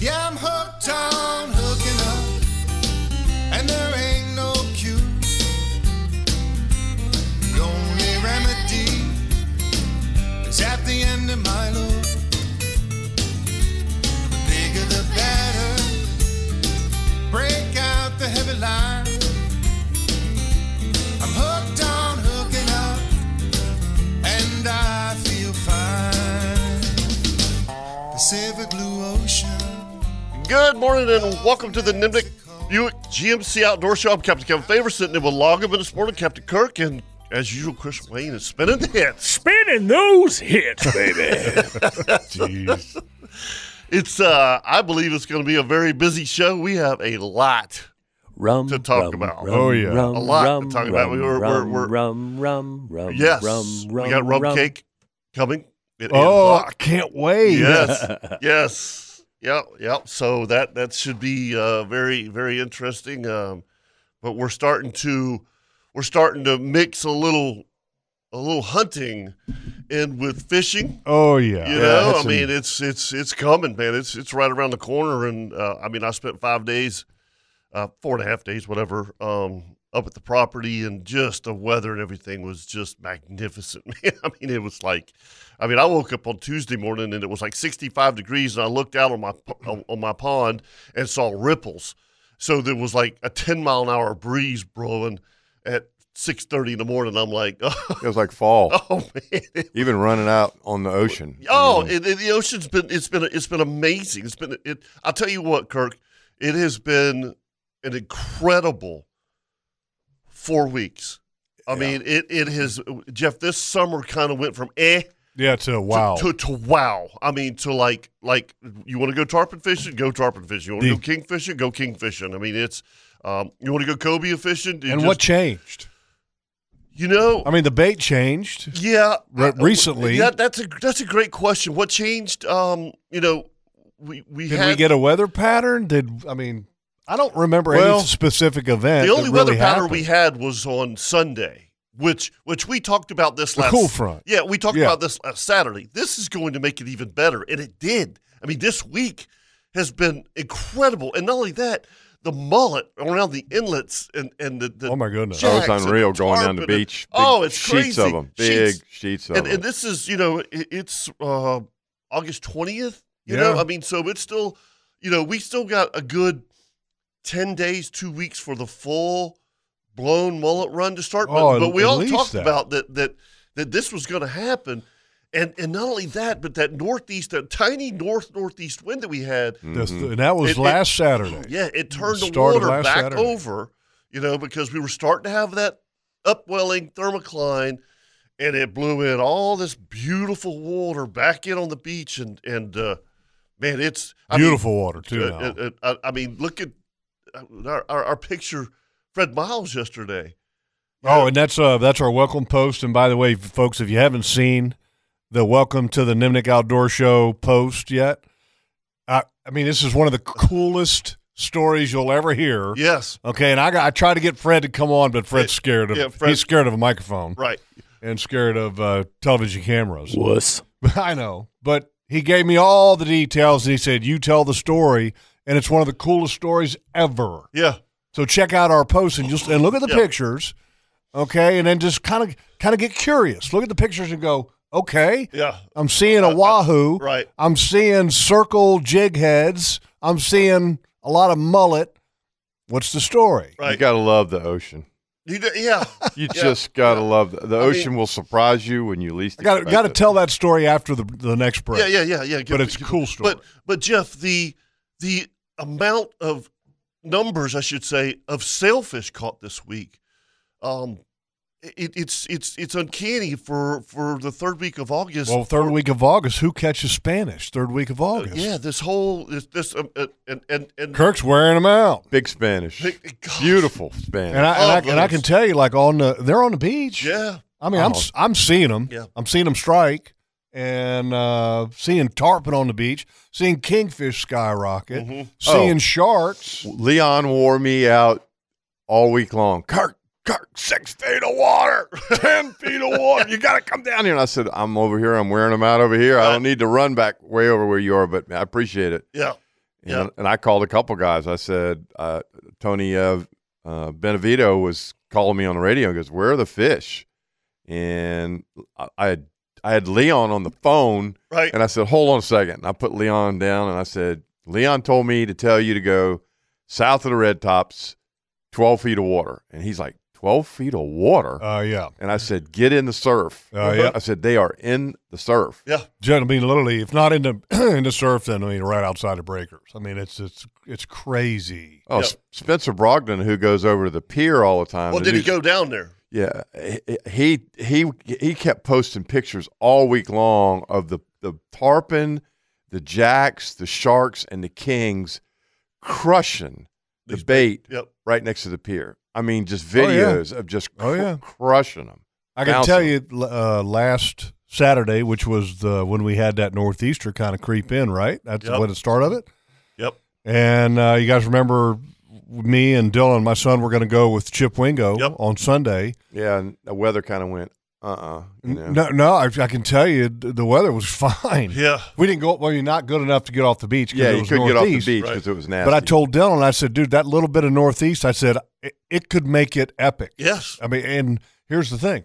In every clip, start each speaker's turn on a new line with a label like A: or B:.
A: Yeah, I'm hooked on hooking up, and there ain't no cure. The only remedy is at the end of my loop. The bigger the better. Break out the heavy line. I'm hooked on hooking up, and I feel fine. The silver glue ocean.
B: Good morning and welcome to the Nimnik Buick GMC Outdoor Show. I'm Captain Kevin Favor sitting in with Loggerman this morning, Captain Kirk, and as usual, Chris Wayne is spinning the hits.
C: spinning those hits, baby.
D: Jeez.
B: It's, uh, I believe it's going to be a very busy show. We have a lot.
E: rum
B: to talk
E: rum,
B: about.
E: Rum,
D: Oh, yeah.
E: rum,
B: A lot to
E: rum,
B: talk about.
E: Rum,
B: We were- we're-
E: rum,
B: we're-
E: rum, rum, rum.
B: Yes.
E: rum, rum,
B: we got rum, cake coming. at eight
D: Oh, I
B: o'clock.
D: can't wait.
B: yes. yes. Yep. Yep. So that, that should be, uh, very, very interesting. Um, but we're starting to, we're starting to mix a little, a little hunting in with fishing.
D: Oh yeah.
B: You
D: Yeah,
B: know,
D: that's
B: I mean,
D: some-
B: it's it's it's coming, man. It's it's right around the corner, and uh, I mean, I spent five days, uh, four and a half days, whatever, um, up at the property, and just the weather and everything was just magnificent, man. I mean, it was like, I mean, I woke up on Tuesday morning and it was like 65 degrees, and I looked out on my p- on, on my pond and saw ripples. So there was like a 10 mile an hour breeze blowing at 6:30 in the morning. I'm like, oh,
F: It was like fall,
B: man, it
F: even running out on the ocean.
B: Oh, and, and the ocean's been it's been it's been amazing. It's been it. I'll tell you what, Kirk, it has been an incredible four weeks. I mean, it it has Jeff. This summer kind of went from eh
D: yeah, to wow.
B: to, to wow. I mean, to like like you want to go tarpon fishing, go tarpon fishing. You want to
D: The-
B: go king fishing, go king fishing. I mean, it's um, you want to go cobia fishing. it
D: and what
B: just-
D: changed?
B: you know?
D: I mean, the bait changed.
B: Yeah,
D: Re- recently.
B: Yeah, that's a that's a great question. What changed? Um, you know, we we
D: Did
B: had
D: we get a weather pattern? Did I mean? I don't remember
B: Well,
D: any specific event.
B: the only
D: that
B: weather
D: really
B: pattern
D: happened.
B: we had was on Sunday, which which we talked about this
D: The
B: last
D: cool front.
B: Yeah, we talked
D: Yeah.
B: about this last Saturday. This is going to make it even better, and it did. I mean, this week has been incredible, and not only that. The mullet around the inlets and, and the, the
D: Oh, my goodness.
F: Oh, it's
B: jacks and
F: unreal going down the
B: tarpon and-
F: beach. Big
B: oh, it's
F: sheets
B: crazy.
F: of them. Big
B: Sheets.
F: sheets, of
B: and,
F: them.
B: and this is you know it, it's uh, August twentieth. You
D: Yeah.
B: know, I mean, so it's still you know we still got a good ten days, two weeks for the full blown mullet run to start. But,
D: Oh, at-
B: but we
D: at
B: all
D: least
B: talked
D: that.
B: about that that that this was going to happen. And, and not only that, but that northeast, that tiny north northeast wind that we had,
D: This- and that was
B: It- it-
D: last Saturday.
B: yeah, it turned the
D: started
B: water
D: last
B: back
D: Saturday.
B: over, you know, because we were starting to have that upwelling thermocline, and it blew in all this beautiful water back in on the beach, and and uh, man, it's I mean,
D: Beautiful water too.
B: uh,
D: now.
B: uh, uh, I, I mean, look at uh, our, our, our picture, Fred Miles yesterday.
D: Oh, and that's uh that's our welcome post. And by the way, folks, if you haven't seen the welcome to the Nimnik Outdoor Show post yet, I I mean this is one of the coolest stories you'll ever hear.
B: Yes,
D: Okay, and I got, I tried to get Fred to come on, but Fred's
B: Yeah,
D: scared of
B: yeah, Fred-
D: he's scared of a microphone
B: right.
D: and scared of uh, television cameras.
E: Wuss.
D: I know, but he gave me all the details and he said, "You tell the story." And it's one of the coolest stories ever.
B: Yeah,
D: So check out our post and just and look at the
B: Yeah.
D: pictures, okay, and then just kind of kind of get curious, look at the pictures and go, okay,
B: Yeah.
D: I'm seeing a wahoo,
B: Right.
D: I'm seeing circle jig heads, I'm seeing a lot of mullet. What's the story?
B: Right.
F: You gotta love the ocean.
B: You do- yeah.
F: You
B: Yeah.
F: just gotta love the, the
B: I mean-
F: ocean. will surprise you when you least.
D: I got
F: expect
D: got to
F: it.
D: tell that story after the the next break.
B: Yeah, yeah, yeah, yeah.
D: But it's a cool story.
B: But but Jeff, the the amount of numbers, I should say, of sailfish caught this week, um, it, it's it's it's uncanny for for the third week of August.
D: Well, third week of August, who catches Spanish? Third week
B: Uh,
D: of August.
B: yeah, this whole this, this um, uh, and and and
D: Kirk's wearing them out.
F: big Spanish,
B: Big- gosh.
F: beautiful Spanish.
D: And I, and, I, and I
B: Fabulous.
D: can tell you, like on the, they're on the beach.
B: Oh, yeah, Uh-huh.
D: I mean, I'm
F: Oh.
D: s- I'm seeing them.
B: Yeah.
D: I'm seeing them strike, and uh, seeing tarpon on the beach, seeing kingfish skyrocket,
B: Mm-hmm.
D: seeing
F: Oh.
D: sharks.
F: Leon wore me out all week long. Kirk, Kirk, six feet of water, ten feet of water. You got to come down here. And I said, I'm over here. I'm wearing them out over here. I don't need to run back way over where you are, but I appreciate it.
B: yeah,
F: And,
B: Yeah.
F: and I called a couple guys. I said, uh, Tony uh, uh, Benevito was calling me on the radio and goes, Where are the fish? And I, I had I had Leon on the phone
B: right.
F: and I said, hold on a second. And I put Leon down and I said, Leon told me to tell you to go south of the red tops, 12 feet of water. And he's like, 12 feet of water?
D: Uh, yeah,
F: and I said, get in the surf.
D: Oh, yeah.
F: I said, they are in the surf.
B: yeah,
D: gentlemen, literally, if not in the in the surf, then I mean, right outside of breakers. I mean, it's it's it's crazy.
F: Oh,
B: Yeah.
F: S- Spencer Brogdon, who goes over to the pier all the time.
B: well,
F: to
B: did
F: do-
B: he go down there?
F: Yeah, he he he- he kept posting pictures all week long of the the tarpon, the jacks, the sharks, and the kings, crushing the
B: These
F: bait
B: Yep.
F: right next to the pier. I mean, just
D: Oh, yeah.
F: videos of just
D: Oh,
F: cr-
D: yeah.
F: crushing them.
D: I can
F: Bounce
D: tell
F: them.
D: you l- uh, last Saturday, which was the when we had that northeaster kind of creep in, right? That's
B: Yep.
D: when the start of it.
B: Yep.
D: And uh, you guys remember me and Dylan, my son, were going to go with Chip Wingo
B: Yep.
D: on Sunday.
F: Yeah, and the weather kind of went uh uh you know.
D: No, no, I, I can tell you th- the weather was fine.
B: Yeah.
D: We didn't go. Well, Oh, you're not good enough to get off the beach. 'cause
F: yeah,
D: it
F: you
D: was
F: couldn't get off the
D: northeast.
F: beach
B: Right.
F: because it was nasty.
D: But I told Dylan, I said, dude, that little bit of northeast, I said, it, it could make it epic.
B: Yes.
D: I mean, and here's the thing: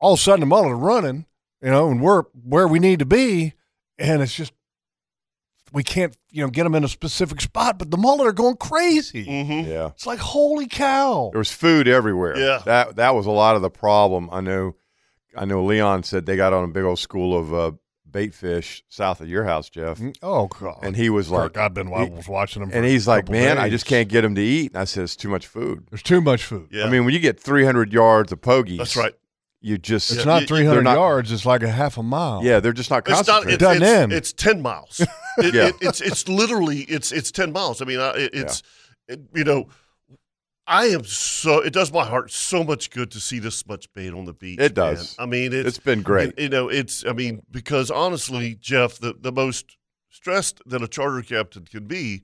D: all of a sudden, the mullet are running, you know, and we're where we need to be, and it's just we can't, you know, get them in a specific spot. But the mullet are going crazy.
B: Mm-hmm.
F: yeah.
D: It's like holy cow!
F: There was food everywhere.
B: Yeah.
F: that that was a lot of the problem. I know, I know. Leon said they got on a big old school of uh, bait fish south of your house, Jeff,
D: Oh god!
F: and he was like,
D: Kirk, I've been I
F: he-
D: was watching them,
F: and he's like, man, I just can't get him to eat. And I said, it's too much food.
D: There's too much food.
B: Yeah.
F: I mean, when you get 300 yards of pogies,
B: that's right.
F: You just
D: It's
B: Yeah,
D: not
B: you-
D: three hundred
F: they're not-
D: yards. It's like a half a mile.
F: yeah, they're just not
B: It's not.
F: concentrated.
B: It's,
D: Done
B: it's,
D: in.
B: it's ten miles. It,
F: Yeah.
B: it, it's it's literally it's it's ten miles. I mean, I- it, it's it, you know, I am so. It does my heart so much good to see this much bait on the beach.
F: It does.
B: man. I mean, it's,
F: it's been great.
B: You, you know, it's. I mean, because honestly, Jeff, the the most stressed that a charter captain can be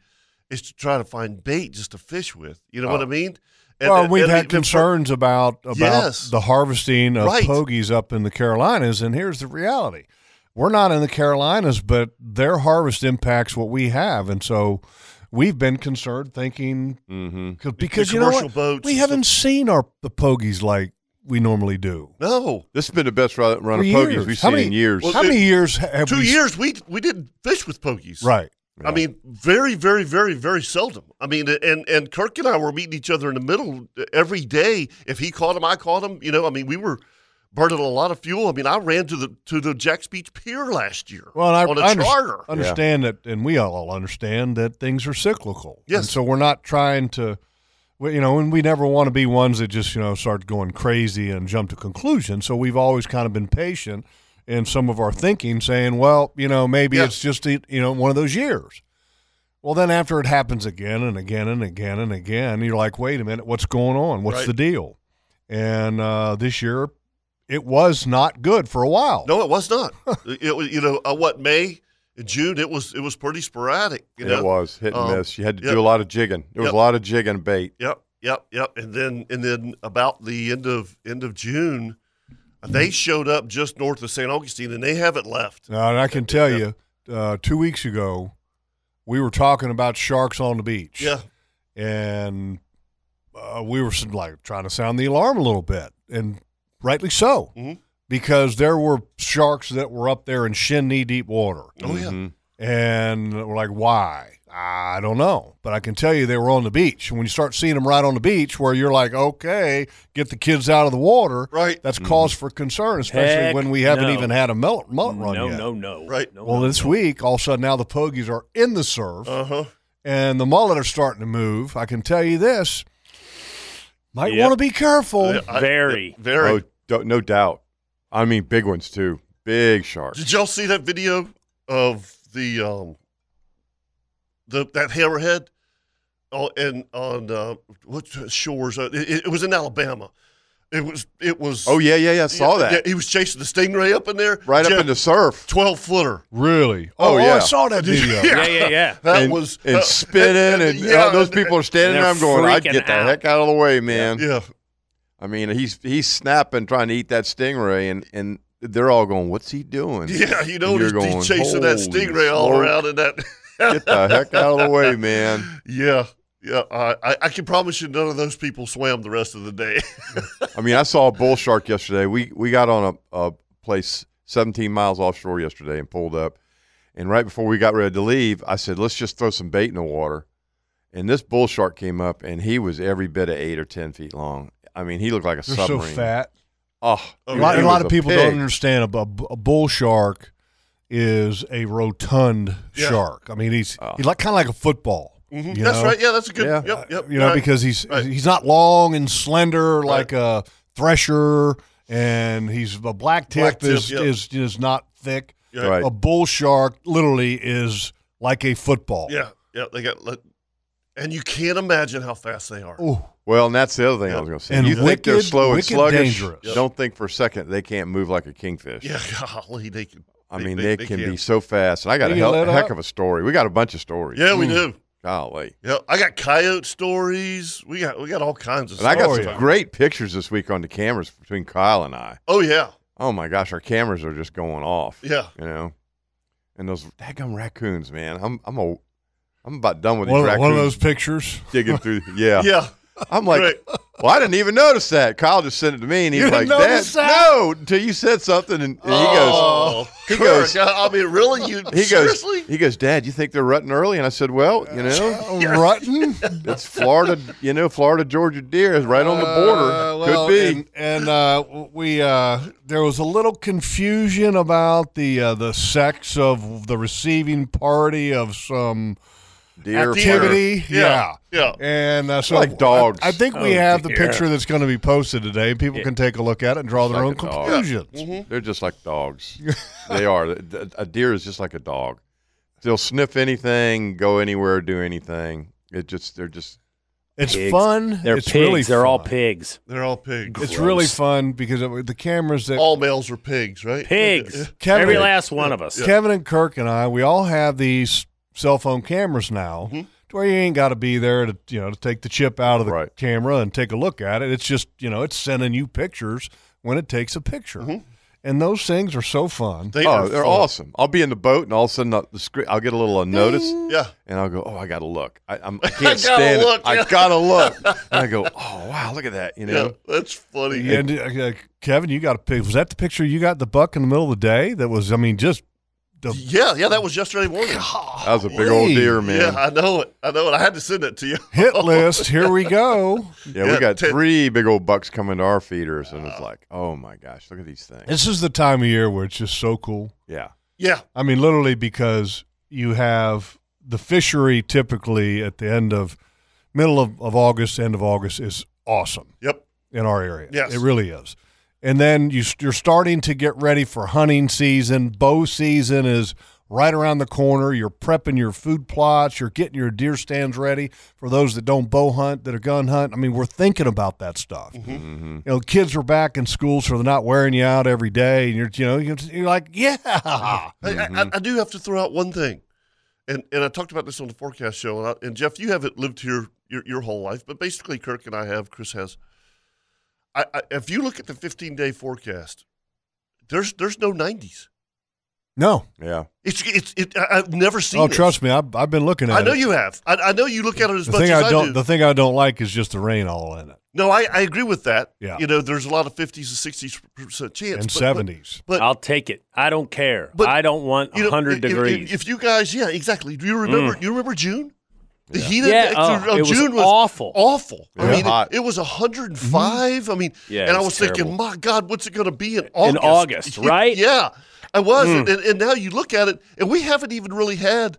B: is to try to find bait just to fish with. You
F: Oh.
B: know what I mean? And-
D: well,
B: and-
D: we've
B: and
D: had
B: it-
D: concerns about about
B: Yes.
D: the harvesting of
B: Right.
D: pogies up in the Carolinas, and here's the reality: we're not in the Carolinas, but their harvest impacts what we have, and so we've been concerned, thinking
F: mm-hmm.
D: cause, because you know
B: commercial
D: what?
B: boats
D: we
B: and
D: haven't seen our the pogies like we normally do.
B: No,
F: This has been the best run, run
D: For
F: of
D: years.
F: pogies we've
D: How
F: seen
D: many-
F: in years.
B: Well,
D: How many years ha- have
B: two
D: we?
B: years we we didn't fish with pokies.
D: Right.
B: I
F: Yeah.
B: mean, very, very, very, very seldom. I mean, and and Kirk and I were meeting each other in the middle every day. If he caught him, I caught him. You know, I mean, we were burning a lot of fuel. I mean, I ran to the to the Jacks Beach Pier last year
D: Well, and I,
B: on a
D: I under-
B: charter.
D: understand that, and we all understand that things are cyclical.
B: Yes.
D: And so we're not trying to, we- you know, and we never want to be ones that just, you know, start going crazy and jump to conclusions. So we've always kind of been patient in some of our thinking, saying, well, you know, maybe
B: Yeah.
D: it's just, you know, one of those years. Well, then after it happens again and again and again and again, you're like, wait a minute, what's going on? What's
B: Right.
D: the deal? And uh, this year, it was not good for a while.
B: No, it was not. it was, you know, uh, what May and June. It was it was pretty sporadic. You know?
F: it was hit and
B: um,
F: miss. You had to
B: yeah.
F: do a lot of jigging. There was
B: Yep.
F: a lot of jigging and bait.
B: Yep, yep, yep. And then and then about the end of end of June, they showed up just north of St. Augustine, and they haven't left.
D: Now, and I can tell you, uh, two weeks ago, we were talking about sharks on the beach.
B: Yeah,
D: And uh, we were s- like trying to sound the alarm a little bit. And rightly so,
B: Mm-hmm.
D: because there were sharks that were up there in shin knee deep water.
B: Oh, yeah. Mhm.
D: And we're like, why? I don't know, but I can tell you they were on the beach. And when you start seeing them right on the beach, where you're like, okay, get the kids out of the water, right? That's cause for concern, especially
C: Heck
D: when we haven't
C: no.
D: even had a mullet, mullet run
C: no,
D: yet.
C: no, no.
B: Right.
C: No,
D: Well,
C: no,
D: this
C: no.
D: week, all of a sudden, now the pogies are in the surf,
B: Uh-huh.
D: and the mullet are starting to move. I can tell you this. Might
C: Yep.
D: want to be careful.
B: Yeah, I-
C: Oh, Very.
B: very.
F: Oh, do- no doubt. I mean, big ones too. Big sharks.
B: Did y'all see that video of the um the that hammerhead? Oh, and on uh, what shores? Uh, it, it was in Alabama. It was. It was.
F: Oh yeah, yeah, yeah. Saw
B: Yeah,
F: that
B: yeah, he was chasing the stingray up in there,
F: right
B: Jeff,
F: up in the surf.
B: twelve footer.
D: Really?
F: Oh, yeah.
D: I saw that video.
C: Yeah, yeah, yeah.
B: That
F: and,
B: was
F: and
B: uh,
F: spinning, and, uh, those people are standing
C: and
F: there. I'm going,
C: they're
F: I'd get the
C: freaking out.
F: heck out of the way, man.
B: Yeah,
F: I mean, he's he's snapping, trying to eat that stingray, and and they're all going, "What's he doing?
B: yeah. You know,
F: You're
B: he's,
F: going,
B: he's chasing that
F: "Holy
B: stingray all
F: smoke."
B: around, and that.
F: Get the heck out of the way, man."
B: Yeah, yeah. I, I, I can promise you, none of those people swam the rest of the day.
F: I mean, I saw a bull shark yesterday. We we got on a, a place 17 miles offshore yesterday and pulled up, and right before we got ready to leave, I said, "Let's just throw some bait in the water." And this bull shark came up, and he was every bit of eight or ten feet long. I mean, he looked like a
D: They're so
F: submarine.
D: fat.
F: Oh,
B: A
D: A
B: Dude,
D: lot,
B: he
D: a lot of people
F: pig.
D: don't understand a, bu- a bull shark is a rotund
B: Yeah. Mm-hmm.
D: shark. I mean, he's
F: Oh.
D: he's like kind of like a football. you
B: That's
D: know?
B: right. Yeah, that's a good.
F: Yeah.
B: Yep, yep.
D: you know,
B: right.
D: because he's
B: Right.
D: he's not long and slender like a thresher, and he's a black tip,
B: Black tip,
D: is,
B: yeah.
D: is is not thick.
B: Yeah.
F: Right.
D: A bull shark literally is like a football.
B: Yeah, yeah, they got. Like, and you can't imagine how fast they are.
D: Ooh,
F: Well, and that's the other thing I was going to say.
D: And
F: you think they're
D: wicked-
F: slow and
D: wicked
F: sluggish?
D: dangerous. Yep.
F: Don't think for a second they can't move like a kingfish.
B: Yeah, golly, they can.
F: I
B: they-
F: mean,
B: they-
F: they,
B: they
F: can
B: can.
F: be so fast. And I got
D: They
F: a,
D: can
F: hell,
D: let
F: heck
D: up. Hmm.
F: of a story. We got a bunch of stories.
B: Yeah, we do.
F: Golly.
B: Yeah, I got coyote stories. We got we got all kinds of.
F: And I got
D: Oh,
B: stories.
F: some
D: yeah.
F: great pictures this week on the cameras between Kyle and I.
B: Oh yeah,
F: Oh my gosh, our cameras are just going off.
B: yeah.
F: You know, and those daggum raccoons, man. I'm I'm a I'm about done with these
D: one, of-
F: raccoons
D: one of those pictures.
F: digging through. Yeah,
B: Yeah,
F: I'm like,
B: Right.
F: well, I didn't even notice that. Kyle just sent it to me, and he's
D: You
F: like,
D: didn't
F: "Dad,
D: notice that?"
F: no," until you said something, and, and
B: Oh,
F: he goes, he
B: Kirk,
F: goes,
B: I, I mean, really? You
F: he goes,
B: seriously?
F: he goes, Dad, you think they're rutting early? And I said, Well, you know,
D: Rotten.
F: it's Florida, you know, Florida Georgia deer is right on the border.
D: Uh,
F: Could be.
D: And, and, uh, we uh, there was a little confusion about the uh, the sex of the receiving party of some
F: deer
D: activity.
B: Yeah, yeah.
D: And uh, so
F: Like dogs.
D: I, I think we
C: Oh,
D: have the
C: dear.
D: picture that's going to be posted today. People
C: Yeah.
D: can take a look at it and draw their
F: Like
D: own
F: a dog.
D: conclusions. Mm-hmm.
F: fur- They're just like dogs. they are. A deer is just like a dog. They'll sniff anything, go anywhere, do anything. It just they're just
D: It's
C: Pigs.
D: fun.
C: They're
D: it's
C: pigs.
D: Really
C: they're all
D: fun.
C: pigs.
B: They're all pigs.
D: It's really
C: Gross.
D: fun because it, the cameras that
B: All males are pigs, right?
C: Pigs.
D: Kevin-
C: Every last one of us.
D: Kevin and Kirk and I, we all have these cell phone cameras now, to where you ain't got to be there to you know to take the chip out of the
F: Right.
D: camera and take a look at it. It's just you know it's sending you pictures when it takes a picture, and those things are so fun.
B: They
F: oh, they're
B: fun.
F: awesome. I'll be in the boat, and all of a sudden the, the screen, I'll get a little notice.
B: Yeah.
F: and I'll go, oh, I gotta look. I, I'm, I
B: gotta
F: can't stand
B: look,
F: it. I
B: yeah.
F: gotta look. And I go, oh wow, look at that. You know,
B: Yeah, that's funny.
D: Yeah, and, uh, Kevin, you got a pic. Was that the picture you got the buck in the middle of the day? That was, I mean, just the
B: Yeah, yeah, that was yesterday morning.
F: that was a big old
D: Golly.
F: deer, man.
B: Yeah, I know it. I know it. I had to send it to you.
D: hit list. Here we go.
F: Yeah,
B: Yeah,
F: we got
B: ten- Uh.
F: three big old bucks coming to our feeders, and it's like, oh my gosh, look at these things.
D: This is the time of year where it's just so cool.
F: Yeah,
B: Yeah,
D: I mean, literally because you have the fishery typically at the end of middle of, of August, end of August is awesome
B: yep.
D: in our area.
B: Yes.
D: It really is. And then you, you're starting to get ready for hunting season. Bow season is right around the corner. You're prepping your food plots. You're getting your deer stands ready for those that don't bow hunt, that are gun hunt. I mean, we're thinking about that stuff.
B: Mm-hmm.
D: You know, kids are back in school, so they're not wearing you out every day. And you're, you know, you're, you're like, yeah. Mm-hmm.
B: I I, I, I do have to throw out one thing, and and I talked about this on the forecast show, and, I, and Jeff, you haven't lived here your, your whole life, but basically Kirk and I have. Chris has. I, I if you look at the 15 day forecast, there's there's no 90s.
D: No.
F: Yeah.
B: It's it's it, I, I've never seen.
D: Oh,
B: this.
D: trust me, I've, I've been looking at
B: I know
D: it.
B: you have. I, I know you look at it as
D: the
B: much
D: thing
B: as
D: I
B: I
D: don't,
B: do.
D: the thing I don't like is just the rain all in it
B: No, I, I agree with that.
D: Yeah.
B: You know, there's a lot of 50s and 60s percent chance.
D: and
B: but- but-
D: seventies.
B: But,
C: I'll take it. I don't care.
B: But,
C: I don't want
B: you know,
C: 100
B: if- if-
C: degrees.
B: If, you guys, yeah, exactly. Do you remember? You remember June? The heat
C: Mm. Yeah,
B: index
C: oh,
B: of
C: it was
B: June was
C: awful.
B: Awful. I
F: Yeah.
B: mean,
F: Hot.
B: it, it was 105. I mean,
C: Yeah,
B: and
C: it
B: I was
C: was
B: thinking,
C: terrible.
B: my God, what's it going to be in August?
C: August, right? Mm.
B: yeah, I was. And, and now you look at it, and we haven't even really had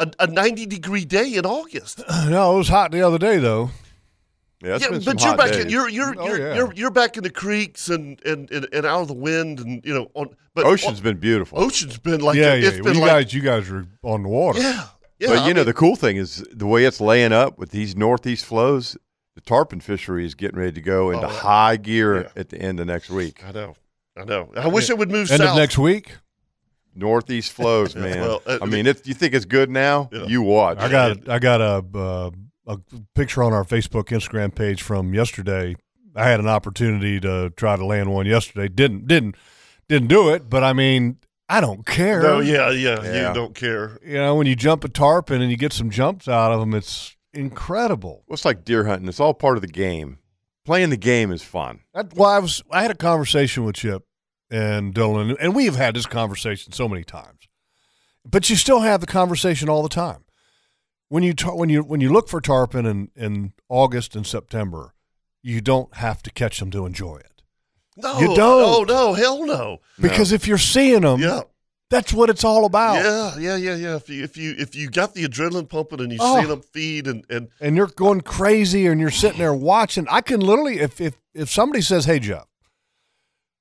B: a, a 90 degree day in August.
D: No, it was hot the other day though.
F: Yeah. it's
B: yeah,
F: been some
B: but you're
F: hot
B: back
F: days.
B: in you're you're
D: Oh,
B: you're,
D: yeah.
B: you're you're back in the creeks and and, and and out of the wind and you know on but
F: Ocean's been beautiful.
B: ocean's been like
D: yeah,
B: a,
D: yeah.
B: it's been
D: you
B: like
D: guys, you guys are on the water.
B: yeah yeah
F: but you
B: I
F: know,
B: mean,
F: the cool thing is the way it's laying up with these northeast flows. The tarpon fishery is getting ready to go into
B: Oh, yeah.
F: high gear
B: Yeah.
F: at the end of next week.
B: I know I know I wish it would move
D: End
B: south
D: of next week,
F: Northeast flows,
B: Yeah,
F: man.
B: well, uh,
F: I mean, if you think it's good now,
B: Yeah.
F: you watch.
D: I got I got a uh, a picture on our Facebook Instagram page from yesterday. I had an opportunity to try to land one yesterday. Didn't didn't didn't do it. But I mean, I don't care.
B: no yeah, yeah
F: Yeah.
B: you don't care
D: You know, when you jump a tarpon and you get some jumps out of them, it's incredible.
F: Well, it's like deer hunting. It's all part of the game. Playing the game is fun.
D: That, well, I was I had a conversation with Chip and Dylan, and we have had this conversation so many times, but you still have the conversation all the time. When you tar- when you when you look for tarpon in, in August and September, you don't have to catch them to enjoy it
B: no
D: You don't.
B: oh no hell no
D: because if you're seeing them,
B: yeah
D: that's what it's all about.
B: yeah yeah yeah yeah if you if you if you got the adrenaline pumping and you
D: Oh.
B: see them feed and and
D: and you're going crazy and you're sitting there watching. I can literally, if if if somebody says, "Hey Jeff,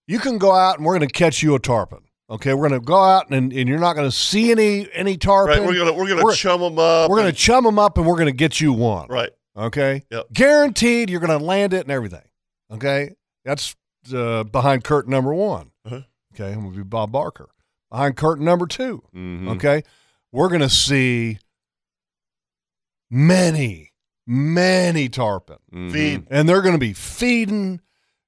D: you can go out and we're going to catch you a tarpon." Okay, we're going to go out and, and you're not going to see any any tarpon.
B: right we're gonna we're gonna
D: We're-
B: chum them up
D: we're going to
B: and-
D: chum them up and we're going to get you one.
B: right
D: Okay.
B: Yep.
D: Guaranteed, you're going to land it and everything. Okay, that's uh, behind curtain number one.
B: Uh-huh.
D: Okay, I'm going to be Bob Barker behind curtain number two.
F: Mm-hmm.
D: Okay. We're going to see many, many tarpon,
B: feed
D: and they're going to be feeding.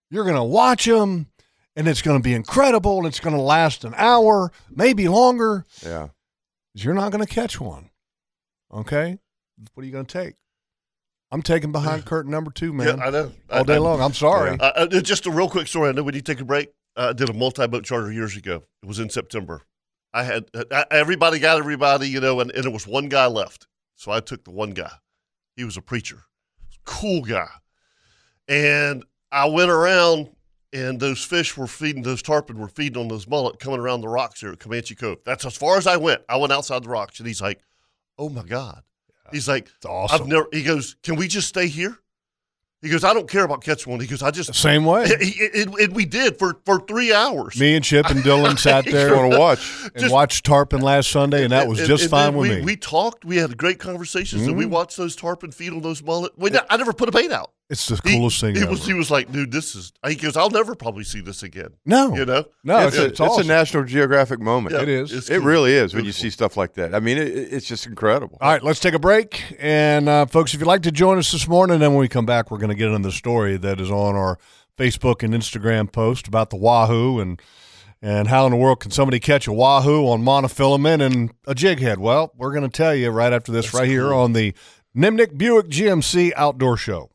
D: You're going to watch them, and it's going to be incredible, and it's going to last an hour, maybe longer.
F: Yeah.
D: 'cause You're not going to catch one. Okay. What are you going to take? I'm taking behind curtain number two, man.
B: yeah I know
D: all day
B: I,
D: long. I'm sorry.
B: Uh, uh, just a real quick story. I know we need to take a break. Uh, I did a multi boat charter years ago. It was in September. I had uh, I, everybody got everybody, you know, and, and it was one guy left. So I took the one guy. He was a preacher, cool guy. And I went around, and those fish were feeding, those tarpon were feeding on those mullet coming around the rocks here at Comanche Cove. That's as far as I went. I went outside the rocks, and he's like, oh my God. He's like,
D: It's awesome.
B: I've never, he goes, can we just stay here? He goes, I don't care about catching one. He goes, I just,
D: Same way.
B: it, it, it, it- we did for, for three hours.
D: Me and Chip and Dylan sat
F: You
D: there
F: want to watch?
D: and
B: Just-
D: watched tarpon last Sunday, and that was
B: And-
D: just
B: and
D: fine
B: then
D: with
B: we,
D: me. Mm-hmm.
B: We talked. We had great conversations, and we watched those tarpon feed on those mullet. Wait, no, I never put a bait out.
D: It's the
B: He-
D: coolest thing
B: He
D: ever.
B: was. He was like, "Dude, this is." He goes, "I'll never probably see this again."
D: no,
B: You know?
D: no,
F: it's, a, it's
D: awesome.
F: a National Geographic moment.
B: Yeah,
D: It is.
B: it's
F: It
B: cool.
F: really is when you
B: Beautiful.
F: see stuff like that. I mean, it, it- it's just incredible.
D: All right, let's take a break. And uh, folks, if you'd like to join us this morning, then when we come back, we're going to get into the story that is on our Facebook and Instagram post about the wahoo and and how in the world can somebody catch a wahoo on monofilament and a jig head? Well, we're going to tell you right after this, right here on the Nimnik Buick GMC Outdoor Show.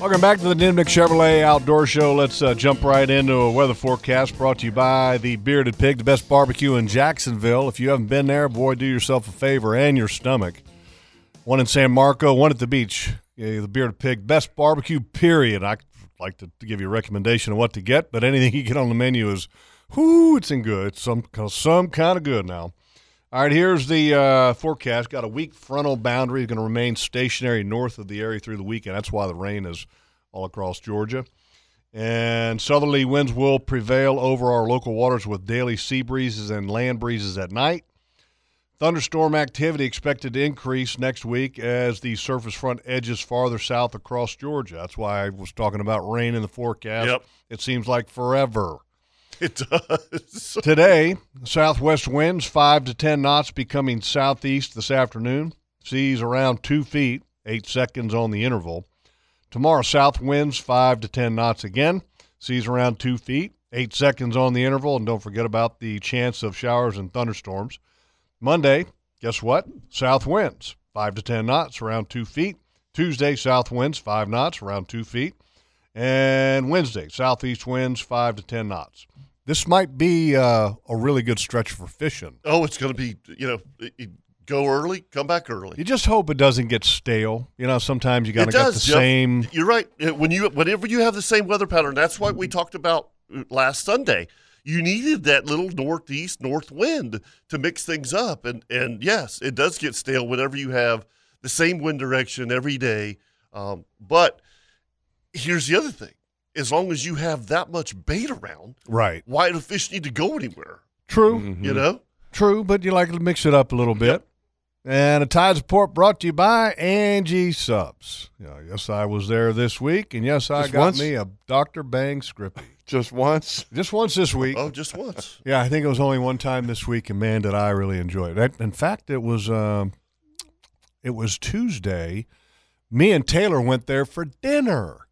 D: Welcome back to the Nimnik Chevrolet Outdoor Show. Let's uh, jump right into a weather forecast brought to you by the Bearded Pig, the best barbecue in Jacksonville. If you haven't been there, boy, do yourself a favor and your stomach. One in San Marco, one at the beach. Yeah, the Bearded Pig, best barbecue, period. I like to, to give you a recommendation of what to get, but anything you get on the menu is, whoo, it's in good. It's some, some kind of good now. All right, here's the uh, forecast. Got a weak frontal boundary. going to remain stationary north of the area through the weekend. That's why the rain is all across Georgia. And southerly winds will prevail over our local waters with daily sea breezes and land breezes at night. Thunderstorm activity expected to increase next week as the surface front edges farther south across Georgia. That's why I was talking about rain in the forecast.
B: Yep.
D: It seems like forever.
B: It does.
D: Today, southwest winds 5 to 10 knots becoming southeast this afternoon. Seas around 2 feet. eight seconds on the interval. Tomorrow, south winds 5 to 10 knots again. Seas around 2 feet, 8 seconds on the interval, and don't forget about the chance of showers and thunderstorms. Monday, guess what? South winds 5 to 10 knots, around 2 feet. Tuesday, south winds 5 knots, around 2 feet. And Wednesday, southeast winds 5 to 10 knots. This might be uh, a really good stretch for fishing.
B: Oh, it's going to be, you know, y- y- go early, come back early.
D: You just hope it doesn't get stale. You know, sometimes you got to
B: It
D: get the
B: does, Jeff.
D: same.
B: You're right. Uh, When you whenever you have the same weather pattern, that's what we talked about uh, last Sunday. You needed that little northeast north wind to mix things up, and and yes, it does get stale whenever you have the same wind direction every day. Um, but here's the other thing: as long as you have that much bait around,
D: Right.
B: why do fish need to go anywhere?
D: True.
F: mm-hmm.
B: You know,
D: True, but you like to mix it up a little bit. And a Tides Report brought to you by Angie Subs. Yeah, yes, I was there this week, and yes, I
F: Just
D: got
F: once?
D: me a Dr. Bang Scrippy.
F: Just once?
D: Just once this week.
B: oh, just once.
D: Yeah, I think it was only one time this week, and man, did I really enjoy it. I- In fact, it was um, it was Tuesday. Me and Taylor went there for dinner.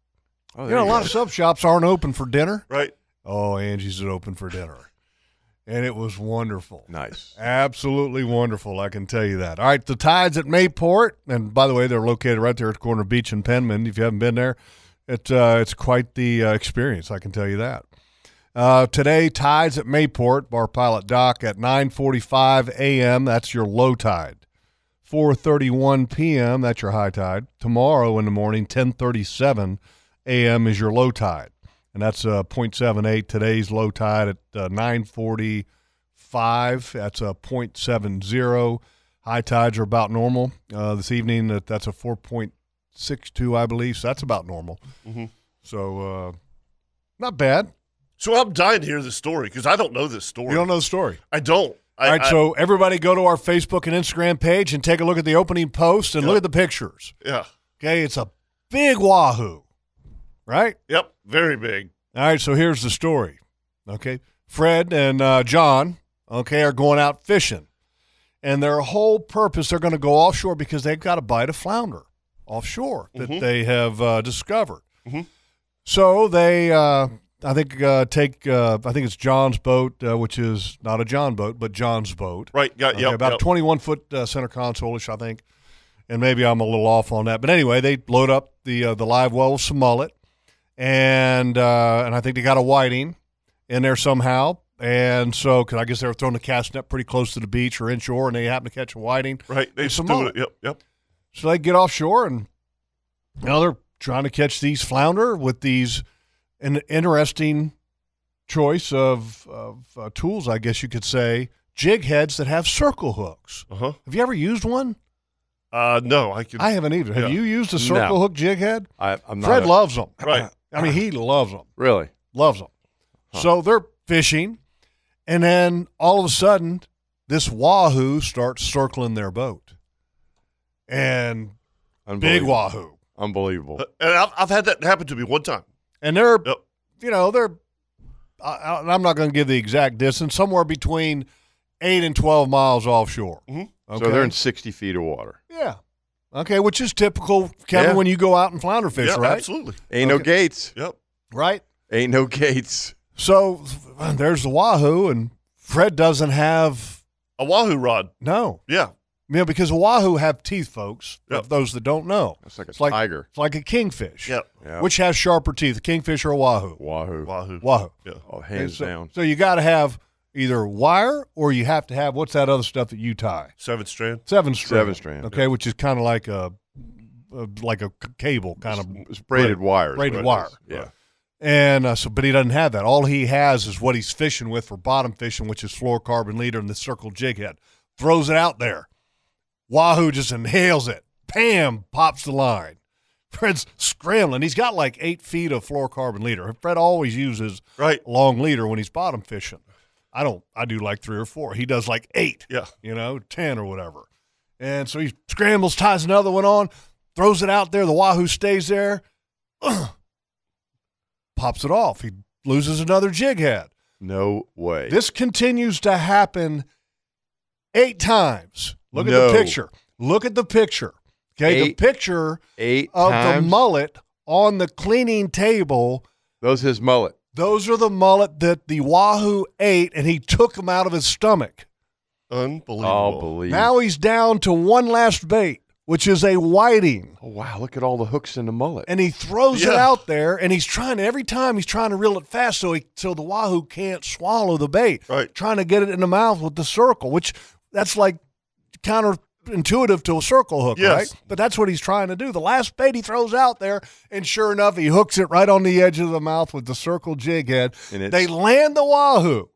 F: Oh,
D: you
F: there
D: know, a
F: you
D: lot
F: go.
D: of sub shops aren't open for dinner.
B: Right.
D: Oh, Angie's is open for dinner, and it was wonderful.
F: Nice.
D: Absolutely wonderful, I can tell you that. All right, the tides at Mayport, and by the way, they're located right there at the corner of Beach and Penman. If you haven't been there, it uh, it's quite the uh, experience, I can tell you that. Uh, today, tides at Mayport, Bar Pilot Dock at 9:45 a.m. That's your low tide. 4:31 p.m. That's your high tide. Tomorrow in the morning, 10:37 a.m. is your low tide, and that's uh, 0.78. Today's low tide at uh, 9:40 five. That's a 0.70. High tides are about normal. Uh, this evening, that, that's a 4.62, I believe. So that's about normal.
B: Mm-hmm.
D: So uh, not bad.
B: So I'm dying to hear this story because I don't know this story.
D: You don't know the story.
B: I don't. I,
D: All right.
B: I-
D: so everybody go to our Facebook and Instagram page and take a look at the opening post and look at the pictures.
B: yeah.
D: Okay. It's a big wahoo, right?
B: Yep. Very big.
D: All right, so here's the story. Okay, Fred and uh, John, okay, are going out fishing, and their whole purpose they're going to go offshore because they've got a bite of flounder offshore that they have uh, discovered. So they, uh, I think, uh, take uh, I think it's John's boat, uh, which is not a John boat, but John's boat.
B: Right. Got.
D: Okay,
B: yep.
D: about
B: yep.
D: a 21 foot uh, center console-ish, I think, and maybe I'm a little off on that. But anyway, they load up the uh, the live well with some mullet, and uh, and I think they got a whiting in there somehow. And so, because I guess they were throwing the cast net pretty close to the beach or inshore, and they happened to catch a whiting.
B: Right. They
D: It's a
B: just do
D: mullet.
B: it. Yep. Yep.
D: So they get offshore, and now they're trying to catch these flounder with these an interesting choice of, of uh, tools, I guess you could say, jig heads that have circle hooks.
B: Uh huh.
D: Have you ever used one?
B: Uh, no, I can.
D: I haven't either. Have
B: Yeah.
D: you used a circle
F: No.
D: hook jig head?
F: I, I'm not.
D: Fred
F: a-
D: loves them.
B: Right.
D: I mean, he loves them.
F: Really?
D: Loves them. So they're fishing, and then all of a sudden, this wahoo starts circling their boat, and big
F: Unbelievable.
D: wahoo,
F: Unbelievable.
B: and I've, I've had that happen to me one time.
D: and they're
B: Yep.
D: you know they're I, I, I'm not going to give the exact distance, somewhere between eight and twelve miles offshore.
B: Mhm.
F: So they're in 60 feet of water.
D: yeah. Okay, which is typical, Kevin,
F: Yeah.
D: when you go out and flounder fish,
B: yeah,
D: right?
B: absolutely.
F: Ain't no gates.
B: Yep.
D: Right.
F: Ain't no gates.
D: So there's the Wahoo, and Fred doesn't have
B: A wahoo rod.
D: no.
B: Yeah.
D: You know, because Wahoo have teeth, folks. for
B: Yep.
D: those that don't know,
F: That's like a
D: It's like-
F: tiger.
D: it's like a kingfish,
B: Yep.
F: Yeah.
D: which has sharper teeth, a kingfish or a Wahoo.
F: Wahoo.
B: Wahoo.
D: Wahoo.
B: Yeah.
F: Oh, hands
D: so,
F: down.
D: So you got to have either wire or you have to have what's that other stuff that you tie?
B: Seven strand.
D: Seven strand.
F: Seven strand,
D: Okay, which is kind of like a, a like a c- cable kind of
F: It's braided wires. what
D: braided
F: it
D: wire.
F: is. Yeah.
D: And uh, so, but he doesn't have that. All he has is what he's fishing with for bottom fishing, which is fluorocarbon leader and the circle jig head. Throws it out there. Wahoo just inhales it. Pam pops the line. Fred's scrambling. He's got like eight feet of fluorocarbon leader. Fred always uses
B: Right.
D: long leader when he's bottom fishing. I don't. I do like three or four. He does like eight
B: Yeah.
D: you know, 10 or whatever. And so he scrambles, ties another one on, throws it out there. The Wahoo stays there, pops it off. He loses another jig head.
F: No way.
D: This continues to happen eight times. Look at
F: No.
D: the picture. Look at the picture. Okay, the
F: Eight-
D: picture
F: eight
D: of
F: times.
D: the mullet on the cleaning table.
F: Those his mullet.
D: Those are the mullet that the wahoo ate, and he took them out of his stomach.
B: Unbelievable.
F: Oh, believe.
D: Now he's down to one last bait, which is a whiting.
F: oh, wow, look at all the hooks in the mullet.
D: and he throws it
B: Yeah.
D: out there and he's trying to, every time he's trying to reel it fast so he so the wahoo can't swallow the bait
B: Right.
D: trying to get it in the mouth with the circle which that's like counterintuitive to a circle hook
B: Yes.
D: right but that's what he's trying to do the last bait he throws out there and sure enough he hooks it right on the edge of the mouth with the circle jig head
F: And it's-
D: they land the wahoo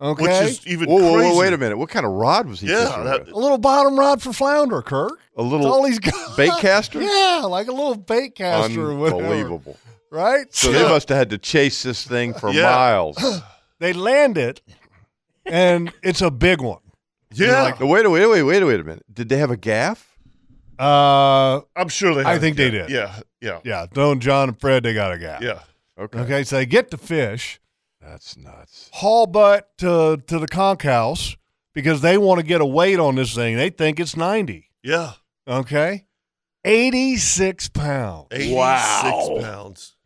D: okay
B: Which is even
F: whoa, whoa, whoa,
B: crazier.
F: wait a minute. What kind of rod was he
B: Yeah,
F: fishing
B: that-
F: with?
D: a little bottom rod for flounder kirk
F: A
D: that's
F: little
D: all he's got
F: bait caster?
D: yeah like a little bait caster or whatever,
F: Unbelievable.
D: right
F: So they must have had to chase this thing for
B: Yeah.
F: miles.
D: They land it, and it's a big one.
B: Yeah,
F: Like, wait, wait, wait, wait, wait a minute. Did they have a gaff?
D: Uh,
B: I'm sure they.
D: I
B: had-
D: think they
B: yeah,
D: did.
B: Yeah, yeah,
D: yeah, Don, John, and Fred, they got a guy.
B: yeah.
F: Okay.
D: Okay, so they get the fish,
F: That's nuts.
D: haul butt to, to the conch house because they want to get a weight on this thing. They think it's 90.
B: yeah.
D: Okay. 86 pounds.
B: 86
F: Wow.
B: pounds.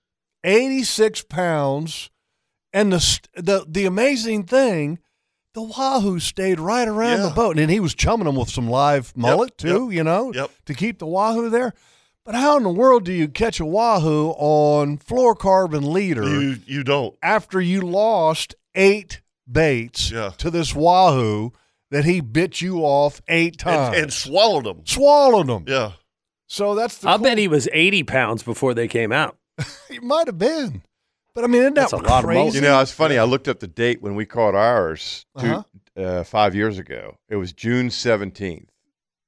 D: 86 pounds. And the, st- the, the amazing thing, the Wahoo stayed right around the
B: Yeah.
D: boat. And he was chumming them with some live mullet, too, you know?
B: Yep.
D: to keep the wahoo there. But how in the world do you catch a wahoo on fluorocarbon leader
B: You you don't.
D: after you lost eight baits
B: Yeah.
D: to this wahoo that he bit you off eight times
B: And, and swallowed them.
D: swallowed them?
B: Yeah.
D: So that's the.
C: I
D: cool-
C: bet he was 80 pounds before they came out.
D: he might have been, but I mean, isn't that
C: That's a lot of mullet.
D: crazy?
F: You know, it's funny. I looked up the date when we caught ours 2
D: Uh-huh.
F: uh, five years ago. It was June seventeenth,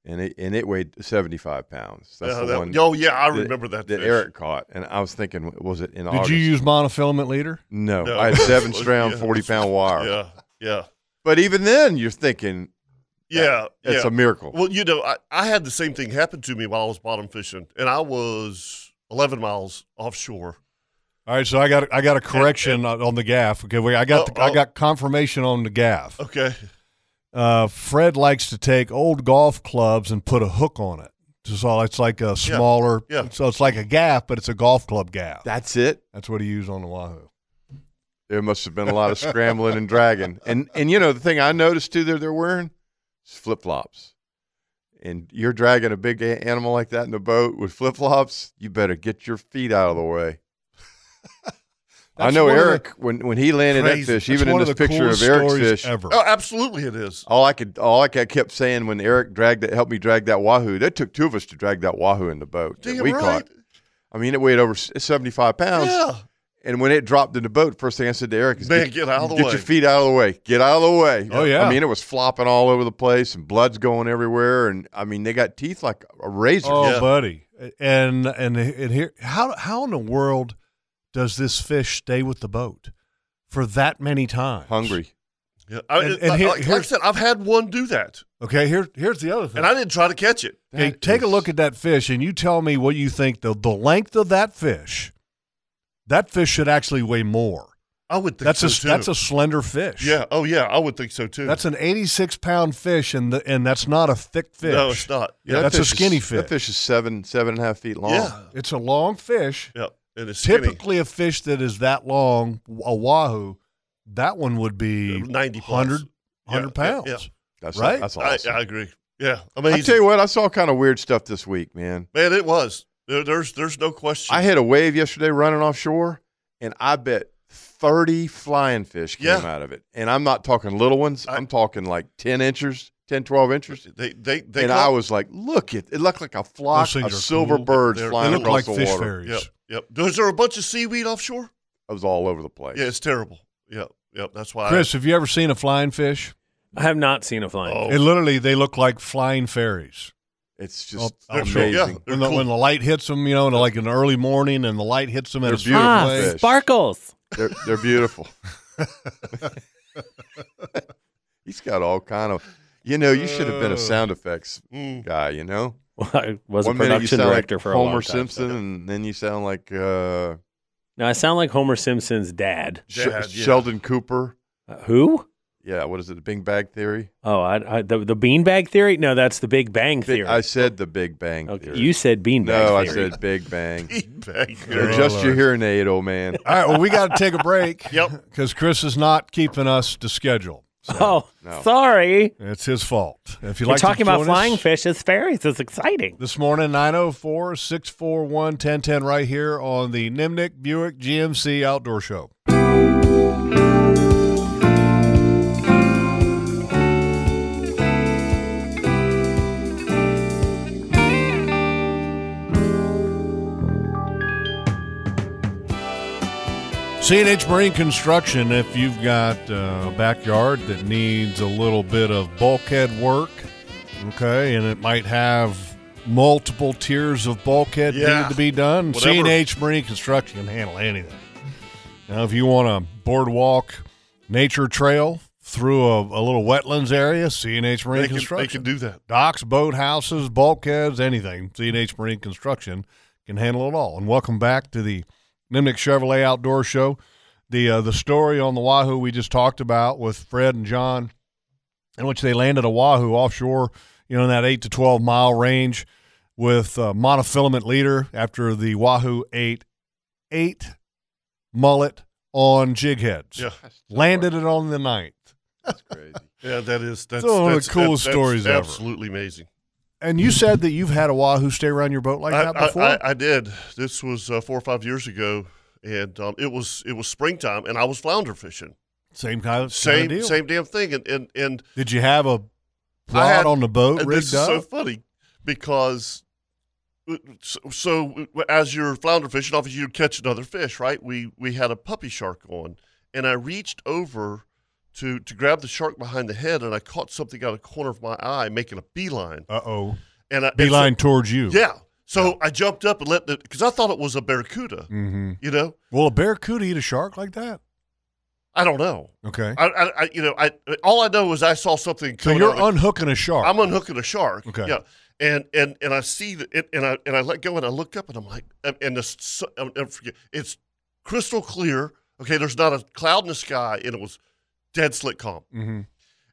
F: and it and it weighed seventy five pounds. That's
B: Yeah,
F: the
B: that-
F: one.
B: oh yeah, I remember that.
F: that
B: fish.
F: Eric caught, and I was thinking, was it in
D: Did
F: August?
D: you use monofilament leader?
F: no,
B: No.
F: I had seven strand,
B: Yeah.
F: forty pound wire.
B: Yeah, yeah,
F: But even then, you're thinking
B: yeah.
F: it's
B: yeah.
F: a miracle.
B: Well, you know, I, I had the same thing happen to me while I was bottom fishing, and I was 11 miles offshore.
D: All right, so I got I got a correction on- on the gaff. Okay, wait, I got
B: Oh,
D: the, I
B: oh.
D: got confirmation on the gaff.
B: Okay.
D: uh, Fred likes to take old golf clubs and put a hook on it. So it's like a smaller,
B: yeah.
D: so it's like a gaff, but it's a golf club gaff.
F: That's it.
D: That's what he used on the Wahoo.
F: There must have been a lot of scrambling and dragging. And and you know the thing I noticed too that they're wearing is flip flops. And you're dragging a big a- animal like that in the boat with flip flops. You better get your feet out of the way. I
D: That's
F: know
D: one of the-
F: Eric when when he landed
B: Crazy.
F: that fish,
D: That's
F: even in
D: one
F: this
D: of the
F: picture of
D: coolest
F: Eric's
D: stories
F: fish.
D: ever.
B: Oh, absolutely, it is.
F: All I could, all I ca- kept saying when Eric dragged that, helped me drag that wahoo. That took two of us to drag that wahoo in the boat that
B: Damn
F: we
B: right.
F: caught. I mean, it weighed over s- seventy-five pounds.
B: Yeah.
F: And when it dropped in the boat, first thing I said to Eric is,
B: Man, get out of the
F: get
B: way."
F: your feet out of the way. Get out of the way.
D: Oh, yeah.
F: I mean, it was flopping all over the place, and blood's going everywhere. And I mean, they got teeth like a razor.
D: Oh,
B: Yeah.
D: buddy, and and and here, how how in the world does this fish stay with the boat for that many times?
F: Hungry.
B: Yeah. I,
D: And-
B: it-
D: and
B: like,
D: here-
B: like I
D: here's-
B: said, I've had one do that,
D: Okay, here here's the other thing.
B: and I didn't try to catch it.
D: Okay,
F: That
D: take a
F: is-
D: look at that fish and you tell me what you think the the length of that fish. That fish should actually weigh more.
B: I would think
D: That's
B: so
D: a
B: too.
D: that's a slender fish.
B: yeah. Oh yeah, I would think so too.
D: That's an 86 pound fish, and the, and that's not a thick fish.
B: No, it's not.
D: Yeah,
B: Yeah.
D: that's a
F: fish is-
D: skinny
F: That
D: fish.
F: fish is seven, seven and a half feet long.
B: Yeah.
D: It's a long fish.
B: Yeah. And it's skinny.
D: Typically, a fish that is that long, a wahoo, that one would be
B: 90 plus.
D: 100, 100
B: Yeah, yeah,
D: pounds.
B: yeah.
F: That's
D: Right?
F: That's
B: I,
F: awesome.
B: I agree. Yeah.
F: I,
B: Amazing.
F: tell you what, I saw kind of weird stuff this week, man.
B: Man, it was. There, there's there's no question.
F: I had a wave yesterday running offshore, and I bet 30 flying fish came
B: Yeah.
F: out of it. And I'm not talking little ones,
B: I-
F: I, am talking like 10 inches, 10, 12 inches.
B: they they they
F: and
B: caught-
F: I was like, look, it, it looked like a flock
D: things
F: of
D: are
F: silver
D: cool.
F: birds
B: They're-
D: They
F: flying
D: look
F: across
D: like
F: the
D: fish
F: water.
D: fairies.
B: Yep. Yep. Is there a bunch of seaweed offshore?
F: It was all over the place.
B: Yeah, it's terrible. Yep. Yep. That's why.
D: Chris, have you ever seen a flying fish?
C: I have not seen a flying.
B: Oh.
D: It literally, they look like flying fairies.
F: It's just
D: Oh, they're cool.
F: amazing.
B: Yeah. They're
D: When the,
B: cool.
D: when the light hits them, you know, and like in the early morning, and the light hits them at
F: They're
D: a certain
F: beautiful
D: place.
F: Ah, fish.
C: sparkles.
F: They're, they're beautiful. He's got all kind of, you know, you should have been a sound effects
B: Uh. Mm.
F: guy, you know?
C: Well, I was a
F: One minute you
C: production
F: sound like
C: director for a long
F: Homer
C: time,
F: Simpson,
C: so-
F: and then you sound like uh,
C: No, I sound like Homer Simpson's dad.
F: Sh-
B: Dad, yeah.
F: Sheldon Cooper.
C: Uh, who?
F: yeah, what is it? The Big Bang Theory?
C: Oh, I, I, the, the beanbag theory? No, that's the Big Bang
F: Big-
C: theory.
F: I said the Big Bang
C: okay.
F: Theory.
C: You said beanbag
F: no,
C: theory.
F: I said Big Bang. They're
B: They're
F: just your hernado, man.
D: All right, well, we got to take a break
B: Yep.
D: because Chris is not keeping us to schedule.
C: Oh,
F: no.
C: sorry.
D: It's his fault. If you
C: We're
D: like to
C: talking about
D: join
C: flying
D: us
C: fish as fairies. It's exciting.
D: this morning, 904 641 1010, right here on the Nimnik Buick GMC Outdoor Show. CNH Marine Construction, if you've got uh, a backyard that needs a little bit of bulkhead work, okay, and it might have multiple tiers of bulkhead
B: Yeah.
D: need to be done,
B: Whatever.
D: CNH Marine Construction can handle anything. Now, if you want a boardwalk nature trail through a, a little wetlands area, CNH Marine
B: They can, they
D: Construction.
B: can do that.
D: Docks, boathouses, bulkheads, anything. C&H Marine Construction can handle it all. And welcome back to the Nimnik Chevrolet Outdoor Show. The uh, the story on the Wahoo we just talked about with Fred and John, in which they landed a Wahoo offshore, you know, in that eight to twelve mile range, with uh, monofilament leader after the Wahoo ate eight mullet on jig heads.
B: Yeah,
D: Landed it on the ninth.
F: That's crazy.
B: yeah, that is that's,
D: It's one of the
B: that's,
D: coolest
B: that's-
D: stories
B: that's
D: ever.
B: Absolutely amazing.
D: And you said that you've had a Wahoo stay around your boat like
B: I,
D: that
B: I-
D: before.
B: I, I did. This was uh, four or five years ago, and um, it was it was springtime, and I was flounder fishing.
D: Same kind of
B: Same
D: kind of deal.
B: same damn thing, and and and
D: Did you have a
B: I
D: rod
B: had-
D: on the boat
B: And this
D: rigged
B: is so
D: up?
B: funny because so, so as you're flounder fishing, obviously you catch another fish, right? We we had a puppy shark on, and I reached over to to grab the shark behind the head, and I caught something out of the corner of my eye, making a beeline,
D: uh oh,
B: and I, and so-
D: beeline towards you.
B: yeah. So I jumped up and let the because I thought it was a barracuda,
D: Mm-hmm.
B: you know.
D: Will a barracuda eat a shark like that?
B: I don't know.
D: Okay.
B: I, I, I you know, I all I know is I saw something.
D: so
B: coming
D: you're
B: out of the-
D: unhooking a shark.
B: I'm unhooking a shark.
D: Okay.
B: Yeah. And and and I see that, it, and I and I let go, and I look up, and I'm like, and- and the su- I'll never forget, it's crystal clear. Okay, there's not a cloud in the sky, and it was dead slick calm.
D: mm-hmm.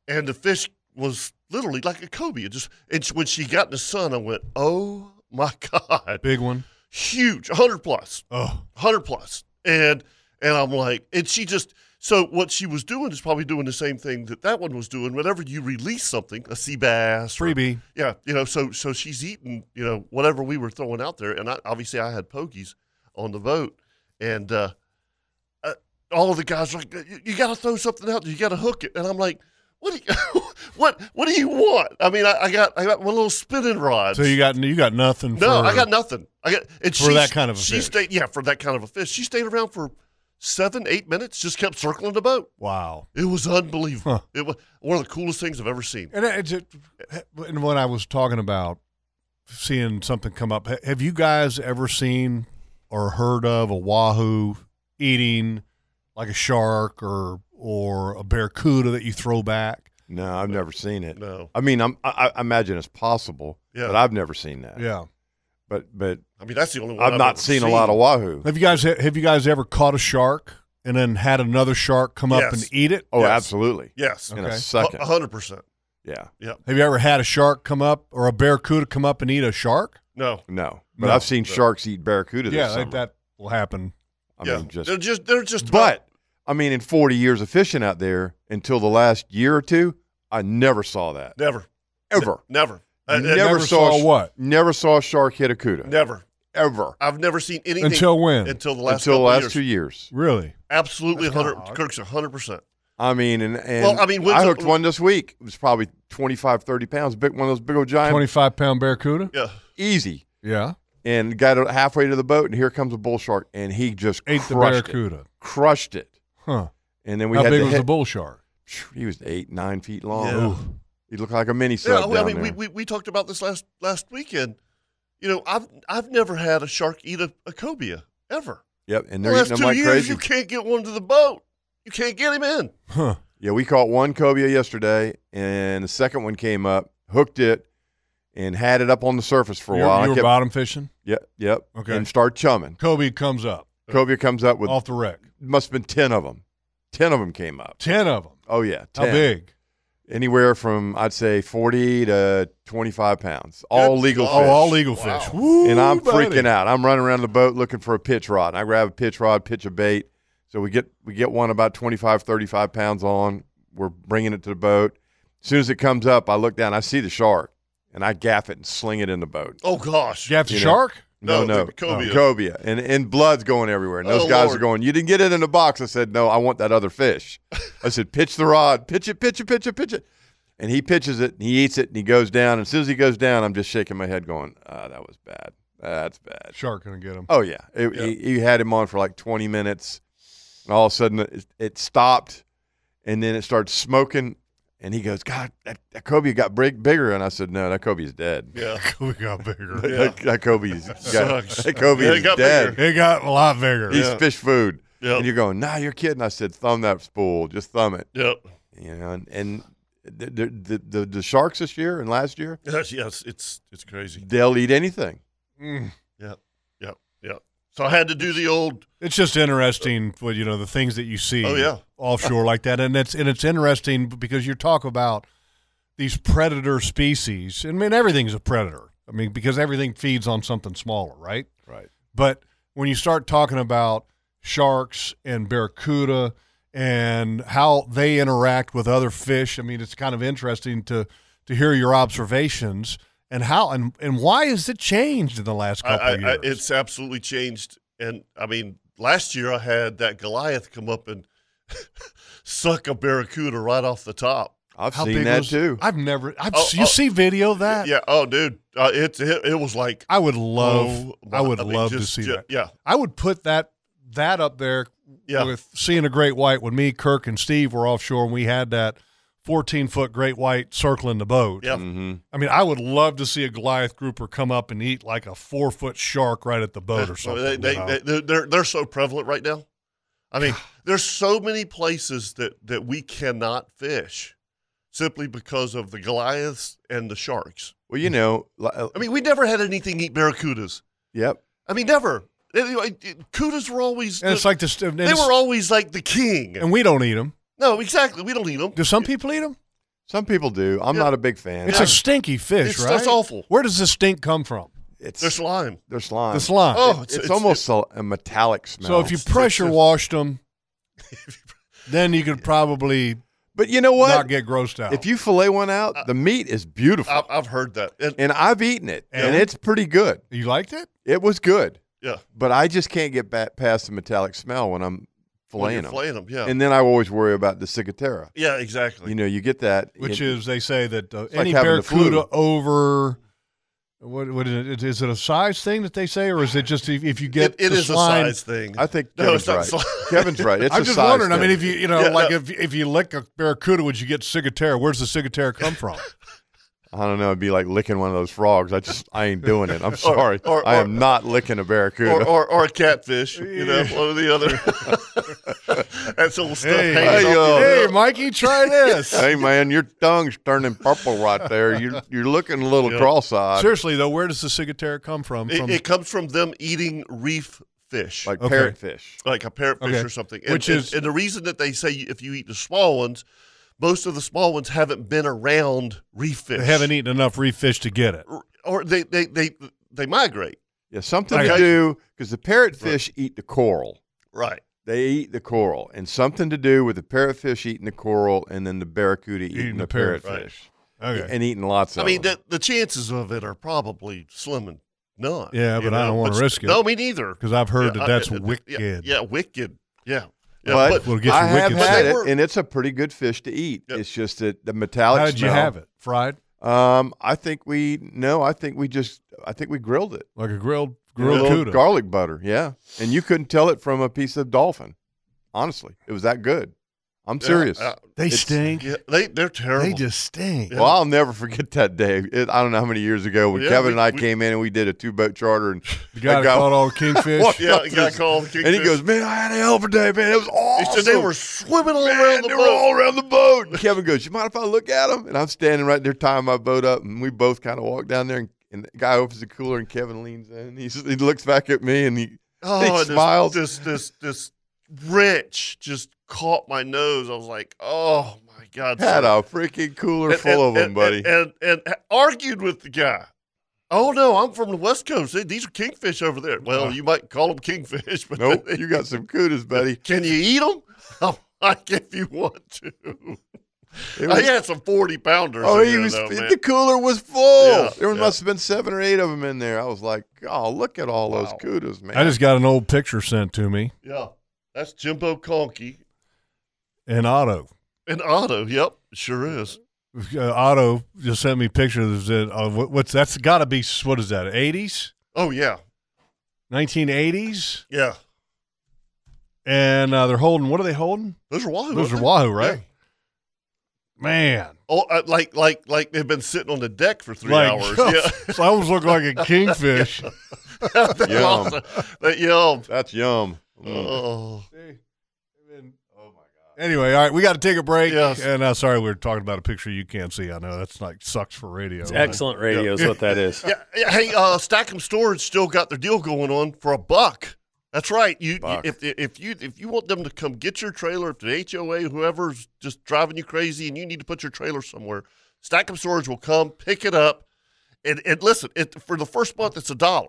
B: And the fish was literally like a cobia. It just and sh- when she got in the sun, I went, oh my god,
D: Big one.
B: huge, hundred plus
D: Oh,
B: hundred plus, and and I'm like, and she just so what she was doing is probably doing the same thing that that one was doing. Whenever you release something, a sea bass, or-
D: freebie.
B: yeah, you know, so so she's eating, you know, whatever we were throwing out there, and I, obviously I had pokies on the boat, and uh, uh, all of the guys were like, you, you got to throw something out, there. you got to hook it, and I'm like. What do you, what what do you want? I mean, I, I got I got one little spinning rod.
D: So you got you got nothing.
B: No,
D: for,
B: I got nothing. I got and
D: For
B: she-
D: that kind of a
B: she
D: fish.
B: Stayed, yeah, for that kind of a fish. She stayed around for seven, eight minutes. Just kept circling the boat.
D: Wow.
B: It was unbelievable.
D: Huh.
B: It was one of the coolest things I've ever seen.
D: And, it, it, and when I was talking about seeing something come up, ha- have you guys ever seen or heard of a wahoo eating like a shark or or a barracuda that you throw back?
F: No, I've never seen it.
B: No,
F: I mean, I'm, I, I imagine it's possible,
B: Yeah.
F: but I've never seen that.
D: Yeah.
F: But but
B: I mean that's the only one
F: I've,
B: I've
F: not
B: ever
F: seen, a lot of wahoo.
D: Have you guys have you guys ever caught a shark and then had another shark come up
B: Yes.
D: and eat it?
F: Oh,
B: Yes.
F: absolutely.
B: Yes,
F: In
D: Okay.
F: a second.
B: A- a hundred percent.
F: yeah.
D: Have you ever had a shark come up or a barracuda come up and eat a shark?
B: No,
F: No. But
D: No.
F: I've seen sharks eat barracuda this
D: yeah,
F: summer.
D: that, that will happen.
F: I
B: yeah,
F: mean, just
B: they're just they're just. about-
F: But I mean, in 40 years of fishing out there, until the last year or two, I never saw that
B: never,
F: ever.
B: never,
F: You
B: Uh,
F: never,
B: uh,
F: saw,
D: saw
F: a sh-
D: what?
F: Never saw a shark hit a cuda
B: never.
F: ever
B: I've never seen anything
D: Until when?
B: until the last
F: until the
B: couple
F: last
B: years.
F: two years.
D: really?
B: Absolutely,
D: That's kinda
B: hundred.
D: odd.
B: Kirk's hundred percent.
F: I mean, and, and
B: Well, I mean, when's
F: I
B: the-
F: hooked one this week. It was probably 25, 30 pounds, big one of those big old giant,
D: Twenty five pound barracuda?
B: Yeah,
F: easy.
D: Yeah.
F: And got it halfway to the boat, and here comes a bull shark, and he just
D: Ate the
F: crushed it,
D: barracuda.
F: crushed it.
D: Huh.
F: And then we
D: How
F: had
D: big
F: to
D: was
F: hit-
D: the bull shark?
F: Phew, He was eight, nine feet long.
B: Yeah.
D: Ooh.
F: He looked like a mini sub
B: yeah.
F: down
B: well, I mean,
F: there.
B: we, we we talked about this last last weekend. You know, I've I've never had a shark eat a, a cobia ever.
F: yep, and
B: The
F: they're
B: last
F: eating
B: two
F: them like
B: years,
F: crazy.
B: you can't get one to the boat. You can't get him in.
D: Huh.
F: Yeah, we caught one cobia yesterday, and the second one came up, hooked it, and had it up on the surface for a
D: you
F: while.
D: you
F: I
D: were
F: kept-
D: bottom fishing?
F: yep, yep.
D: Okay.
F: And start chumming.
D: Kobe comes up
F: Cobia comes up with
D: off the wreck.
F: must have been ten of them, Ten of them came up.
D: Ten of them.
F: Oh yeah.
D: How
F: 10.
D: big?
F: Anywhere from I'd say forty to twenty-five pounds. All
B: Good
F: legal.
B: God.
F: fish.
D: Oh, all legal
B: Wow.
D: fish. Woo,
F: and I'm
D: buddy.
F: freaking out. I'm running around the boat looking for a pitch rod. And I grab a pitch rod, pitch a bait. So we get we get one about 25, 35 pounds on. We're bringing it to the boat. As soon as it comes up, I look down. I see the shark, and I gaff it and sling it in the boat.
B: Oh gosh.
D: You have to
F: You know.
D: shark?
F: No,
B: No,
F: no,
B: the cobia.
F: Oh, cobia, and and blood's going everywhere. And those
B: Oh,
F: guys
B: Lord.
F: are going. You didn't get it in the box. I said no. I want that other fish. I said pitch the rod, pitch it, pitch it, pitch it, pitch it. And he pitches it, and he eats it, and he goes down. And as soon as he goes down, I'm just shaking my head, going, "Ah, that was bad. That's bad."
D: Shark gonna get them.
F: Oh yeah, It-
B: Yeah.
F: He, he had him on for like 20 minutes, and all of a sudden it, it stopped, and then it started smoking. And he goes, "God, that, that Kobe got big, bigger." And I said, "No, that Kobe's dead.
B: Yeah.
D: we got bigger.
B: Yeah.
F: That, that uh, Kobe's got,
B: Sucks.
F: that Kobe
B: Yeah, it
F: is
B: got
F: dead.
B: bigger.
D: It got a lot bigger.
F: He's
B: Yeah.
F: fish food."
B: Yep.
F: And you're going, "Nah, you're kidding." I said, "Thumb that spool, just thumb it."
B: Yep.
F: You know, and, and the, the, the the sharks this year and last year,
B: Yes, yes, it's it's crazy.
F: they'll eat anything.
D: Mm.
B: So I had to do the old
D: It's just interesting, what you know, the things that you see
B: Oh, yeah.
D: offshore like that, and it's and it's interesting because you talk about these predator species. I mean, everything's a predator. I mean, because everything feeds on something smaller, right?
F: Right.
D: But when you start talking about sharks and barracuda and how they interact with other fish, I mean, it's kind of interesting to to hear your observations and how and and why has it changed in the last
B: I,
D: couple of
B: I, I,
D: years?
B: it's absolutely changed. And I mean, last year I had that Goliath come up and suck a barracuda right off the top.
F: I've
D: How
F: seen
D: big
F: that
D: was-
F: too.
D: I've never. I've,
B: Oh,
D: you
B: oh.
D: see video of that?
B: Yeah. Oh, dude, uh, it, it it was like
D: I would love.
B: oh,
D: I would
B: mean,
D: love
B: just-
D: to see
B: ju-
D: that.
B: Yeah.
D: I would put that that up there
B: Yeah.
D: with seeing a great white when me, Kirk, and Steve were offshore and we had that 14 foot great white circling the boat.
B: Yeah.
F: hmm
D: I mean, I would love to see a Goliath grouper come up and eat like a four foot shark right at the boat or
B: So
D: something.
B: They,
D: you know?
B: they, they, they're, they're so prevalent right now. I mean, there's so many places that, that we cannot fish simply because of the Goliaths and the sharks.
F: Well, you know,
D: uh,
F: li-
B: I mean, we never had anything eat barracudas.
F: yep.
B: I mean, never. Anyway, it- Cudas were always.
D: and it's like this. And,
B: they
D: it's-
B: were always like the king.
D: and we don't eat them.
B: No, exactly. We don't eat them.
D: Do some people eat them?
F: Some people do. I'm
B: Yeah.
F: not a big fan.
D: It's
B: Yeah.
D: a stinky fish,
B: It's-
D: right?
B: that's awful.
D: Where does the stink come from?
F: It's
B: They're slime.
F: they're slime.
D: The slime.
B: Oh,
F: It's, almost a, a metallic smell.
D: so if you pressure
B: it's-
D: washed them, then you could probably
F: but you know
D: not
F: what?
D: get grossed out.
F: If you fillet one out, the meat is beautiful,
B: I, Uh, I've heard that. And,
F: and I've eaten it, and,
D: And?
F: it's pretty good.
D: you liked it,
F: It was good,
B: yeah,
F: but I just can't get back past the metallic smell when I'm
B: when
F: filleting
B: you're
F: them.
B: flaying them. Yeah,
F: And then I always worry about the cicatera.
B: yeah, exactly.
F: You know, you get that,
D: which
F: you-
D: is they say that uh,
F: like
D: any
F: having the flu.
D: barracuda over what what is it? Is it a size thing that they say, or is it just if, if you get
B: it it
D: the
B: is
D: slime?
B: a size thing.
F: I think
B: No,
F: Kevin's
B: it's not
F: right.
B: slime.
F: Kevin's right. It's
D: I'm
F: a
D: just
F: size
D: wondering. I mean,
F: thing.
D: if you you know,
B: Yeah,
D: like
B: no.
D: if if you lick a barracuda, would you get ciguatera? Where's the ciguatera come from?
F: I don't know, it'd be like licking one of those frogs. I just, I ain't doing it. I'm sorry.
B: or-
F: I
B: or-
F: am not licking a barracuda.
B: or, or, or a catfish, you know, one or the other. That's little stuff.
D: Hey,
B: hangs
F: hey,
B: off the-
D: hey, Mikey, try this.
F: hey man, your tongue's turning purple right there. You're you're looking a little
B: Yeah.
F: cross-eyed,
D: Seriously though, where does the ciguatera come from?
B: it,
D: From
B: it comes from them eating reef fish, like,
F: like
D: Okay.
F: parrotfish.
B: a parrotfish
D: Okay.
B: or something. And,
D: Which
B: and-
D: is-
B: and the reason that they say if you eat the small ones, most of the small ones haven't been around reef fish.
D: they haven't eaten enough reef fish to get it.
B: or they they they they migrate.
F: Yeah, something to
D: Okay.
F: do because the parrotfish eat the coral.
B: Right.
F: They eat the coral, and something to do with the parrotfish eating the coral, and then the barracuda eating,
D: Eating
F: the,
D: the
F: parrotfish,
D: parrot, Okay.
F: and eating lots of.
B: I mean,
F: them.
B: the, the chances of it are probably slim and none.
D: Yeah,
B: you
D: but I
B: know?
D: don't wanna
B: But-
D: risk it.
B: No, me neither.
D: Because I've heard
B: Yeah,
D: that
B: I-
D: that's
B: yeah,
D: wicked.
B: Yeah, wicked. Yeah. yeah
F: but,
D: We'll get you
F: I have
D: wicked
F: had
B: sick.
F: it,
B: But they
F: and it's a pretty good fish to eat.
B: Yeah.
F: It's just that the metallic.
D: How did you
F: smell-
D: have it? Fried
F: Um, I think we no. I think we just. I think we grilled it.
D: like a grilled
F: Grilled
D: grilled cuda.
F: garlic butter. Yeah, and you couldn't tell it from a piece of dolphin. Honestly, it was that good. I'm
B: Yeah,
F: serious.
B: uh,
D: They
F: It's-
D: stink.
B: yeah, they they're terrible.
D: They just stink.
B: Yeah.
F: Well, I'll never forget that day. It, I don't know how many years ago when
B: Yeah,
F: Kevin and
B: we-
F: I
B: we-
F: came in and we did a two boat charter, and
D: The guy
F: that
D: that
F: guy-
D: caught all the kingfish.
F: What?
B: yeah, a guy called the
F: and he
B: kingfish.
F: goes, "Man, I had a hell of a day, man. It was
B: He
F: awesome."
B: said they were swimming all
F: Man,
B: around the
F: they
B: boat.
F: were all around the boat. And Kevin goes, "You mind if I look at them?" And I'm standing right there, tying my boat up, and we both kind of walk down there. And, and the guy opens the cooler, and Kevin leans in. And he, he looks back at me, and he
B: oh,
F: smiles.
B: This, this this this rich, just caught my nose. I was like, oh my god,
F: Had
B: son.
F: a freaking cooler full of them, buddy.
B: And, and and argued with the guy. Oh no, I'm from the West Coast. Hey, These are kingfish over there. Well,
F: Uh.
B: you might call them kingfish, but
F: nope, you got some kudas, buddy.
B: Can you eat them? I'm like, if you want to.
F: It
B: I
F: was-
B: had some forty pounders.
F: Oh,
B: in
F: he
B: there,
F: was.
B: though, man.
F: the cooler was full.
B: Yeah,
F: there
B: yeah.
F: must have been seven or eight of them in there. I was like, oh, look at all those kudas, man.
D: I just got an old picture sent to me
B: Yeah, that's Jimbo Conkey
D: in Otto.
B: and Otto. Yep, sure is.
D: Uh, Otto just sent me pictures that uh, what, what's that's got to be what is that? Eighties,
B: Oh yeah,
D: nineteen eighties,
B: yeah.
D: and uh, they're holding. What are they holding?
B: Those are wahoo. aren't
D: Those are
B: they?
D: wahoo, right?
B: Yeah.
D: Man,
B: Oh, uh, like like like they've been sitting on the deck for three
D: like
B: hours.
D: so I almost look like a kingfish.
B: Yeah, They
F: Yum.
B: also- they yelled.
F: That's yum. Mm.
B: Oh.
D: Anyway, all right, we got to take a break.
B: Yes.
D: And uh, sorry, we were talking about a picture you can't see. I know that's like sucks for radio.
C: It's excellent radio is what that is.
B: yeah, yeah, hey, uh, Stackham Storage still got their deal going on for a buck. That's right. You, you-
F: Buck.
B: if if you if you want them to come get your trailer, if the HOA whoever's just driving you crazy and you need to put your trailer somewhere, Stackham Storage will come pick it up. And and listen, it for the first month it's a dollar.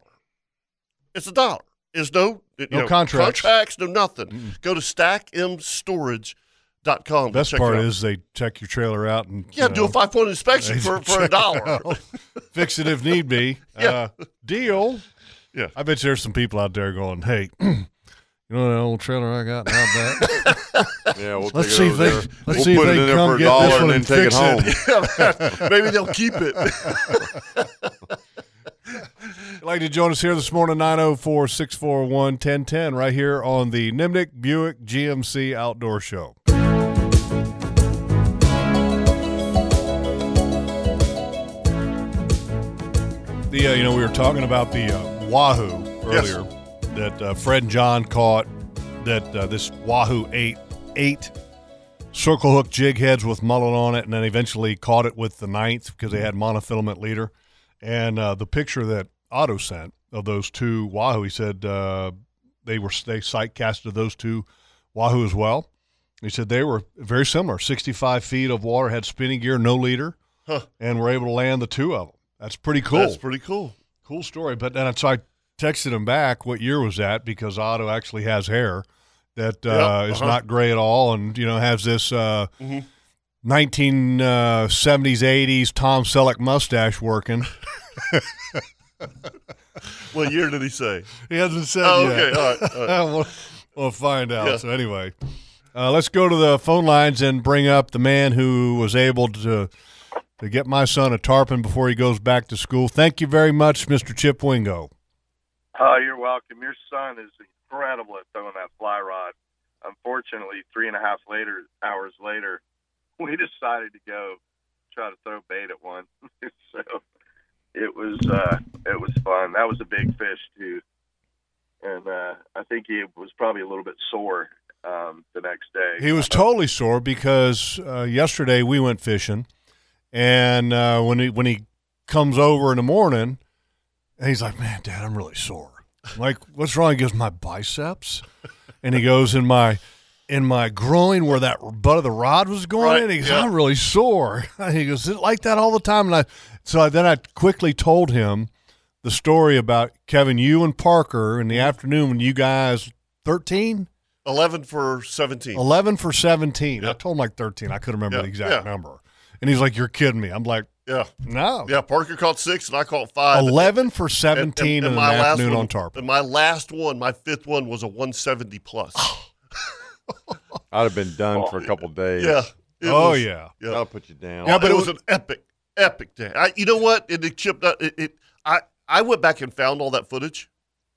B: It's a dollar. There's no you
D: No
B: know,
D: contracts.
B: contracts, no nothing. Go to stackmstorage.com. to
D: Best
B: check it
D: part
B: out.
D: is they check your trailer out and
B: yeah,
D: you
B: do a
D: know,
B: five point inspection for, for a dollar.
D: fix it if need be.
B: Yeah.
D: Uh, deal.
B: Yeah.
D: I bet there's some people out there going, hey, you know that old trailer I got? Not bad.
F: Yeah, we'll
D: Let's
F: take it
D: see if
F: over
D: they-
F: there.
D: let's
F: we'll
D: see if
F: put
D: they
F: it in there
D: come
F: for a
D: get this
F: dollar and then take it
D: one and fix
F: home.
D: it.
B: Maybe they'll keep it.
D: I'd like to join us here this morning, 904 641 1010, right here on the Nimnik Buick GMC Outdoor Show. The uh, you know we were talking about the uh, wahoo
B: Yes.
D: earlier that uh, Fred and John caught that uh, this wahoo eight eight circle hook jig heads with mullet on it, and then eventually caught it with the ninth because they had monofilament leader. And uh, the picture that Otto sent of those two wahoo, he said uh, they were they sight casted those two wahoo as well. He said they were very similar, 65 feet of water, had spinning gear, no leader,
B: Huh.
D: and were able to land the two of them. That's pretty cool.
B: That's pretty cool.
D: Cool story. But then I- so I texted him back what year was that because Otto actually has hair that uh,
B: Yeah,
D: is
B: uh-huh.
D: not gray at all and, you know, has this uh, 1970s, 80s Tom Selleck mustache working.
B: What year did he say?
D: He hasn't said
B: Oh,
D: yet.
B: okay. All right. All right.
D: we'll, we'll find out.
B: Yeah.
D: So anyway, uh, let's go to the phone lines and bring up the man who was able to to get my son a tarpon before he goes back to school. Thank you very much, Mr. Chip Wingo.
E: Oh, you're welcome. Your son is incredible at throwing that fly rod. Unfortunately, three and a half later hours later, we decided to go try to throw bait at one. so it was uh, it was fun. That was a big fish too, and uh, I think he was probably a little bit sore um, the next day.
D: He was totally sore because uh, yesterday we went fishing, and uh, when he when he comes over in the morning, and he's like, "Man, Dad, I'm really sore." I'm like, what's wrong? He goes, "My biceps," and he goes in my in my groin where that butt of the rod was going.
B: Right,
D: and he goes,
B: yeah.
D: "I'm really sore." he goes, "Is it like that all the time?" And I so I, then I quickly told him the story about Kevin, you and Parker in the afternoon when you guys thirteen.
B: 11 for 17.
D: 11 for 17. I
B: Yeah.
D: told him like 13. I couldn't remember
B: Yeah,
D: the exact
B: yeah.
D: number. And he's like, You're kidding me. I'm like,
B: Yeah.
D: No.
B: Yeah. Parker caught six Uh, and I caught five.
D: 11 for
B: And-
D: 17 in an afternoon
B: one,
D: on tarpon.
B: And my last one, my fifth one, was a 170 plus. Oh,
F: I'd have been done for a couple days.
B: yeah. it
D: Oh,
B: was-
D: yeah.
B: yeah.
F: That'll put you down.
D: Yeah,
B: it
D: but it
B: was
D: was-
B: an epic, epic day. I, you know what? It, it chipped up. It, it, I, I went back and found all that footage.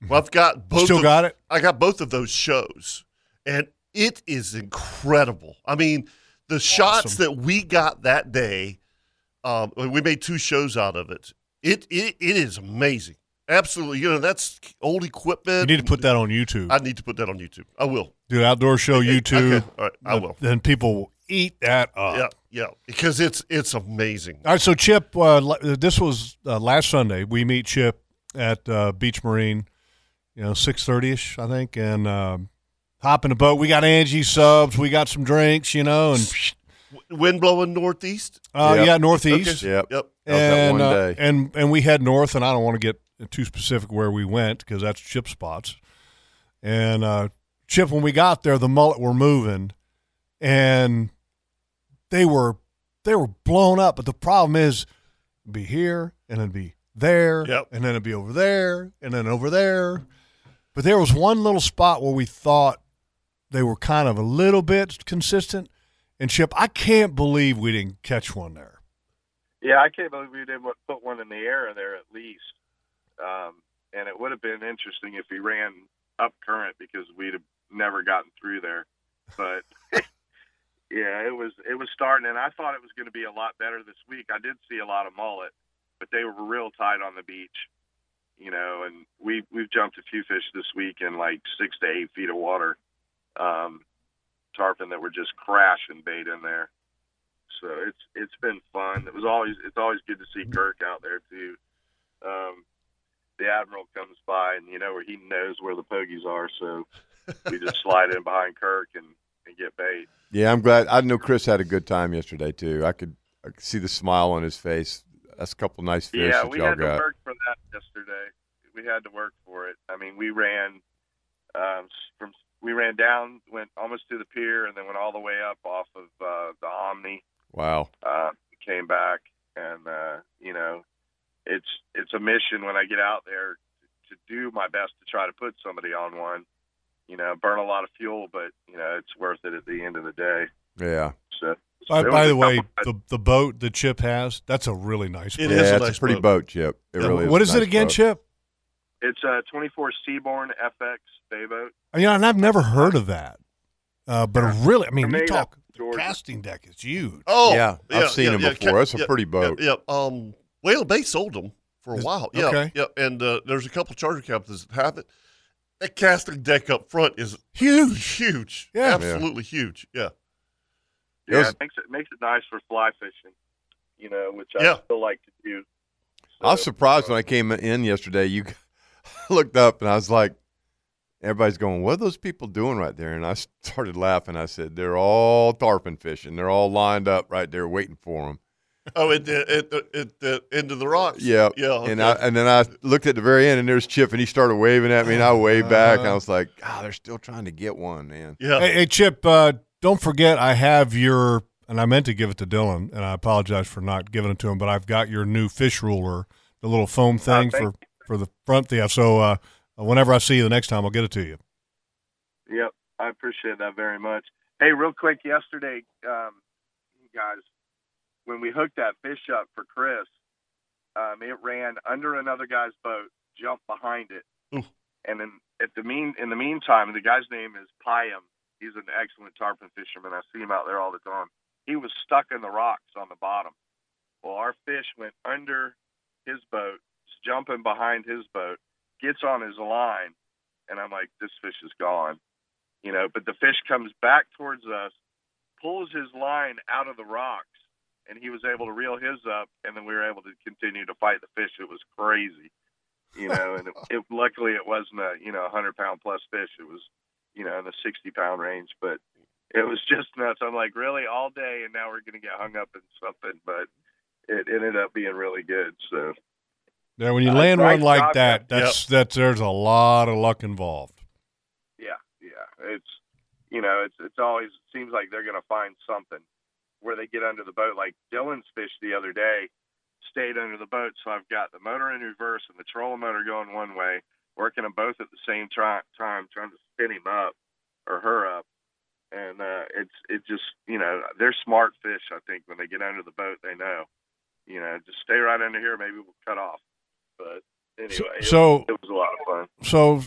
B: Well, I've got both
D: Mm-hmm. Still
B: of,
D: got it?
B: I got both of those shows, and it is incredible. I mean, the shots that we got that day, um, we made two shows out of it. It it, it is amazing, absolutely. You know, that's old
D: You
B: equipment.
D: need to put that on YouTube.
B: I need to put that on YouTube. I will.
D: Dude, Outdoor Show YouTube.
B: Okay. All right, I will.
D: Then people will eat that up.
B: yeah, yeah, because it's it's amazing.
D: All right, so Chip, uh, l- this was uh, last Sunday. We meet Chip at uh, Beach Marine, you know, six thirty ish, I think, and um hop in the boat. We got Angie subs. We got some drinks, you know, and
B: Wind blowing northeast.
D: uh,
F: Yep.
D: yeah, northeast.
F: Yep.
B: Yep.
F: That was that
D: And,
F: one
D: uh,
F: day.
D: and and we head north, and I don't want to get too specific where we went because that's chip spots. And uh, Chip, when we got there, the mullet were moving, and they were they were blown up. But the problem is, it'd be here and it'd be there,
B: Yep.
D: and then it'd be over there, and then over there. But there was one little spot where we thought they were kind of a little bit consistent. And Chip, I can't believe we didn't catch one there.
E: Yeah, I can't believe we didn't wa- put one in the air there at least. Um, and it would have been interesting if we ran up current because we'd have never gotten through there. But yeah, it was it was starting, and I thought it was going to be a lot better this week. I did see a lot of mullet, but they were real tight on the beach, you know. And we we've jumped a few fish this week in like six to eight feet of water, um, tarpon that were just crashing bait in there so it's it's been fun. It was always it's always good to see Kirk out there too. Um, the admiral comes by and you know where he knows where the pogies are, so we just slide in behind Kirk and, and get bait.
F: Yeah, I'm glad. I know Chris had a good time yesterday too. I could, I could see the smile on his face. That's a couple nice fish
E: yeah,
F: that
E: we
F: y'all
E: had to
F: got.
E: work for that yesterday. We had to work for it. I mean, we ran um, s- from we ran down, went almost to the pier, and then went all the way up off of uh, the Omni.
F: Wow.
E: uh, came back and uh, you know it's it's a mission when I get out there to do my best to try to put somebody on one you know burn a lot of fuel but you know it's worth it at the end of the day
F: Yeah.
E: so
D: By,
E: it was
D: by
E: a
D: the way,
E: couple-
D: the, the boat that Chip has, that's a really nice
B: It
D: boat.
F: yeah,
B: is a
F: it's
B: nice
F: a pretty
B: boat.
F: boat, Chip. It
B: Yeah,
F: really.
D: what
F: is,
D: is
F: a
D: it
F: nice
D: again,
F: boat.
D: Chip?
E: it's uh, a 24 Seaborn FX day boat
D: Uh, You know, and I've never heard of that. Uh, but really, I mean,
E: Made
D: you
E: up
D: talk
E: in Georgia.
D: casting deck is huge.
B: Oh,
F: Yeah, I've seen them before. That's a pretty boat.
B: Yeah, yeah. Um, Whale Bay sold them for a
D: Is-
B: while. Yeah,
D: okay.
B: yeah. And uh, there's a couple charter captains that have it. That casting deck up front is
D: Huge.
B: huge.
D: Yeah.
B: absolutely huge. Yeah,
E: yeah
F: Yes.
E: it makes it makes it nice for fly fishing you know which I
B: Yeah.
E: still like to do
F: I was
E: So,
F: surprised when I came in yesterday. You looked up and I was like, everybody's going, what are those people doing right there? And I started laughing. I said, they're all tarpon fishing. They're all lined up right there waiting for them.
B: Oh, at the at the, at the end of the rocks.
F: Yeah.
B: yeah. okay.
F: And I and then I looked at the very end and there's Chip and he started waving at me and I waved back. And I was like, ah, they're still trying to get one, man.
B: yeah.
D: Hey, hey, Chip, uh, don't forget I have your, and I meant to give it to Dylan, and I apologize for not giving it to him, but I've got your new fish ruler, the little foam
B: Ah,
D: thing
E: thank
D: for, for the front. Yeah, so uh, whenever I see you the next time, I'll get it to you.
E: Yep, I appreciate that very much. Hey, real quick, yesterday, um, you guys, when we hooked that fish up for Chris, um, it ran under another guy's boat, jumped behind it,
B: Oof.
E: and then at the mean in the meantime, the guy's name is Piam. He's an excellent tarpon fisherman. I see him out there all the time. He was stuck in the rocks on the bottom. Well, our fish went under his boat, jumping behind his boat, gets on his line, and I'm like, this fish is gone, you know. But the fish comes back towards us, pulls his line out of the rocks, and he was able to reel his up, and then we were able to continue to fight the fish. It was crazy, you know. and it, it, luckily, it wasn't a you know 100 pound plus fish. It was you know in the 60 pound range, but it was just nuts. I'm like, really, all day, and now we're gonna get hung up in something, but. It ended up being really good. So
D: Yeah, when you
E: Uh,
D: land
E: nice
D: one like
E: job,
D: that,
E: Chip.
D: that's, that's, there's a lot of luck involved.
E: Yeah, yeah. It's you know, it's it's always seems like they're gonna find something where they get under the boat. Like Dylan's fish the other day stayed under the boat, so I've got the motor in reverse and the trolling motor going one way, working them both at the same tri- time, trying to spin him up or her up. And uh, it's it just you know they're smart fish. I think when they get under the boat, they know. You know, just stay right under here. Maybe we'll cut off. But anyway, it-
D: so
E: it was a lot of fun.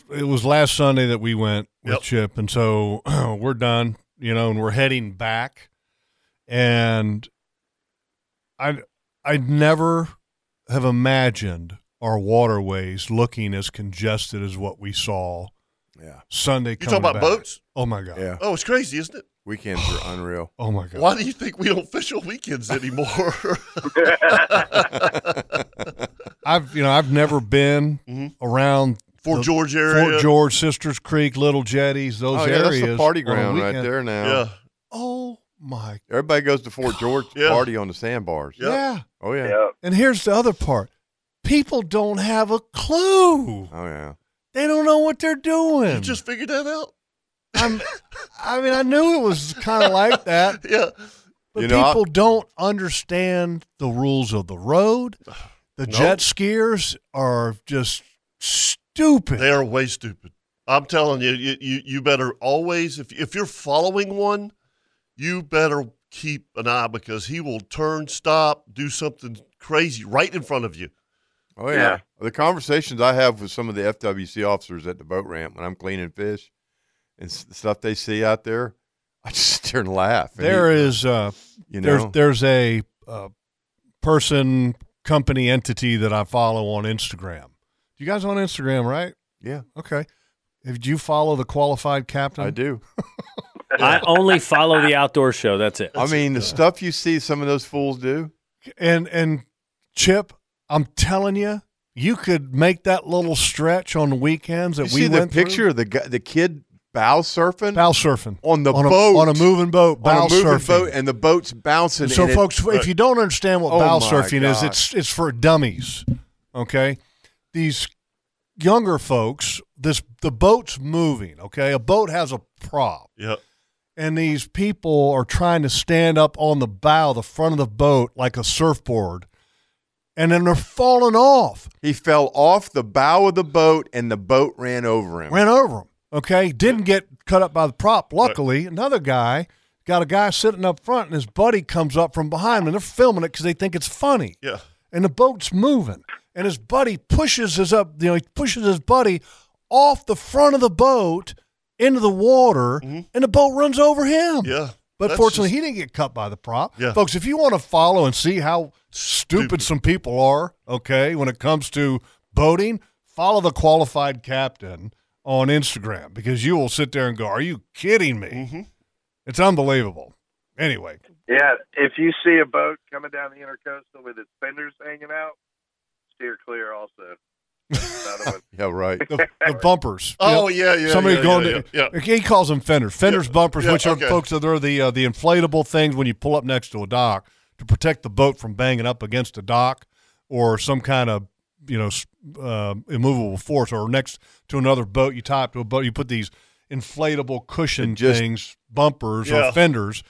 D: so it was last Sunday that we went with
B: Yep.
D: Chip, and so we're done, you know, and we're heading back. And I I never have imagined our waterways looking as congested as what we saw
F: Yeah.
D: Sunday.
B: You talking about boats?
D: Oh my god!
F: Yeah.
B: Oh, it's crazy, isn't it?
F: Weekends are unreal.
D: Oh my god!
B: Why do you think we don't fish on weekends anymore?
F: yeah.
D: I've you know I've never been
B: Mhm.
D: around
B: Fort
D: the-
B: George area.
D: Fort George, Sisters Creek, Little Jetties, those
F: Oh, yeah, that's
D: areas.
F: the party
D: on the
F: ground right
D: weekend.
F: there now.
B: Yeah.
D: Oh my,
F: Everybody goes to Fort George to
B: Yeah.
F: party on the sandbars.
B: Yeah.
D: yeah.
F: Oh yeah.
E: Yeah.
D: And here's the other part: people don't have a clue.
F: Oh yeah.
D: They don't know what they're doing.
B: You just figured that out?
D: I'm, I mean, I knew it was kind of like that,
B: Yeah.
D: but
F: You know, I-
D: people don't understand the rules of the road. The jet skiers are just stupid.
B: They are way stupid. I'm telling you, you, you, you better always, if, if you're following one, you better keep an eye because he will turn, stop, do something crazy right in front of you.
F: Oh yeah.
E: Yeah.
F: The conversations I have with some of the FWC officers at the boat ramp when I'm cleaning fish and s- the stuff they see out there, I just sit there and laugh. And
D: There
F: you-
D: is uh,
F: you know,
D: there's there's a uh, person company entity that I follow on Instagram. You guys on Instagram, right?
F: yeah,
D: Okay. If- Do you follow the qualified captain?
F: I do.
C: I only follow the outdoor show. That's it.
F: I mean, the stuff you see some of those fools do.
D: And and Chip, I'm telling you, you could make that little stretch on the weekends that
F: you
D: we
F: see the
D: went
F: picture of the guy, the kid bow surfing
D: through. bow surfing
F: on the
D: on a,
F: boat
D: on a moving boat
F: on a
D: bow
F: moving
D: surfing.
F: boat, and the boat's bouncing.
D: so
F: and it-
D: folks if you don't understand what
F: Oh
D: bow
F: my
D: surfing
F: gosh.
D: is it's it's for dummies okay these younger folks this the boat's moving okay a boat has a prop
B: Yeah.
D: and these people are trying to stand up on the bow the front of the boat like a surfboard and then they're falling off
F: he fell off the bow of the boat, and the boat ran over him.
D: ran over him okay didn't get cut up by the prop luckily another guy got a guy sitting up front and his buddy comes up from behind and they're filming it because they think it's funny
B: Yeah.
D: and the boat's moving and his buddy pushes his up you know he pushes his buddy off the front of the boat into the water and the boat runs over him
B: Mm-hmm. Yeah.
D: but
B: That's
D: fortunately
B: just-
D: he didn't get cut by the prop
B: Yeah.
D: folks if you want to follow and see how stupid,
B: Stupid.
D: some people are okay when it comes to boating follow the qualified captain on instagram because you will sit there and go are you kidding me
B: Mm-hmm.
D: it's unbelievable anyway
E: Yeah, if you see a boat coming down the intercoastal with its fenders hanging out, steer clear. Also, Another one.
F: Yeah, right.
D: the, the bumpers you know?
B: Oh, yeah, yeah.
D: Somebody
B: yeah,
D: going
B: yeah,
D: to
B: Yeah. yeah.
D: he calls them fenders, fenders, bumpers,
B: yeah,
D: which are
B: okay.
D: folks that are the uh, the inflatable things when you pull up next to a dock to protect the boat from banging up against a dock or some kind of you know s- uh, immovable force or next to another boat you tie up to a boat you put these inflatable cushion
F: And just-
D: things bumpers
B: Yeah.
D: or fenders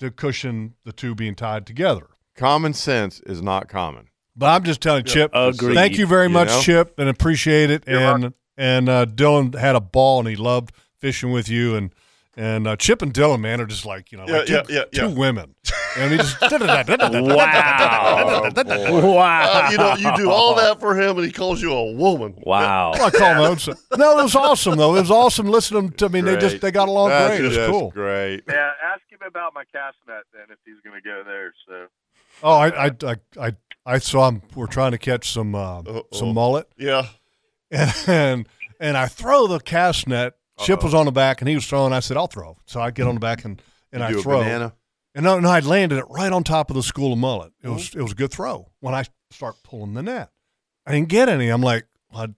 D: to cushion the two being tied together.
F: common sense is not common.
D: But I'm just telling Chip,
C: Agreed.
D: thank you very
F: You
D: much,
F: know?
D: Chip, and appreciate it.
E: You're
D: and and uh, Dylan had a ball, and he loved fishing with you. And and uh, Chip and Dylan, man, are just like you know, like two,
B: Yeah, yeah, yeah,
D: two
B: yeah.
D: women. And he just
C: Wow.
B: Uh,
C: wow.
B: you know, you do all that for him, and he calls you a woman.
C: Wow.
D: I call him own son. No, it was awesome though. It was awesome listening to. I mean, they just
F: Great.
D: they got along
F: That's
D: great. It was
F: just
D: cool.
F: Great.
E: yeah, ask him about my cast net then if he's going to go there. So
D: Oh, I I I I, I saw him. We're trying to catch some uh,
B: Uh-oh.
D: some mullet,
B: Yeah.
D: and and I throw the cast net. Chip was on the back, and he was throwing. I said, "I'll throw." So I get on the back and and I
F: you do
D: throw.
F: a banana.
D: And no, no, I landed it right on top of the school of mullet. It was
F: Oh.
D: it was a good throw. When I start pulling the net, I didn't get any. I'm like, well,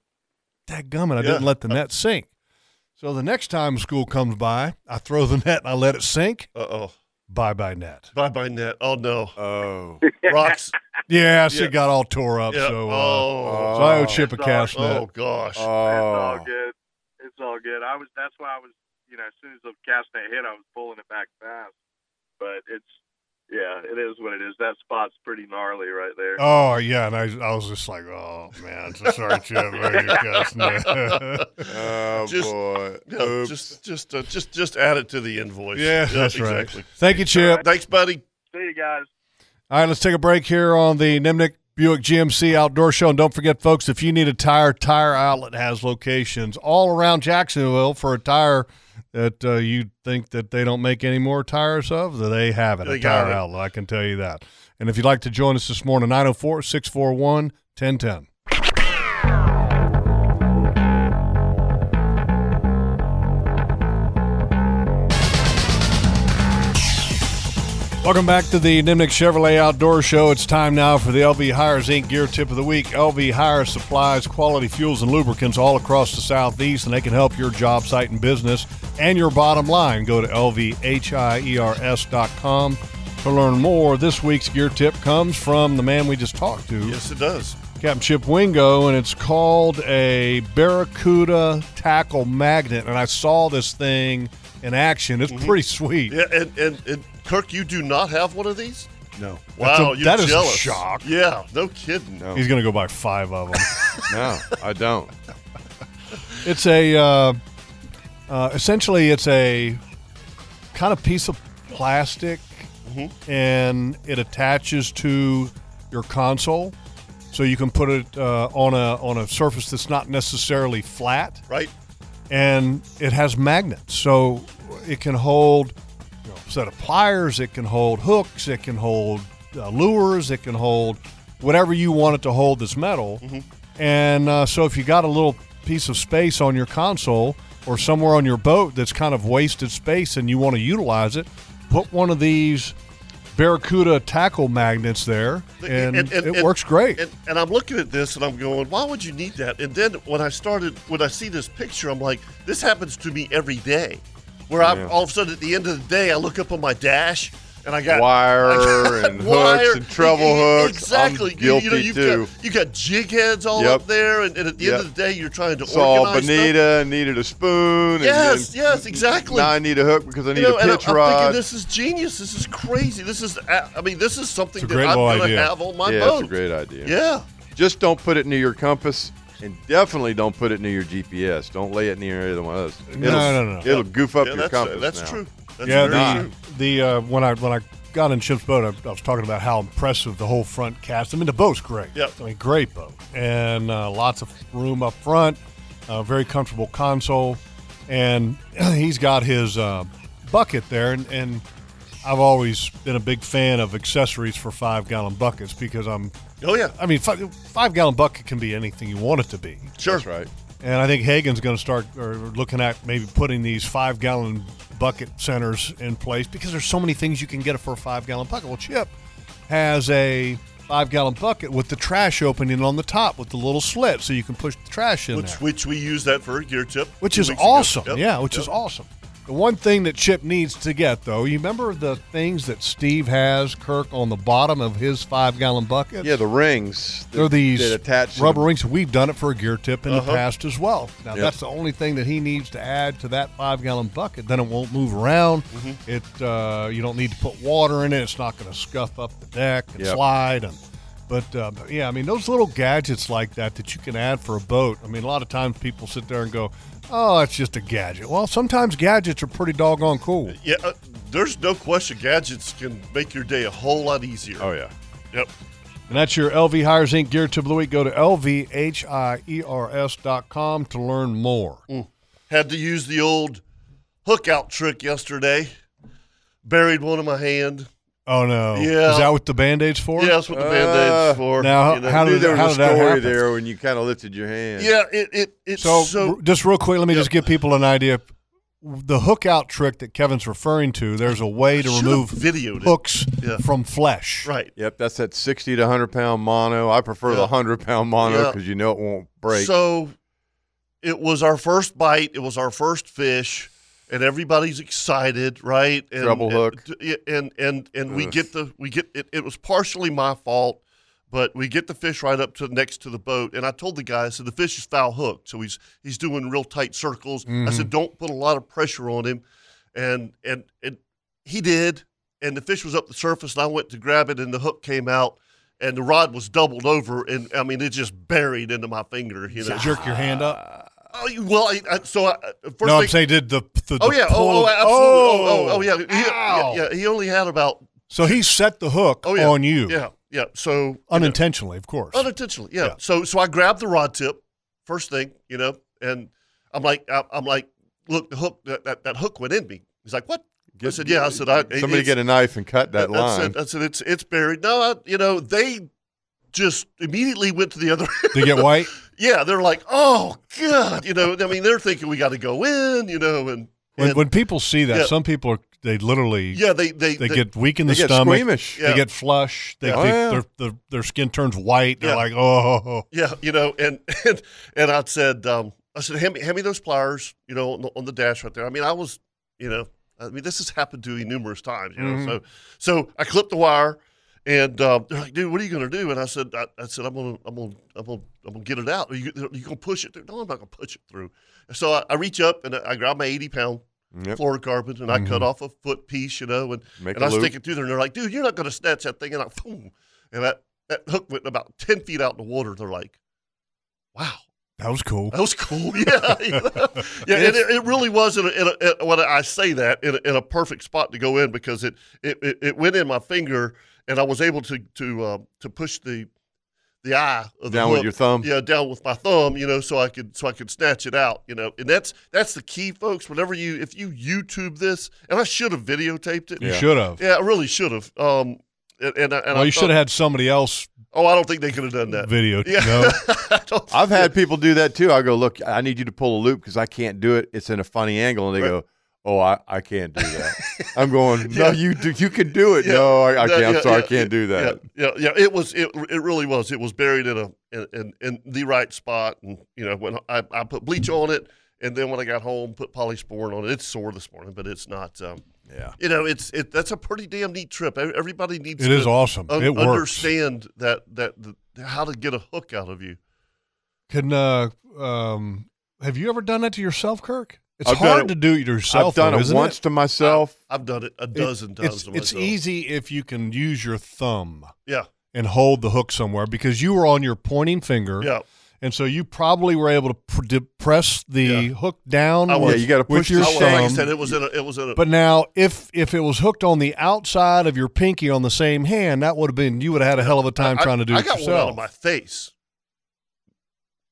D: that gummit, I didn't
B: Yeah.
D: let the net sink. So the next time school comes by, I throw the net and I let it sink.
B: Uh oh.
D: Bye bye net.
B: Bye bye, net. Oh, no.
F: Oh.
B: Rocks.
D: Yes,
B: Yeah.
D: it got all tore up.
B: Yeah.
D: So, uh,
B: oh.
D: so I owe
F: Oh.
D: Chip a
E: Sorry.
D: cast net.
B: Oh, gosh.
E: it's all
F: Oh.
E: good. It's all good. I was. That's why I was. You know, as soon as the cast net hit, I was pulling it back fast. But it's. Yeah, it is what it is. That spot's pretty gnarly right there.
D: Oh yeah, and I, I was just like, oh man, so sorry, Chip, I owe you a cast net.
F: Oh
B: Just-
F: boy.
B: Yeah,
F: Oops.
B: just just uh, just just add it to the invoice.
D: yeah, that's
B: exactly.
D: right. Thank you, Chip.
B: Thanks, buddy.
E: See you guys.
D: All right, let's take a break here on the Nimnik Buick GMC Outdoor Show. And don't forget, folks, if you need a tire, Tire Outlet has locations all around Jacksonville for a tire that uh, you think that they don't make any more tires of, that they have it.
B: They
D: a
B: got
D: tire
B: it.
D: outlet, I can tell you that. And if you'd like to join us this morning, 904 641 1010. Welcome back to the Nimnik Chevrolet Outdoor Show. It's time now for the LV Hires Inc. Gear Tip of the Week. LV Hires supplies quality fuels and lubricants all across the Southeast, and they can help your job site and business and your bottom line. Go to E lvhires.com to learn more. This week's gear tip comes from the man we just talked to,
B: Yes, it does.
D: Captain Chip Wingo, and it's called a Barracuda Tackle Magnet. And I saw this thing in action.
B: Mm-hmm.
D: It's pretty sweet.
B: Yeah, and, and, and Kirk, you do not have one of these?
F: No.
D: That's a-
B: Wow, you're
D: that is a
B: jealous.
D: shock.
B: Yeah, no kidding.
F: No.
D: He's going to go buy five of them.
F: No, I don't.
D: it's a uh, uh, essentially it's a kind of piece of plastic Mm-hmm. and it attaches to your console so you can put it uh, on a on a surface that's not necessarily flat
B: Right?
D: and it has magnets so it can hold you know, a set of pliers it can hold hooks it can hold uh, lures it can hold whatever you want it to hold this metal and uh, so if you got a little piece of space on your console or somewhere on your boat that's kind of wasted space and you want to utilize it put one of these barracuda tackle magnets there and, it works great
B: And, and I'm looking at this and I'm going, why would you need that? And then when I started, when I see this picture, I'm like, this happens to me every day. Where I all of a sudden at the end of the day, I look up on my dash and I got
F: Wire and hooks and treble
B: E- e-
F: hooks.
B: Exactly.
F: I'm
B: You-
F: guilty
B: you know, you've
F: too.
B: Got, you got jig heads all
F: Yep.
B: up there, and, and at the end
F: Yep.
B: of the day, you're trying to
F: Saw
B: organize. stuff.
F: Bonita needed a spoon.
B: Yes,
F: and then
B: yes, exactly.
F: Now I need a hook because I need
B: you know,
F: a
B: and I-
F: pitch
B: I'm thinking
F: rod.
B: this is genius. This is crazy. This is, a- I mean, this is something
D: It's a
B: that
D: great
B: I'm
D: little
B: going to
D: idea.
B: have on my
F: yeah,
B: boat.
F: that's a great idea.
B: Yeah.
F: Just don't put it near your compass, and definitely don't put it near your GPS. Don't lay it near either one of those. It'll,
D: No, no, no, no.
F: It'll goof up
B: Yeah,
F: your
B: that's, uh,
F: compass.
B: that's
F: now.
B: true. That's
D: yeah,
B: very
D: the,
B: true.
D: the uh, when I when I got in Chip's boat, I, I was talking about how impressive the whole front cast. I mean, the boat's great.
B: Yep.
D: I mean, great boat and uh, lots of room up front, uh, very comfortable console, and he's got his uh, bucket there. And, and I've always been a big fan of accessories for five gallon buckets because I'm,
B: Oh, yeah.
D: I mean, five, five gallon bucket can be anything you want it to be.
B: Sure.
F: That's right.
D: And I think Hagen's going to start or looking at maybe putting these five gallon bucket centers in place because there's so many things you can get for a five gallon bucket. Well, Chip has a five gallon bucket with the trash opening on the top with the little slit so you can push the trash in
B: Which,
D: there,
B: which we use that for a gear tip.
D: which
B: two
D: is
B: weeks ago.
D: awesome.
B: Yep,
D: Yeah, which
B: yep.
D: is awesome. The one thing that Chip needs to get though, you remember the things that Steve has, Kirk, on the bottom of his five gallon bucket?
F: Yeah, the rings. that-
D: There are these
F: that attach to the-
D: rubber rings. We've done it for a gear tip in
B: Uh-huh.
D: the past as well. Now
F: Uh-huh. Yep.
D: that's the only thing that he needs to add to that five gallon bucket. Then it won't move around.
F: Mm-hmm.
D: It uh, you don't need to put water in it. It's not going to scuff up the deck and
F: Yep.
D: slide. And but uh, but yeah, I mean those little gadgets like that that you can add for a boat. I mean a lot of times people sit there and go, "Oh, it's just a gadget." Well, sometimes gadgets are pretty doggone cool.
B: Yeah, uh, there's no question gadgets can make your day a whole lot easier.
F: Oh yeah.
B: Yep.
D: And that's your LV Hires Inc. Gear Tip of the Week. Go to E lvhires.com to learn more.
B: Had to use the old hook out trick yesterday. Buried one in my hand.
D: Oh, no.
B: Yeah.
D: Is that what the band aid's for?
B: Yeah, that's what the
F: Uh,
B: band-aid's for.
D: now,
B: you know.
F: I
D: how
F: knew
D: did,
F: there
D: how
F: was a
D: did that
F: story
D: happen?
F: there when you kind of lifted your hand.
B: Yeah, it, it it's
D: So,
B: so,
D: r- just real quick, let me just give people an idea. The hook out trick that Kevin's referring to, there's a way to
B: Should've
D: remove
B: videoed it.
D: hooks
B: Yeah.
D: from flesh.
B: right.
F: Yep, that's that 60 to 100 pound mono. I prefer
B: Yeah.
F: the 100 pound mono
B: Yeah.
F: because you know it won't break.
B: So it was our first bite. It was our first fish, and everybody's excited, right? And,
F: Treble
B: and-
F: hook.
B: d- And and and we
F: Ugh.
B: get the we get it. It was partially my fault, but we get the fish right up to next to the boat. And I told the guy, I said the fish is foul hooked, so he's he's doing real tight circles. I
D: Mm-hmm.
B: said don't put a lot of pressure on him, and and and he did. And the fish was up the surface, and I went to grab it, and the hook came out. And the rod was doubled over, and I mean, it just buried into my finger. You
D: Does
B: know,
D: it jerk your hand up?
B: Oh, you- well, I, I, so I, uh, first
D: no, I'm
B: thing,
D: saying did the, the,
B: oh
D: the
B: yeah,
D: pull
B: oh, oh,
D: of-
B: absolutely, oh, oh, oh, yeah. He,
D: Ow.
B: yeah, yeah, he only had about,
D: So he set the hook
B: oh yeah,
D: on you
B: yeah, yeah. So
D: unintentionally, of course.
B: unintentionally, yeah.
D: Yeah.
B: So, so I grabbed the rod tip, first thing, you know, and I'm like, I, I'm like, look, the hook, that, that, that hook went in me. He's like, what? I
F: Get-
B: said, yeah. I said, I, it-
F: Somebody
B: it's-
F: get a knife and cut that
B: that's
F: line.
B: it. I said, it's it's buried. No, I, you know, they just immediately went to the other
D: Did it get white?
B: yeah, they're like, oh god, you know. I mean, they're thinking we got to go in, you know, and
D: When,
B: And-
D: when people see that,
B: Yeah.
D: some people are they literally
B: Yeah, they- they-
D: they,
B: they-
D: get weak in
B: they
D: the
B: get
D: stomach,
B: squeamish. Yeah.
D: they get flush, they,
B: Yeah.
D: they-
B: Oh, yeah.
D: their, their their skin turns white. They're
B: Yeah.
D: like, oh,
B: Yeah, you know, and and, and I said, um, I said, hand me, hand me those pliers, you know, on the, on the dash right there. I mean, I was, you know, I mean, this has happened to me numerous times, you know.
G: Mhm.
D: Mm-hmm.
B: So, so I clipped the wire, and um, they're like, dude, what are you gonna do? And I said, I, I said, I'm gonna, I'm gonna, I'm gonna, I'm gonna get it out. Are you, are you gonna push it through? No, I'm not gonna push it through. So I, I reach up and I grab my 80 pound.
F: Yep.
B: Florida carpet, and I cut
D: Mm-hmm.
F: Mhm.
B: off a foot piece, you know, and
F: Make
B: and
F: a
B: I stick
F: loop.
B: it through there, and they're like, "Dude, you're not going to snatch that thing!" And I, boom, and that that hook went about ten feet out in the water. They're like,
D: that was cool.
B: that was cool. Yeah, you know? yeah. And it, it really was in a, in a, in- when I say that in a, in a perfect spot to go in because it it, it it went in my finger and I was able to to um, to push the the eye of the
F: Down with
B: hook,
F: your thumb?
B: Yeah, down with my thumb. You know, so I could so I could snatch it out. You know, and that's that's the key, folks. Whenever you if you YouTube this, and I should have videotaped it.
D: You Yeah. should have.
B: Yeah, I really should have. Um, and, and, I- and
D: well,
B: I
D: you should
B: thought-
D: have had somebody else.
B: Oh, I don't think they could have done that
D: Video-
B: Yeah.
D: no.
F: I've had people do that too. I go, look, I need you to pull a loop because I can't do it. It's in a funny angle, and they go, oh, I, I can't do that. I'm going, no,
B: Yeah.
F: you do, you can do it.
B: Yeah.
F: No, I, I
B: No,
F: can't. I'm
B: yeah,
F: sorry,
B: yeah,
F: I can't do that.
B: Yeah, yeah, yeah. It was. It, it really was. It was buried in a in, in, in the right spot, and you know when I, I put bleach on it, and then when I got home, put polysporin on it. It's sore this morning, but it's not. Um,
F: yeah.
B: You know, it's it. That's a pretty damn neat trip. Ev- Everybody needs.
D: It
B: to
D: is awesome. It works.
B: Understand that that the, how to get a hook out of you.
D: Can uh, um, have you ever done that to yourself, Kirk? It's
F: I've done
D: hard
F: it-
D: to do it yourself.
F: I've done
D: though,
F: it
D: isn't
F: once to myself.
B: I've done it a
D: It-
B: dozen times.
D: It's,
B: to
D: it's
B: myself.
D: easy if you can use your thumb.
B: Yeah.
D: And hold the hook somewhere because you were on your pointing finger.
B: Yeah.
D: And so you probably were able to pr- de- press the hook down.
B: I was-
D: with-
B: Yeah, you gotta
D: with
B: push
D: your
B: the thumb. Like I
D: thumb.
B: said, it was in a- it was in a-
D: But now, if if it was hooked on the outside of your pinky on the same hand, that would have been you would have had a hell of a time
B: I-
D: trying to do
B: I
D: it
B: got
D: yourself.
B: one out of my face.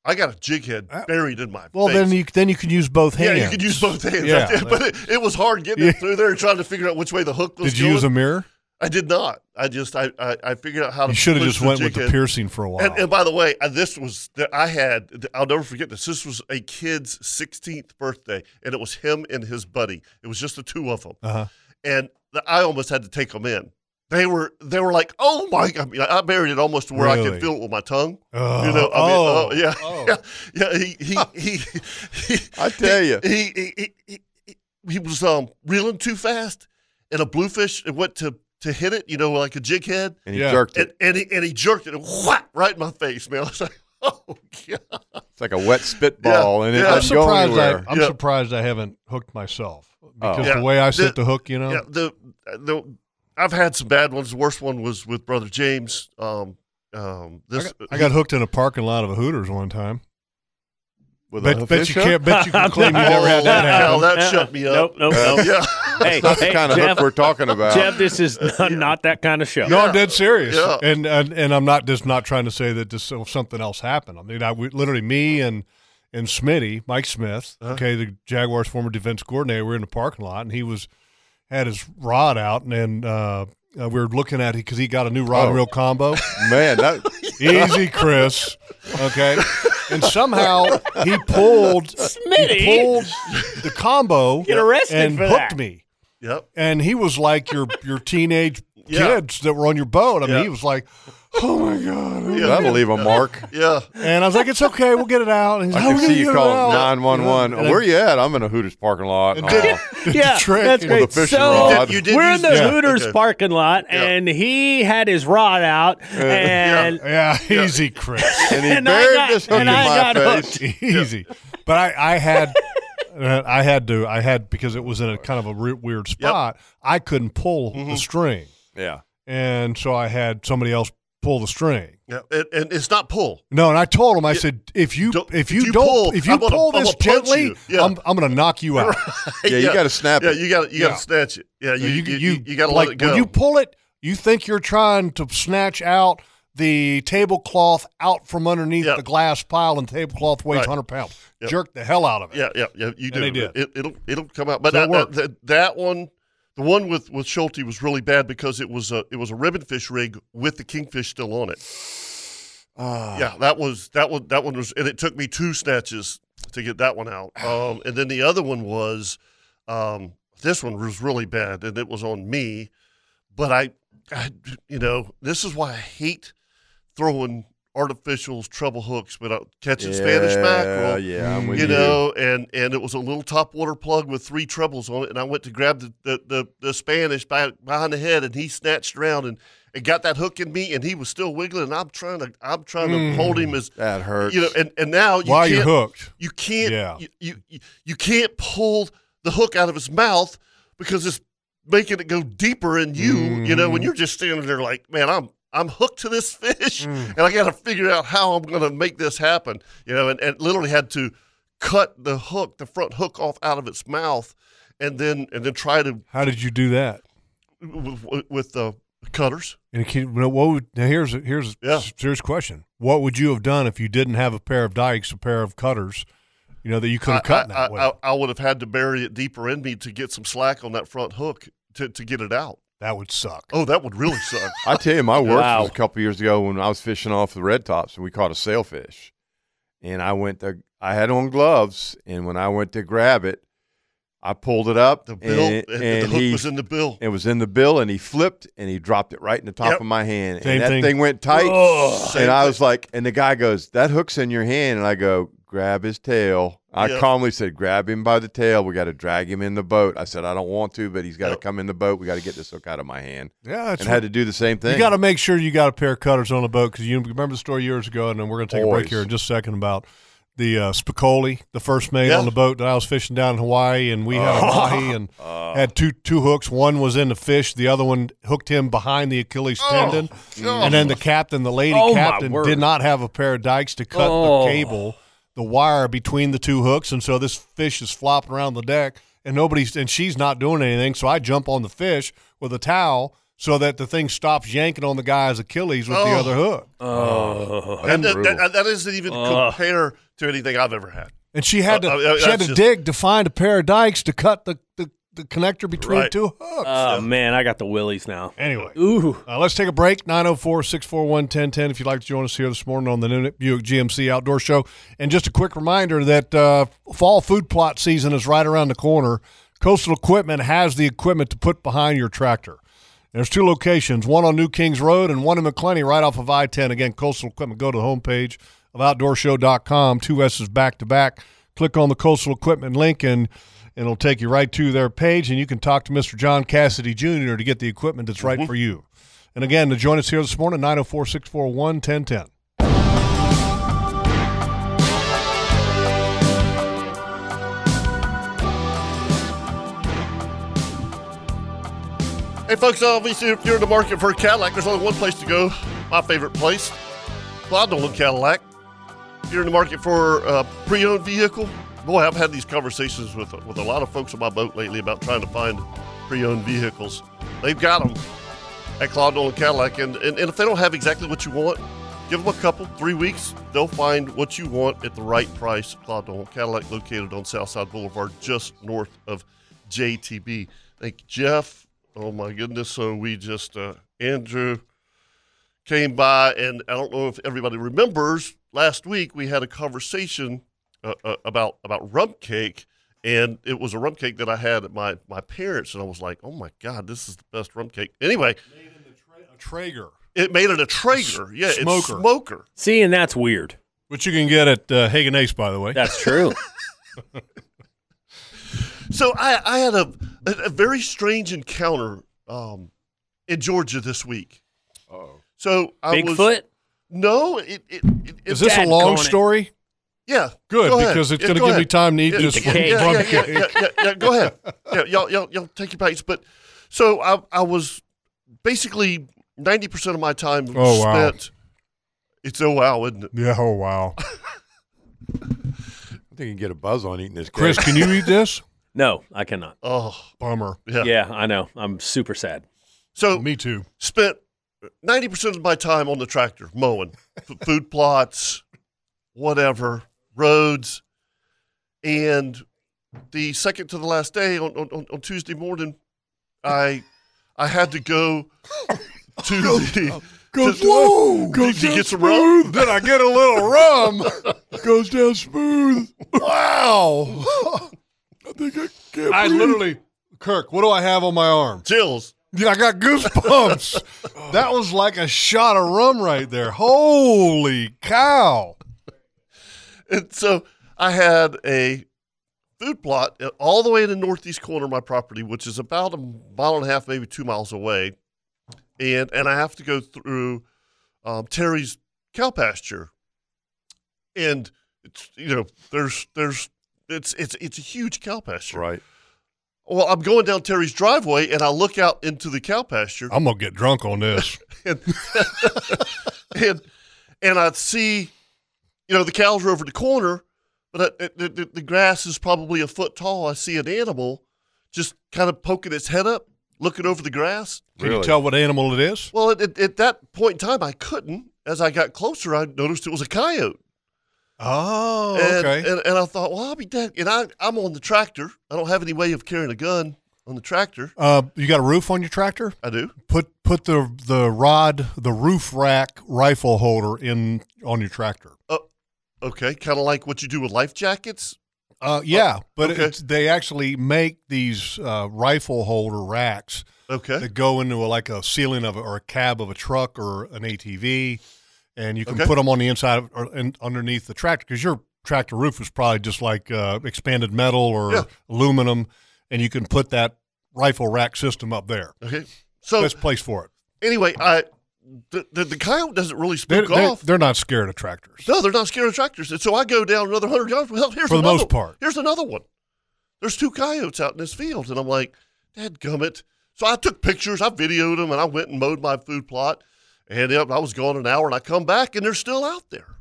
B: I got a jig head buried in my
D: Uh, well,
B: face.
D: then you then you can use both
B: yeah,
D: hands.
B: you could use both hands.
D: Yeah.
B: but it, it was hard getting
D: Yeah.
B: it through there and trying to figure out which way the hook was
D: Did you use a
B: going.
D: mirror?
B: I did not. I just I I, I figured out how to.
D: You should have
B: push
D: just
B: the
D: went with
B: jig
D: the
B: head.
D: piercing for a while.
B: And, and by the way, I, this was that I had. I'll never forget this. This was a kid's 16th birthday, and it was him and his buddy. It was just the two of them,
D: Uh-huh.
B: and the, I almost had to take them in. They were they were like, oh my! I mean, I buried it almost to where I
D: Really?
B: could feel it with my tongue.
D: Oh,
B: you know, I mean,
D: oh,
B: oh, yeah, yeah, yeah. He he he. he I
F: tell ya.
B: he he, he, he, he was um reeling too fast, and a bluefish it went to to hit it, you know, like a jig head,
F: And he Yeah. jerked
B: and, it, and he and he jerked it, and whack, right in my face, man. I was like,
F: It's like a wet spitball, and it
D: I'm
F: doesn't go
D: surprised.
F: anywhere.
D: I, I'm surprised I haven't hooked myself because
B: Yeah.
D: the way I set the, hook, you know.
B: yeah, the the I've had some bad ones. The worst one was with brother James. Um, um, this
D: I got hooked in a parking lot of a Hooters one time.
F: With
D: bet,
F: a
D: bet
F: fish
D: you
F: hook?
D: can't. Bet you can claim you never had that
B: Oh,
D: happen.
B: hell, that shut me up.
C: Uh-uh. Nope, nope, nope.
B: Yeah.
C: Hey,
F: That's the
C: hey,
F: kind of
C: Jeff,
F: hook we're talking about.
C: Jeff, this is
F: Uh,
C: not, not that kind of show.
D: No, I'm dead serious,
C: Yeah.
D: and, and and I'm not just not trying to say that this so- something else happened. I mean, I we, literally me and and Smitty, Mike Smith,
F: Uh-huh.
D: okay, the Jaguars' former defense coordinator, we were in the parking lot, and he was had his rod out, and then uh, uh, we were looking at it because he got a new rod
F: Oh.
D: and reel combo.
F: Man, that
D: easy, Chris. Okay, and somehow he pulled
C: Smitty.
D: he pulled the combo
C: Get arrested
D: and
C: for
D: hooked
C: that.
D: me.
B: Yep.
D: And he was like your your teenage
B: Yeah.
D: kids that were on your boat. I mean,
B: Yeah.
D: he was like, "Oh my god,
B: Yeah.
F: That'll leave a mark.
B: Yeah.
D: And I was like, "It's okay, we'll get it out." And he's
F: I
D: like,
F: can
D: "Oh, we're
F: see you
D: gonna get it
F: call
D: out."
F: nine one one.
D: And I-
F: Where you at? I'm in a Hooters parking lot.
D: And
F: Aw.
D: did-
C: yeah,
D: trick
C: that's
F: with a
C: great.
F: fishing
C: so
F: rod. You did
C: we're in
F: use
C: the
F: that.
C: Hooters
F: Okay.
C: parking lot, and he had his rod out, and
D: Uh, yeah, easy, Chris.
F: And he
C: And I
F: buried
C: got-
F: this hook in
C: and I
F: my
C: got hooked.
F: face.
D: easy. But I, I had, uh, I had to, I had because it was in a kind of a re- weird spot. I couldn't pull
B: Mm-hmm.
D: the string.
F: Yeah.
D: and so I had somebody else pull the string.
B: Yeah, and, and it's not pull.
D: No, and I told him, I said, if you if you,
B: you
D: don't
B: pull,
D: if you
B: I'm gonna-
D: pull
B: I'm
D: this
B: gonna punch
D: gently,
B: you." Yeah.
D: I'm I'm gonna knock you out.
B: Yeah, you got you got to
D: Yeah.
B: snatch it. Yeah, you
D: you,
B: you, you, got to
D: like
B: let it go.
D: when you pull it, you think you're trying to snatch out the tablecloth out from underneath the glass pile, and the tablecloth weighs
B: Right.
D: 100 pounds.
B: Yep.
D: Jerk the hell out of it.
B: Yeah, yeah, yeah. You do.
D: And they did.
B: It, it'll it'll come out. But
D: So it
B: that, that,
D: worked.
B: that- that one, the one with with Schulte was really bad because it was a it was a ribbonfish rig with the kingfish still on it.
F: Ah.
B: yeah, that was that one that one was, and it took me two snatches to get that one out. Um, and then the other one was Um, this one was really bad, and it was on me. But I, I, you know, this is why I hate throwing artificials, treble hooks, but I'm catching Spanish
F: Yeah,
B: mackerel.
F: yeah, I'm with you.
B: know, and and it was a little top water plug with three trebles on it, and I went to grab the the, the, the Spanish by, behind the head, and he snatched around and. and got that hook in me, and he was still wiggling. And I'm trying to, I'm trying to
D: Mm.
B: hold him as
F: that hurts.
B: you know, and, and now you
D: While
B: can't,
D: you're hooked.
B: you can't,
D: Yeah.
B: you, you you- you can't pull the hook out of his mouth because it's making it go deeper in you. You know,
D: Mm.
B: when you're just standing there like, man, I'm I'm hooked to this fish,
D: Mm.
B: and I got to figure out how I'm going to make this happen. You know, and, and literally had to cut the hook, the front hook off out of its mouth, and then and then try to
D: How did you do that?
B: with, with the cutters.
D: And it can, no, what would, now here's a, here's a
B: Yeah.
D: serious question. What would you have done if you didn't have a pair of dikes, a pair of cutters, you know that you could have cut
B: I,
D: that way?
B: I, I, I would have had to bury it deeper in me to get some slack on that front hook to, to get it out.
D: that would suck.
B: Oh, that would really suck.
F: I tell you, my worst
C: Wow.
F: was a couple years ago when I was fishing off the red tops and we caught a sailfish. And I went to, I had on gloves, and when I went to grab it, I pulled it up.
B: The bill,
F: and,
B: and, the
F: and
B: hook
F: he-
B: was in the bill.
F: It was in the bill, and he flipped and he dropped it right in the top
B: Yep.
F: of my hand.
D: Same
F: and that
D: thing.
F: thing, went tight.
B: Same
F: and I
B: thing.
F: was like, and the guy goes, That hook's in your hand. And I go, Grab his tail. I
B: Yep.
F: calmly said, Grab him by the tail. We got to drag him in the boat. I said, I don't want to, but he's got to
B: Yep.
F: come in the boat. We got to get this hook out of my hand.
D: Yeah, that's
F: and had to do the same thing.
D: You got to make sure you got a pair of cutters on the boat because you remember the story years ago, and then we're going to take a
F: Always.
D: break here in just a second about the uh, Spicoli, the first mate
B: Yeah.
D: on the boat that I was fishing down in Hawaii, and we had a
F: Oh.
D: mahi and had two two hooks. One was in the fish, the other one hooked him behind the Achilles
F: Oh,
D: tendon, and then the captain, the lady
C: Oh, my
D: captain, did
C: word.
D: not have a pair of dikes to cut
C: Oh.
D: the cable, the wire between the two hooks, and so this fish is flopping around the deck, and nobody's and she's not doing anything. So I jump on the fish with a towel so that the thing stops yanking on the guy's Achilles with the
B: Oh.
D: other hook.
B: And that,
F: brutal.
B: that, that isn't even compare to anything I've ever had.
D: And she had to
B: Uh, uh, uh,
D: she had
B: that's
D: to
B: just-
D: dig to find a pair of dikes to cut the the, the connector between
B: Right.
D: two hooks.
C: Oh man, I got the willies now.
D: anyway.
C: Ooh.
D: Uh, let's take a break. 904 641 1010 if you'd like to join us here this morning on the new Buick GMC Outdoor Show. And just a quick reminder that uh, fall food plot season is right around the corner. Coastal Equipment has the equipment to put behind your tractor. There's two locations, one on New Kings Road and one in McClenny right off of I 10. Again, Coastal Equipment. Go to the homepage of outdoorshow.com. Two S's back to back. Click on the Coastal Equipment link and and it'll take you right to their page, and you can talk to Mr. John Cassidy Jr. to get the equipment that's right for you. And again, to join us here this morning, 904 641 1010.
B: Hey, folks, uh, obviously, if you're in the market for a Cadillac, there's only one place to go. My favorite place, Clydesdale and Cadillac. If you're in the market for a pre-owned vehicle, boy, I've had these conversations with with a lot of folks on my boat lately about trying to find pre-owned vehicles. They've got them at Clydesdale and Cadillac, and, and and if they don't have exactly what you want, give them a couple, three weeks. They'll find what you want at the right price. Clydesdale and Cadillac, located on Southside Boulevard, just north of JTB. Thank you, Jeff. Oh my goodness! So we just uh, Andrew came by, and I don't know if everybody remembers. Last week we had a conversation uh, uh, about about rum cake, and it was a rum cake that I had at my my parents, and I was like, "Oh my god, this is the best rum cake." Anyway,
D: Traeger,
B: it made it a Traeger, yeah, it's
D: smoker.
B: smoker.
C: See, and that's weird.
D: which you can get at uh, Hagen Ace, by the way.
C: That's true.
B: So I I had a a, a very strange encounter um, in Georgia this week. Oh, so I was
C: Bigfoot.
B: no, it it, it, it
D: Is this a
C: Dad
D: long
C: going it.
D: story?
B: Yeah.
D: Good,
B: go ahead.
D: because it's
B: Yeah,
D: going to
B: go
D: give me
B: ahead.
D: time to eat
B: Yeah,
D: this
C: the cake.
B: Yeah,
D: rum
B: yeah, yeah,
D: cake.
B: yeah, yeah, yeah, Go ahead. Yeah, y'all, y'all, y'all take your bites. But so I, I was basically ninety percent of my time
D: Oh, wow.
B: spent. It's oh wow, isn't it?
D: Yeah, oh, wow.
F: I think you can get a buzz on eating this.
D: Chris,
F: cake.
D: can you eat this?
C: No, I cannot.
B: Oh
D: Bummer.
B: yeah.
C: Yeah, I know. I'm super sad.
B: So
D: Me too.
B: spent ninety percent of my time on the tractor mowing, F- food plots, whatever, roads, and the second to the last day on on, on- on Tuesday morning, I I had to go to the.
D: Goes,
B: to-
D: whoa!
B: Goes down smooth.
D: Then I get a little rum. goes down smooth. Wow. I
F: think I can't.
D: I
F: breathe.
D: literally, Kirk, what do I have on my arm?
B: Chills.
D: Yeah, I got goosebumps. that was like a shot of rum right there. Holy cow.
B: And so I had a food plot all the way in the northeast corner of my property, which is about a mile and a half, maybe two miles away. And and I have to go through um, Terry's cow pasture. And it's you know, there's there's it's it's it's a huge cow pasture.
F: Right.
B: Well, I'm going down Terry's driveway and I look out into the cow pasture
D: I'm going to get drunk on this.
B: and and I see, you know, the cows are over the corner, but I, the, the, the grass is probably a foot tall. I see an animal just kind of poking its head up, looking over the grass.
D: Can you
F: Really?
D: tell what animal it is?
B: Well, at, at, at that point in time, I couldn't. As I got closer, I noticed it was a coyote.
D: Oh,
B: and,
D: okay.
B: And, and I thought, well, I'll be dead. And I, I'm on the tractor. I don't have any way of carrying a gun on the tractor.
D: uh, you got a roof on your tractor?
B: I do.
D: Put put the the rod, the roof rack rifle holder in on your tractor.
B: Oh, Okay, kind of like what you do with life jackets.
D: Uh, yeah, but
B: Oh, okay.
D: it's, they actually make these uh, rifle holder racks
B: Okay.
D: that go into a, like a ceiling of a, or a cab of a truck or an ATV, and you can
B: Okay.
D: put them on the inside of, or in, underneath the tractor because your tractor roof is probably just like uh, expanded metal or
B: Yeah.
D: aluminum, and you can put that rifle rack system up there.
B: Okay. So
D: Best place for it.
B: anyway, I the, the, the coyote doesn't really
D: They're,
B: spook
D: they're,
B: off.
D: they're not scared of tractors.
B: No, they're not scared of tractors. And so I go down another 100 yards. Well, here's
D: For the
B: another
D: most part.
B: Here's another one. There's two coyotes out in this field. And I'm like, Dad gummit. So I took pictures, I videoed them, and I went and mowed my food plot. And yep, I was gone an hour, and I come back, and they're still out there.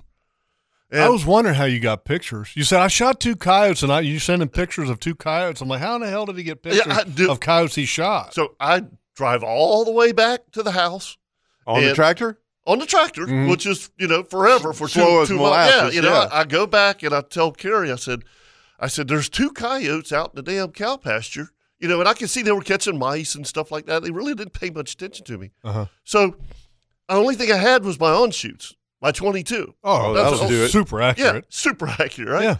B: And
D: I was wondering how you got pictures. You said I shot two coyotes, and I you sending pictures of two coyotes. I'm like, how in the hell did he get
B: Yeah,
D: pictures
B: I do-
D: of coyotes he shot?
B: so I drive all the way back to the house
F: On the
B: And-
F: tractor?
B: on the tractor,
D: Mhm.
B: which is you know forever for two,
F: Slow as
B: two miles. Yeah,
F: molasses,
B: you know,
F: yeah.
B: I, I go back and I tell Carrie, I said, I said, there's two coyotes out in the damn cow pasture, you know, and I can see they were catching mice and stuff like that. They really didn't pay much attention to me.
D: Uh-huh.
B: So the only thing I had was my on shoots, my 22.
D: Oh,
B: That's
D: that's
B: all-
F: do it.
D: super
B: Yeah,
D: accurate.
B: super accurate, right?
D: Yeah.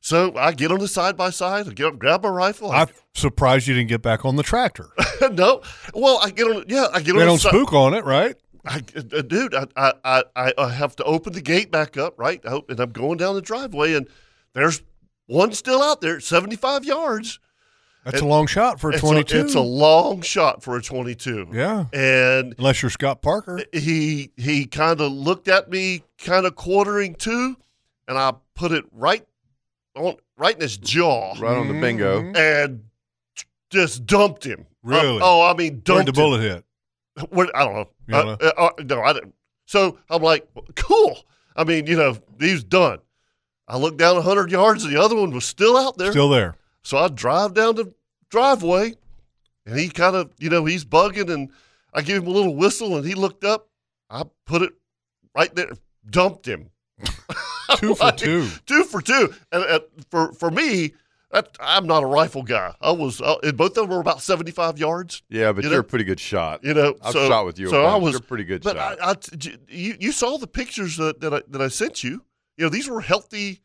B: So I get on the side by side, I get up, grab my rifle. I,
D: I'm surprised you didn't get back on the tractor.
B: no, well, I get on. Yeah, I get on.
D: they
B: the
D: don't
B: side-
D: spook on it, right?
B: I, uh, dude, I, I, I- I, I have to open the gate back up, right? I hope- and I'm going down the driveway, and there's one still out there, 75 yards.
D: That's a long shot for a 22.
B: It's a, it's a long shot for a 22.
D: yeah,
B: And
D: unless you're Scott Parker.
B: he he kind of looked at me, kind of quartering to, and I put it right on right in his jaw,
F: Right on the bingo.
D: Mhm.
B: and just dumped him.
D: Really?
B: oh, I mean, dumped
D: Where'd the
B: him.
D: bullet hit?
B: What I don't know.
D: You don't
B: Uh, uh, uh, no, I didn't. So I'm like, cool. I mean, you know, he's done. I look down 100 yards, and the other one was still out there.
D: Still there.
B: So I drive down the driveway, and he kind of, you know, he's bugging, and I give him a little whistle, and he looked up. I put it right there, dumped him.
D: Two for
B: Like,
D: two.
B: Two for two. And uh, for for me, that, I'm not a rifle guy. I was, uh, and both of them were about 75 yards.
F: Yeah, but
B: You
F: you
B: know-
F: are a pretty good shot.
B: You know,
F: I've
B: so,
F: shot with you. a
B: So I
F: bunch.
B: was
F: You're a pretty good
B: but
F: shot.
B: I, I- j- you you saw the pictures that that I, that I sent you. You know, these were healthy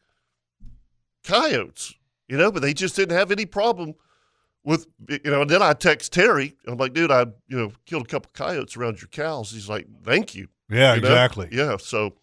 B: coyotes. You know, but they just didn't have any problem with you know. And then I text Terry. I'm like, dude, I you know killed a couple coyotes around your cows. He's like, thank you.
D: Yeah,
B: you know?
D: exactly.
B: Yeah. So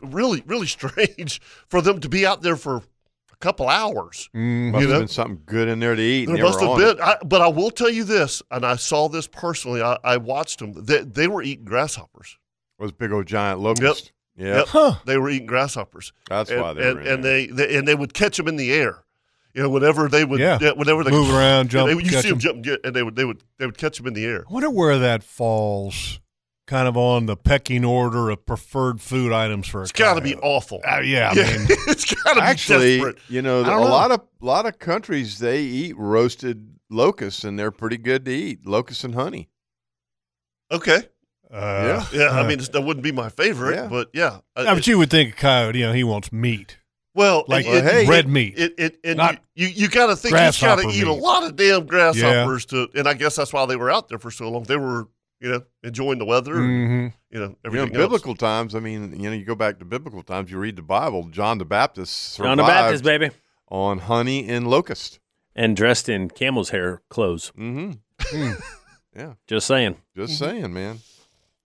B: really, really strange for them to be out there for a couple hours.
D: Mhm.
F: must
B: you know-
F: have been something good in there to eat. and
B: There
F: they
B: must
F: were
B: have
F: on it.
B: been, I, but I will tell you this, and I saw this personally. I, I watched them. They, they were eating grasshoppers.
F: Those big old giant locusts. Yeah,
B: Yep.
D: Huh.
B: They were eating grasshoppers.
F: that's
B: and,
F: why they
B: and,
F: were in
B: and
F: there.
B: they, they and they would catch them in the air. You know, whenever they would,
D: Yeah.
B: yeah, whenever they
D: Move around,
B: Yeah,
D: jump,
B: they, you
D: catch
B: see them jump, yeah, and they would, they would, they would catch them in the air.
D: I wonder where that falls, kind of on the pecking order of preferred food items for a
B: It's got to be
D: coyote.
B: awful.
D: Uh, yeah, I mean-
B: it's got to be
F: Actually,
B: desperate.
F: you know,
D: I don't
F: a
D: know.
F: lot of lot of countries they eat roasted locusts, and they're pretty good to eat. Locusts and honey.
B: Okay,
D: Uh,
B: yeah, I
D: uh,
B: mean, it's, that wouldn't be my favorite,
F: Yeah.
B: but yeah, Uh,
D: yeah, but you would think a coyote, you know, he wants meat,
B: well,
D: like
B: it- it-
F: hey,
D: red meat.
B: It, it, and
D: Not
B: you, you, you got to think he's got to
D: grasshopper
B: eat a
D: meat.
B: lot of damn grasshoppers to, and I guess that's why they were out there for so long. They were, you know, enjoying the weather, and,
D: Mhm.
B: you know,
F: You know,
B: everything.
F: in
B: else.
F: biblical times, I mean, you know, you go back to biblical times, you read the Bible. John the Baptist
C: John
F: survived
C: the Baptist, baby.
F: on honey and locust.
C: and dressed in camel's hair clothes.
F: Mm-hmm. yeah.
C: Just saying.
F: Just saying, man.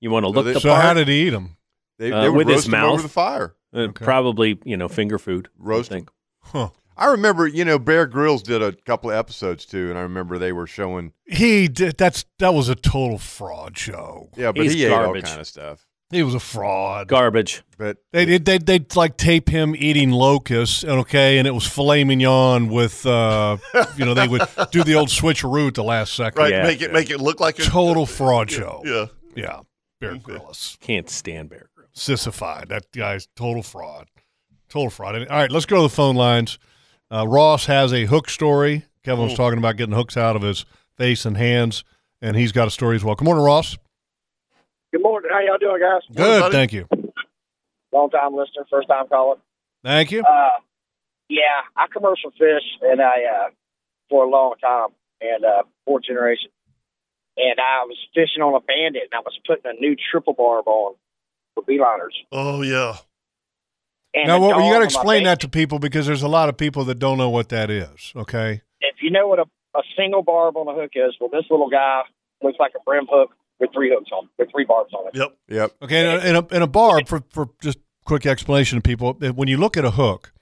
C: You want to look
F: they-
C: the
F: So
C: part? Uh,
F: how
D: Mm-hmm. did he eat them?
F: They- they would
C: with his
F: roast 'em
C: mouth
F: over the fire.
C: Uh,
F: Okay.
C: Probably, you know, finger food.
F: Roast
C: I think.
F: I remember, you know, Bear Grylls did a couple of episodes too, and I remember they were showing.
D: He did. That's that was a total fraud show.
F: Yeah, but he ate all kind of stuff.
D: He was a fraud.
C: Garbage.
F: But
D: they did. They they like tape him eating locusts. Okay, and it was filet mignon with. uh You know, they would do the old switcheroo at the last second.
B: Right, make it make it look like a
D: total fraud show.
B: Yeah,
D: Oh. yeah. Bear Grylls.
C: Can't stand Bear Grylls.
D: Sissified. That guy's total fraud. Total fraud. All right, let's go to the phone lines. Uh, Ross has a hook story. Kevin was
B: Mm.
D: talking about getting hooks out of his face and hands, and he's got a story as well. Good morning, Ross.
G: Good morning. How y'all doing, guys?
D: Good, thank you.
G: Long time listener, first time caller.
D: Thank you.
G: Uh, yeah, I commercial fish and I uh, for a long time and uh, fourth generation. And I was fishing on a bandit and I was putting a new triple barb on for beeliners.
B: Oh yeah.
G: And
D: Uh, now,
G: the
D: what,
G: dog
D: you
G: on
D: got to
G: my
D: explain
G: bait-
D: that to people because there's a lot of people that don't know what that is. Okay.
G: If you know what a, a single barb on a hook is, well, this little guy looks like a brim hook with three hooks on, with three barbs on it.
B: Yep.
F: Yep.
D: Okay. And a, and a, and a barb for, for just quick explanation to people. that When you look at a hook,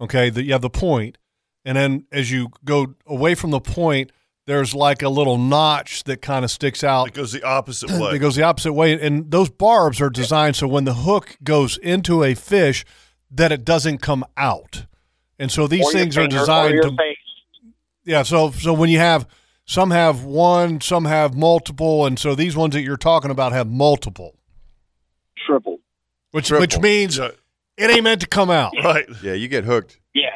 D: okay, that you have the point, and then as you go away from the point, there's like a little notch that kind of sticks out.
B: It goes the opposite way.
D: It goes the opposite way, and those barbs are designed so when the hook goes into a fish, that it doesn't come out. And so these
G: Or your
D: things
G: finger,
D: are
G: or
D: designed
G: your
D: to
G: face.
D: yeah, so so when you have some have one, some have multiple, and so these ones that you're talking about have multiple,
G: triple.
D: which which means it ain't meant to come out.
B: Right.
F: Yeah, you get hooked.
G: Yeah,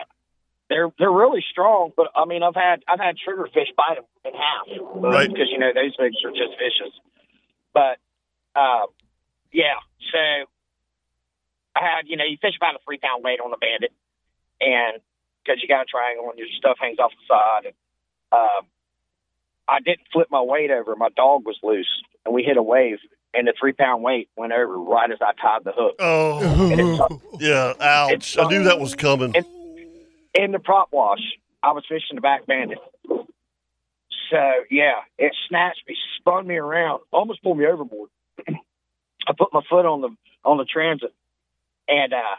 G: they're they're really strong. But I mean, I've had I've had triggerfish bite them in half,
B: Right.
G: Because you know those fish are just vicious. But um, yeah, so I had you know you fish about a three pound weight on a bandit, and because you got a triangle and your stuff hangs off the side. And, um, I didn't flip my weight over. My dog was loose, and we hit a wave, and the three pound weight went over right as I tied the hook.
B: Oh. yeah. Ouch. I knew that was coming.
G: in the prop wash. I was fishing the back bandit. So yeah, it snatched me, spun me around, almost pulled me overboard. I put my foot on the on the transit, and uh,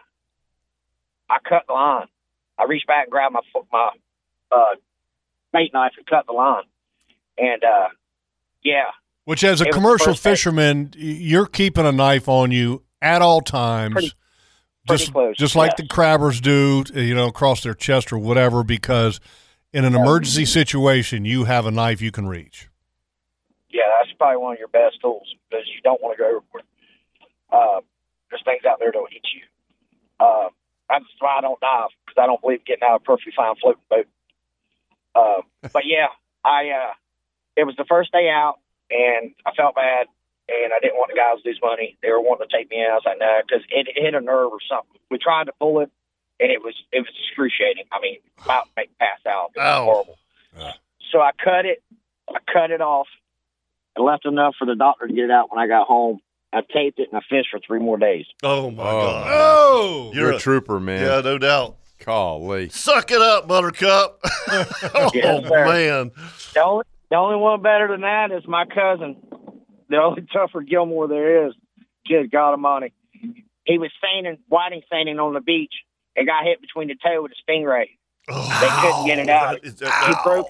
G: I cut the line. I reached back and grabbed my fo- my uh, bait knife and cut the line. And uh, yeah,
D: Which, as a
G: It was the
D: commercial
G: first day.
D: fisherman, y- you're keeping a knife on you at all times,
G: Pretty-
D: just
G: close,
D: just like
G: yes.
D: the crabbers do, uh, you know, across their chest or whatever, because in an emergency situation, you have a knife you can reach.
G: yeah, that's probably one of your best tools because you don't want to go overboard. Uh, there's things out there that'll hit you. Uh, that's why I don't dive because I don't believe in getting out of a perfectly fine floating boat. Uh, but yeah, I uh, it was the first day out and I felt bad and I didn't want the guys to lose money. They were wanting to take me in. I was like, no, because it, it hit a nerve or something. We tried to pull it and it was it was excruciating. I mean, about to make me pass out. It was
F: Oh.
B: Ow.
G: horrible.
F: Uh.
G: So I cut it. I cut it off and left enough for the doctor to get it out when I got home. I taped it and I fished for three more days.
B: Oh my god.
F: Oh, you're,
B: You're
F: a,
B: a-
F: trooper, man.
B: Yeah, no doubt.
F: Golly.
B: Suck it up, Buttercup. oh
G: Yes, sir.
B: man.
G: The only, the only one better than that is my cousin. The only tougher Gilmore there is. Kid God Almighty. He was seining, whiting seining on the beach and got hit between the toe with a stingray. They couldn't get it out.
B: Oh, That is- that-
G: He broke.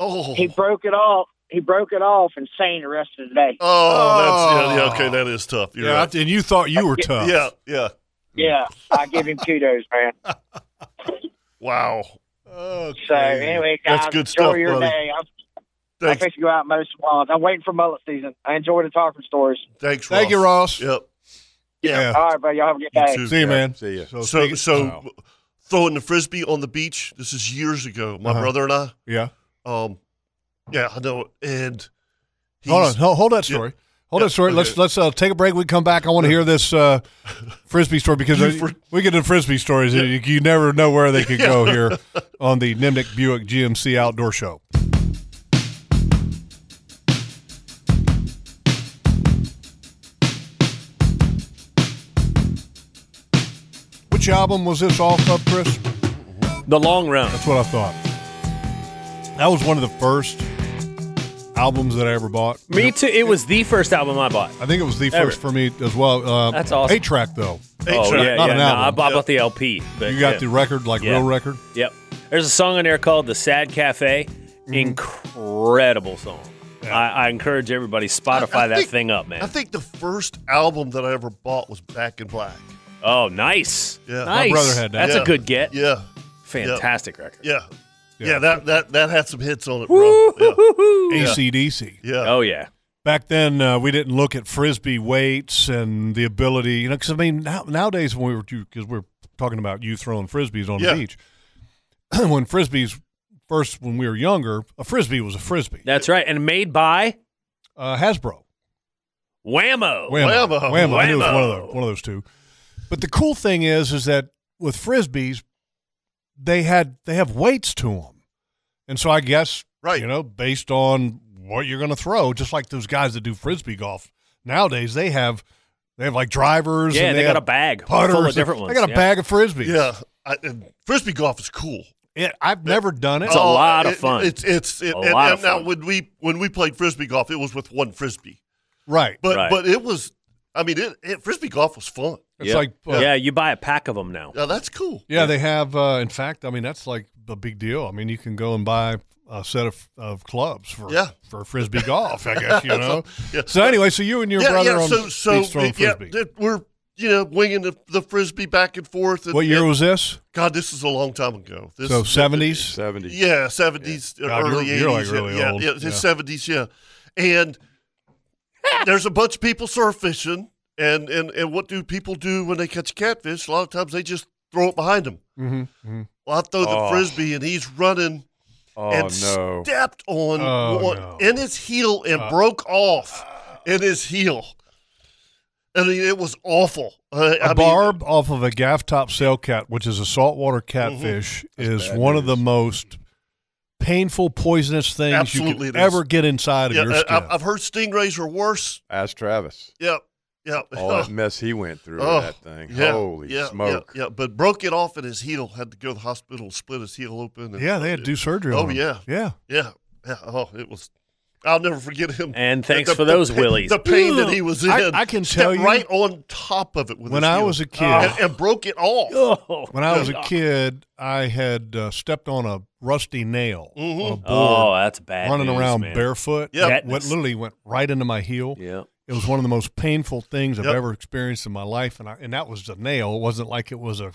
B: Oh.
G: He broke it off. He broke it off and seined the rest of the day.
B: Oh, that's yeah, yeah, okay, that is tough. You're
D: Ah. yeah,
B: right.
D: and you thought
G: Uh,
D: you were tough.
B: Yeah, Oh, yeah.
G: Yeah, I give him kudos, man.
B: Wow.
G: So anyway, guys,
B: That's good
G: enjoy
B: stuff,
G: your
B: buddy.
G: day. I'm, I'm
B: Thanks,
G: fixing to go out most lawns. I'm waiting for mullet season. I enjoy the talking stories.
B: thanks, Ross.
D: Thank you, Ross.
B: Yep.
D: Yeah.
G: All right, buddy. Y'all have a good day.
B: too.
D: See you, man.
F: See ya.
D: So,
B: So,
D: speaking-
B: so
D: Wow.
B: throwing the frisbee on the beach. This is years ago. My
D: Uh-huh.
B: brother and I.
D: yeah.
B: Um, yeah, I know. And he's,
D: Hold on, hold, hold that story. Hold
B: Yeah,
D: that story. Let's
B: okay.
D: let's uh, take a break. We come back. I want to hear this uh, frisbee story because
B: You
D: I-
B: fr-
D: we get to frisbee stories. and You, you never know where they could go here on the Nimnik Buick GMC Outdoor Show. Which album was this off of, Chris?
C: The long run.
D: That's what I thought. That was one of the first albums that I ever bought.
C: Me too. It was the first album I bought.
D: I think it was the
C: Ever.
D: first for me as well. Uh,
C: That's awesome.
D: Eight track though.
C: Oh
D: track,
C: yeah,
D: not
C: yeah.
D: an
C: no,
D: album.
C: I bought, bought the LP. but
D: You got
C: yeah.
D: the record, like
C: Yeah.
D: real record.
C: Yep. There's a song on there called "The Sad Cafe."
D: Mm-hmm.
C: Incredible song. I, I encourage everybody Spotify
B: I- I
C: that
B: think-
C: thing up, man.
B: I think the first album that I ever bought was Back in Black.
C: oh, nice.
B: Yeah. My
C: nice.
D: brother had that.
C: That's
B: Yeah.
C: a good get.
B: Yeah,
C: Fantastic record.
B: yeah, yeah.
D: Yeah.
B: that that that had some hits on it, bro. Yeah,
D: ACDC.
B: yeah.
C: Oh yeah.
D: Back then, uh, we didn't look at frisbee weights and the ability, you know, because I mean, now, nowadays when we were, because we're talking about you throwing frisbees on
B: Yeah.
D: the beach, when frisbees first, when we were younger, a frisbee was a frisbee.
C: That's right. And made by
D: Uh, Hasbro.
C: Whammo.
D: Whammo.
B: Whammo.
D: Whammo. I knew it was one of,
B: Whammo.
D: those, one of those two. But the cool thing is, is that with frisbees, they had they have weights to them, and so I guess
B: Right.
D: you know, based on what you're going to throw, just like those guys that do frisbee golf nowadays, they have they have like drivers.
C: Yeah,
D: and
C: they, got a
D: have
C: bag
D: putters.
C: full of different ones.
D: They got a
C: yeah.
D: bag of frisbees.
B: yeah. I, and frisbee golf is cool.
D: It- I've never done it.
C: It's a lot of
B: Oh, it-
C: fun.
B: It's it's it,
C: A
B: and,
C: lot
B: and
C: of
B: now
C: fun.
B: when we when we played frisbee golf, it was with one frisbee.
D: right.
B: But
C: Right.
B: but it was I mean it, it frisbee golf was fun.
D: It's
C: Yep.
D: like uh,
C: yeah, you buy a pack of them now.
B: Yeah, that's cool.
D: Yeah, they have. Uh, in fact, I mean that's like a big deal. I mean, you can go and buy a set of, of clubs for
B: Yeah.
D: for frisbee golf. I guess you know.
B: yeah.
D: So anyway, so you and your
B: yeah,
D: brother
B: yeah.
D: on
B: So so
D: beach throwing
B: yeah,
D: frisbee.
B: that we're you know winging the, the frisbee back and forth. And,
D: what year
B: and-
D: was this?
B: God, this is a long time ago. This
D: So
B: is-
D: seventies.
F: Seventy.
B: Yeah, seventies,
D: God, you're-
B: early
D: you're, like,
B: eighties.
D: really
B: yeah,
D: old.
B: yeah, yeah,
D: Yeah.
B: seventies. Yeah, and there's a bunch of people surf fishing, and and and what do people do when they catch catfish? A lot of times they just throw it behind them.
D: Mm-hmm, hmm
B: Well, I throw the
F: Oh.
B: frisbee, and he's running
F: Oh
B: and
F: no.
B: stepped on
D: Oh,
B: one-
D: no. Uh,
B: in his heel and broke off in his heel. I mean, it was awful. Uh, I, I
D: A
B: mean,
D: barb off of a gaff top sail cat, which is a saltwater catfish,
B: Mm-hmm.
D: is
F: bad
D: one of the
F: news.
D: most painful, poisonous things
B: Absolutely
D: you
B: it
D: could
B: is.
D: ever get inside of
B: yeah, uh,
D: your
B: I-
D: skin.
B: I've, I've heard stingrays are worse.
F: Ask Travis.
B: Yep. Yep.
F: All that mess he went through
B: Oh,
F: with that thing.
B: Yeah,
F: Holy
B: yeah,
F: smoke.
B: Yeah, yeah, but broke it off in his heel. Had to go to the hospital, split his heel open. and-
D: yeah, they had to do surgery.
B: Oh,
D: on 'em.
B: yeah.
D: yeah.
B: Yeah, yeah. Oh, it was. I'll never forget him.
C: And
B: The-
C: thanks
B: the-
C: for
B: the
C: those
B: pa-
C: willies.
B: The pain that he was in.
D: I- I can
B: Stepped
D: tell you-
B: right on top of it with
D: When
B: his
D: I
B: heel
D: was a kid-
B: and, and broke it off.
C: Oh,
D: When I was a kid, I had uh, stepped on a rusty nail
F: Mm-hmm.
D: on a board,
C: oh, that's bad.
D: running
C: news,
D: around
C: man.
D: barefoot.
B: Yep.
D: It went- literally went right into my heel.
C: Yeah.
D: It was one of the most painful things I've
B: Yep.
D: ever experienced in my life, and I, and that was a nail. It wasn't like it was a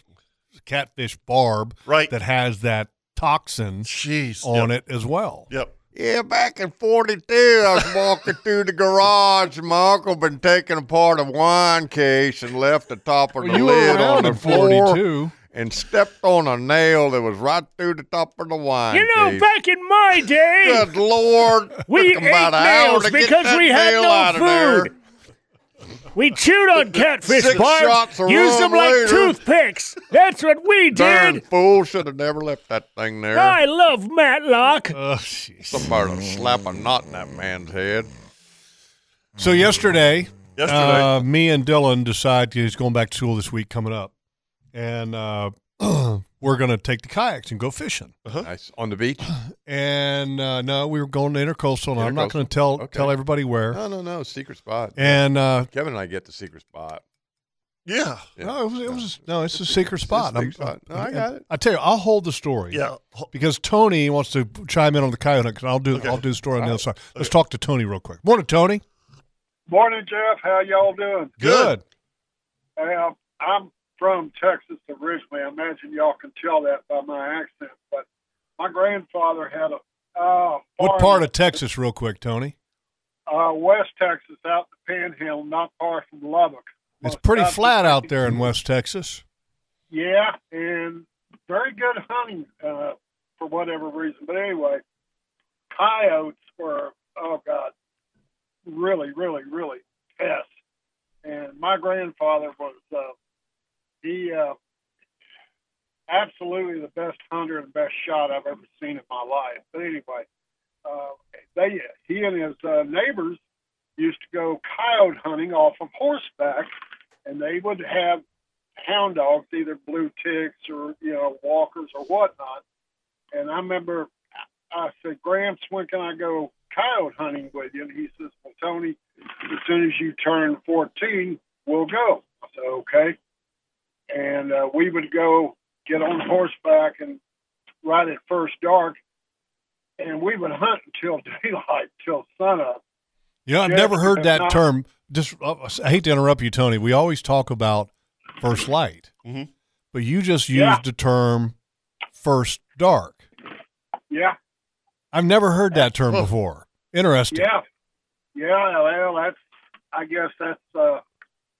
D: catfish barb
B: Right.
D: that has that toxin
B: Jeez.
D: on
B: yep.
D: it as well.
B: Yep.
F: Yeah, back in '42, I was walking through the garage, and my uncle been taking apart a wine case and left the top of the
D: you were
F: lid on
D: around
F: the
D: in
F: floor,
D: '42.
F: and stepped on a nail that was right through the top of the wine
C: You know,
F: case.
C: back in my day,
F: Good lord,
C: We
F: took 'em about
C: ate
F: an hour
C: nails
F: to get
C: because
F: that
C: we had
F: nail
C: no
F: out of there.
C: food. we chewed on catfish
F: Six
C: barbs,
F: shots of
C: used
F: rum
C: them like
F: later.
C: toothpicks. That's what we
F: Darn
C: did.
F: fool, should have never left that thing there.
C: I love Matlock.
D: Oh, jeez.
F: Somebody to slap a knot in that man's head.
D: So yesterday,
B: Yesterday.
D: Uh, me and Dylan decide he's going back to school this week coming up, and uh, we're going to take the kayaks and go fishing.
B: Uh-huh.
F: Nice on the beach.
D: And uh, no, we were going to intercoastal, and I'm not
F: Intercoastal.
D: going to tell
F: Okay.
D: tell everybody where.
F: No, no, no, secret spot.
D: And uh,
F: Kevin and I get the secret spot.
B: Yeah.
F: Yeah.
D: no, it was, it was no, it's a
F: It's-
D: secret
F: it's a
D: spot.
F: secret spot. No, I got it.
D: I tell you, I'll hold the story.
B: Yeah. Ho-
D: Because Tony wants to chime in on the coyote, because I'll do I'll do the story on the other side. Let's talk to Tony real quick. Morning, Tony.
H: Morning, Jeff. How y'all doing?
B: Good.
H: Well, I'm from Texas originally. I imagine y'all can tell that by my accent. But my grandfather had a uh,
D: What
H: farm,
D: part of Texas, real quick, Tony?
H: uh, West Texas, out in the Panhandle, not far from Lubbock. uh,
D: It's
H: Most
D: pretty
H: out-
D: flat out there in West Texas.
H: Yeah, and very good hunting uh, for whatever reason. But anyway, coyotes were oh god, really, really, really pests. And my grandfather was uh, he uh, absolutely the best hunter and best shot I've ever seen in my life. But anyway, uh, they he and his uh, neighbors used to go coyote hunting off of horseback, and they would have hound dogs, either blue ticks or you know walkers or whatnot. And I remember I said, Gramps, when can I go coyote hunting with you? And he says, Well, Tony, as soon as you turn 14, we'll go. I said, Okay. And uh, we would go get on horseback and right at first dark, and we would hunt until daylight, till sunup.
D: You know, I've
H: Yeah,
D: never heard
H: if
D: that
H: not-
D: term. Just, uh, I hate to interrupt you, Tony. We always talk about first light,
B: Mhm.
D: but you just used
H: Mm-hmm. Yeah.
D: the term first dark.
H: Yeah,
D: I've never heard that term
B: Huh.
D: before. Interesting.
H: yeah, yeah. Well, that's I guess that's uh,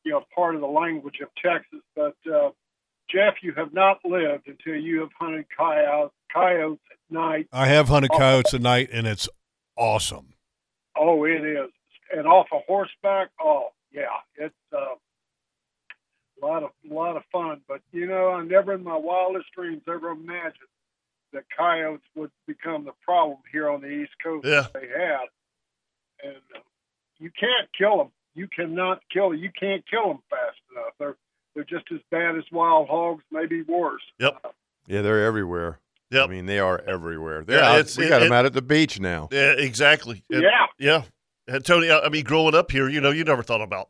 H: you know part of the language of Texas. But uh, Jeff, you have not lived until you have hunted coyotes, coyotes at night.
D: I have hunted
H: Oh.
D: coyotes at night, and it's awesome.
H: Oh, it is, and off a horseback. Oh, yeah, it's uh, a lot of a lot of fun. But you know, I never in my wildest dreams ever imagined that coyotes would become the problem here on the East Coast.
B: Yeah.
H: they had, and uh, you can't kill them. You cannot kill. You can't kill them fast enough. They're they're just as bad as wild hogs, maybe worse.
B: Yep.
H: Uh,
F: Yeah, they're everywhere. I
B: Yep.
F: mean, they are everywhere. They're
B: Yeah,
F: out-
B: it's-
F: we
B: it-
F: got them
B: it-
F: out at the beach now.
B: Yeah, exactly. And-
H: yeah.
B: yeah. And Tony, I, I mean, growing up here, you know, you never thought about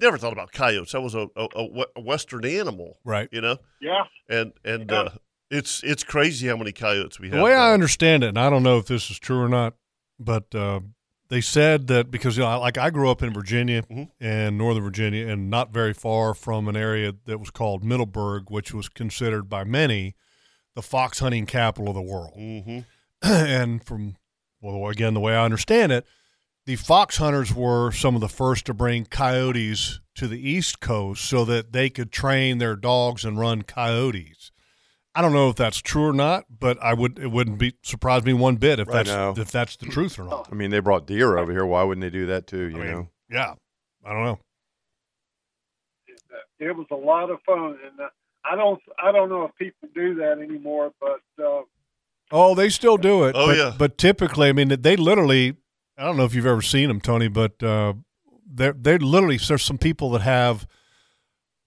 B: never thought about coyotes. That was a, a, a we- a western animal,
D: Right.
B: you know,
H: Yeah.
B: and and
H: Yeah.
B: uh, it's it's crazy how many coyotes we have.
D: The way I
B: now.
D: understand it, and I don't know if this is true or not, but uh, they said that because you know, like I grew up in Virginia
B: Mhm.
D: and Northern Virginia, and not very far from an area that was called Middleburg, which was considered by many the fox hunting capital of the world.
B: Mhm.
D: and from well, again, the way I understand it, the fox hunters were some of the first to bring coyotes to the East Coast so that they could train their dogs and run coyotes. I don't know if that's true or not, but I would it wouldn't be surprise me one bit if
F: Right
D: that's
F: now.
D: if that's the truth or not.
F: I mean, they brought deer over here. Why wouldn't they do that too? You
D: I mean,
F: know,
D: Yeah, I don't know.
H: Uh, it was a lot of fun, and uh, I don't I don't know if people do that anymore, but uh,
D: Oh, they still do it.
B: Oh,
D: but,
B: yeah.
D: But typically, I mean, they literally. I don't know if you've ever seen them, Tony, but uh, they're they're literally there's some people that have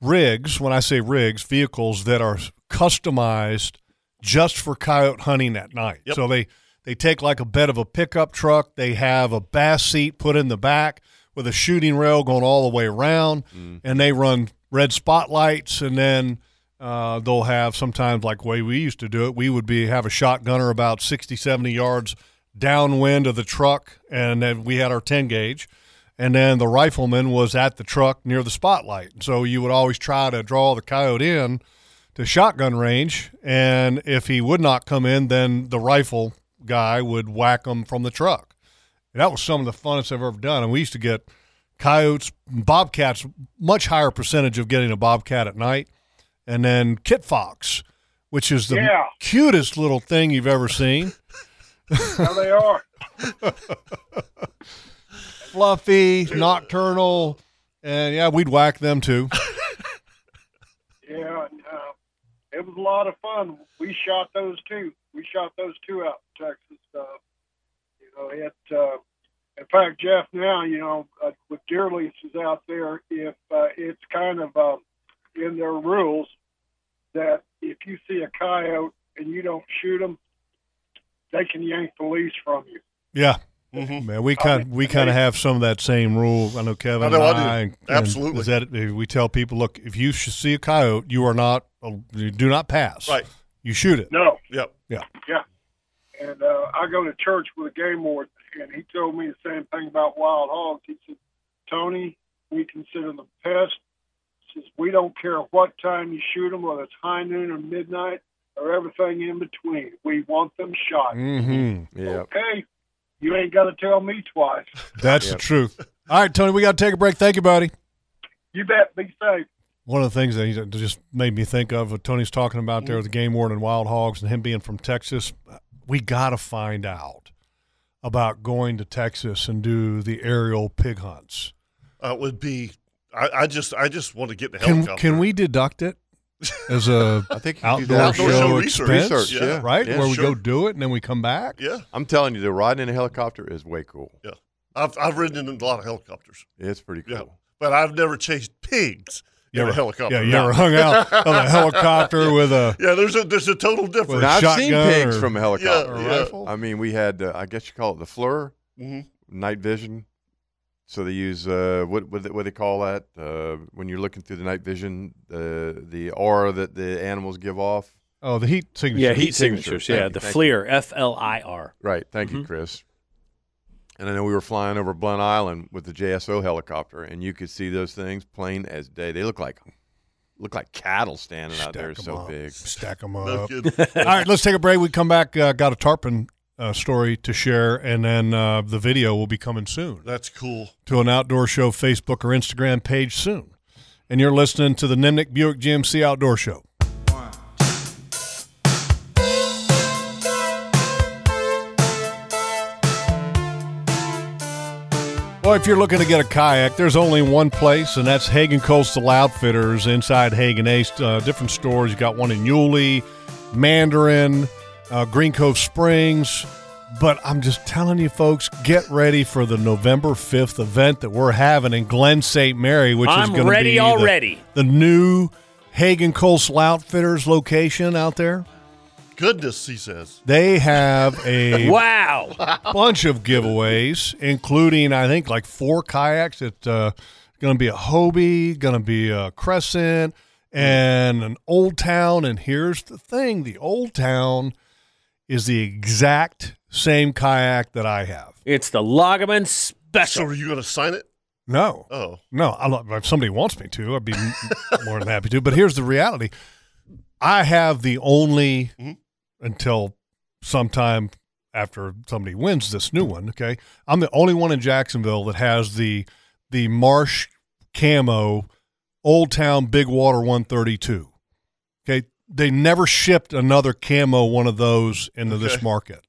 D: rigs. When I say rigs, vehicles that are customized just for coyote hunting at night.
B: Yep.
D: So they they take like a bed of a pickup truck. They have a bass seat put in the back with a shooting rail going all the way around,
B: Mm.
D: and they run red spotlights, and then uh, they'll have sometimes like way we used to do it. We would be have a shotgunner about 60, 70 yards downwind of the truck, and then we had our ten gauge, and then the rifleman was at the truck near the spotlight. So you would always try to draw the coyote in to shotgun range, and if he would not come in, then the rifle guy would whack him from the truck. And that was some of the funnest I've ever done. And we used to get coyotes, bobcats, much higher percentage of getting a bobcat at night, and then kit fox, which is the
H: Yeah.
D: cutest little thing you've ever seen.
H: there they are.
D: Fluffy, nocturnal, and yeah, we'd whack them too.
H: Yeah, and, uh, it was a lot of fun. We shot those two. We shot those two out in Texas. Uh, you know, it. Uh, in fact, Jeff, now you know uh, with deer leases out there, if uh, it's kind of um, in their rules that if you see a coyote and you don't shoot them, they can yank the lease from you.
D: Yeah.
B: Mhm.
D: Man, we kind we kind of have some of that same rule. I know Kevin.
B: I know
D: and
B: I do.
D: and-
B: Absolutely.
D: Is that eh, we tell people, look, if you sh- see a coyote, you are not, you do not pass.
B: Right.
D: You shoot it.
H: No,
B: Yep.
H: And uh, I go to church with a game warden, and he told me the same thing about wild hogs. He said, Tony, we consider them pests. He says, we don't care what time you shoot them, whether it's high noon or midnight or everything in between. We want them shot.
D: Mm-hmm.
F: yeah.
H: Okay, you ain't got to tell me twice.
D: That's the
F: Yep.
D: truth. All right, Tony, we got to take a break. Thank you, buddy.
H: You bet. Be safe.
D: One of the things that he just made me think of what Tony's talking about
B: Mm-hmm.
D: there with the game warden and wild hogs and him being from Texas. uh, We got to find out about going to Texas and do the aerial pig hunts.
B: Uh, it would be. I, I just I just want to get in the
D: can,
B: helicopter.
D: can we deduct it as a
F: I think you could do
D: outdoor,
F: that.
B: Outdoor
D: show,
B: show research.
D: expense,
F: Research, yeah.
D: right?
F: Yeah,
D: Where we
B: sure.
D: go do it and then we come back.
B: Yeah,
F: I'm telling you, the riding in a helicopter is way cool.
B: I've I've ridden in a lot of helicopters,
F: It's pretty cool.
B: Yeah. but I've never chased pigs. in a helicopter.
D: Yeah, you ever hung out on a helicopter with a
B: Yeah, there's a there's a total difference.
D: a
F: Now, I've seen
D: shotgun
F: pigs
D: or-
F: from a helicopter.
B: Yeah, yeah. Rifle?
F: I mean, we had, uh, I guess you call it the FLIR,
B: Mhm.
D: Mm-hmm.
F: night vision. So they use uh, what what they, what they call that uh, when you're looking through the night vision, uh, the aura that the animals give off.
D: oh the heat signature.
F: heat signatures.
C: Yeah,
F: Thank you,
C: the
F: thank
C: FLIR, F L I R.
F: Right. Thank
D: Mm-hmm.
F: you, Chris. And I know we were flying over Blunt Island with the JSO helicopter, and you could see those things plain as day. They look like look like cattle standing out there.
D: Stack
F: So
D: 'em up.
F: big.
D: Stack them
B: No
D: up.
B: kidding.
D: All right, let's take a break. We come back. Uh, got a tarpon uh, story to share, and then uh, the video will be coming soon
B: That's cool.
D: to an outdoor show Facebook or Instagram page soon. And you're listening to the Nimnik Buick GMC Outdoor Show. Well, if you're looking to get a kayak, there's only one place, and that's Hagen Coastal Outfitters inside Hagen Ace. Uh, different stores. You got one in Yulee, Mandarin, uh, Green Cove Springs. But I'm just telling you, folks, get ready for the November 5th event that we're having in Glen St. Mary, which is
C: I'm
D: going to be
C: ready
D: the-
C: already.
D: The, new Hagen Coastal Outfitters location out there.
B: Goodness, he says.
D: They have a
C: Wow.
D: bunch of giveaways, including I think like four kayaks. It's uh, going to be a Hobie, going to be a Crescent, and an Old Town. And here's the thing: the Old Town is the exact same kayak that I have.
C: it's the Loggerman
B: So
C: special.
B: are you going to sign it?
D: No,
B: Oh,
D: no. I love, if somebody wants me to, I'd be more than happy to. But here's the reality: I have the only until sometime after somebody wins this new one. Okay, I'm the only one in Jacksonville that has the the marsh camo Old Town Big Water 132. Okay, they never shipped another camo one of those into this
B: Okay.
D: market.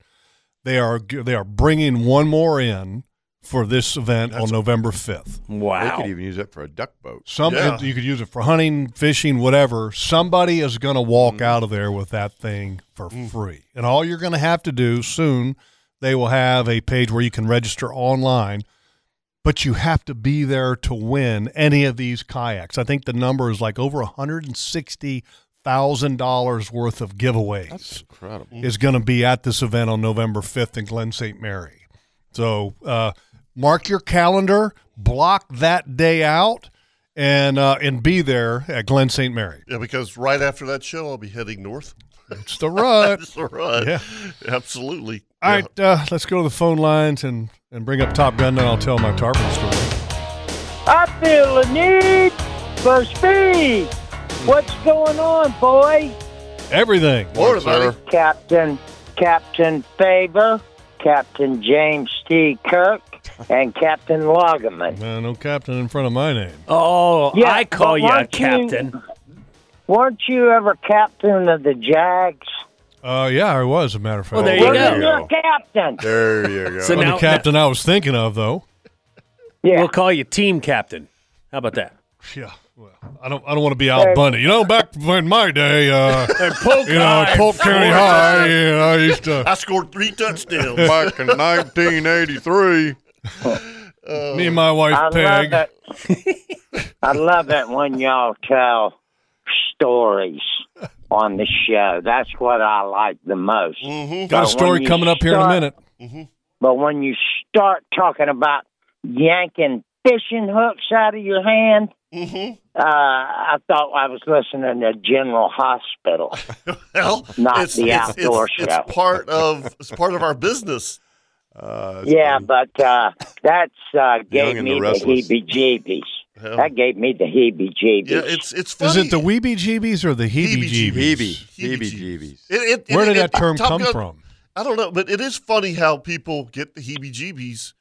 D: They are they are bringing one more in for this event on November 5th.
F: They
C: Wow.
F: could even use it for a duck boat.
D: Some
B: Yeah.
D: you could use it for hunting, fishing, whatever. Somebody is going to walk out of there with that thing for
F: Mm.
D: free. And all you're going to have to do soon, they will have a page where you can register online, but you have to be there to win any of these kayaks. I think the number is like over $160,000 worth of giveaways
F: That's incredible.
D: is going to be at this event on November 5th in Glen St. Mary. So uh, mark your calendar, block that day out, and uh, and be there at Glen St. Mary.
B: yeah, because right after that show, I'll be heading north.
D: It's the rut.
B: That's all right.
D: Yeah.
B: Absolutely.
D: All
B: Yeah.
D: right, uh, let's go to the phone lines and, and bring up Top Gun, then I'll tell my tarpon story.
I: I feel the need for speed. What's going on, boy?
D: Everything.
B: Florida, buddy.
I: Captain, Captain Favor, Captain James T. Kirk, and Captain Loggerman.
D: Uh, no captain in front of my name.
C: Oh,
I: Yeah,
C: I call
I: but
C: you a
I: weren't you-
C: captain.
I: Weren't you ever captain of the Jags?
D: Uh, yeah, I was, as a matter of fact.
C: Well, there you
I: Well,
C: go.
I: then you're captain.
F: There you go.
C: So
D: Not
C: now-
D: the captain I was thinking of, though.
I: Yeah.
C: We'll call you team captain. How about that?
D: Yeah. Well, I don't. I don't want to be Al Bundy. You know, back in my day, uh,
C: Polk
D: you know,
C: High.
D: Polk County High, you know, I used to.
B: I scored three touchdowns.
F: Back in 1983.
B: Uh,
D: Me and my wife
I: I
D: Peg.
I: love it. I love it when y'all tell stories on the show. That's what I like the most.
B: Mm-hmm.
D: Got a
I: But when
D: story
I: you
D: coming up here in a
I: start-
D: minute.
I: But when you start talking about yanking fishing hooks out of your hand,
B: Mm-hmm.
I: uh, I thought I was listening to General Hospital.
B: Well,
I: Not the outdoor
B: it's,
I: show.
B: It's part of it's part of our business.
F: Uh,
I: yeah, but uh, that's uh,
F: Young
I: gave
F: and
I: me
F: the
I: the,
F: Restless.
I: heebie-jeebies.
B: Yeah.
I: That gave me the heebie-jeebies.
B: Yeah, it's it's funny.
D: Is it the weebie jeebies or the heebie
B: Heebie-jeebies.
D: jeebies?
F: Hebe. Hebe jeebies.
B: It- it- it-
D: Where did
B: it-
D: that
B: it-
D: term
B: Top
D: come
B: Gun-
D: from?
B: I don't know, but it is funny how people get the heebie-jeebies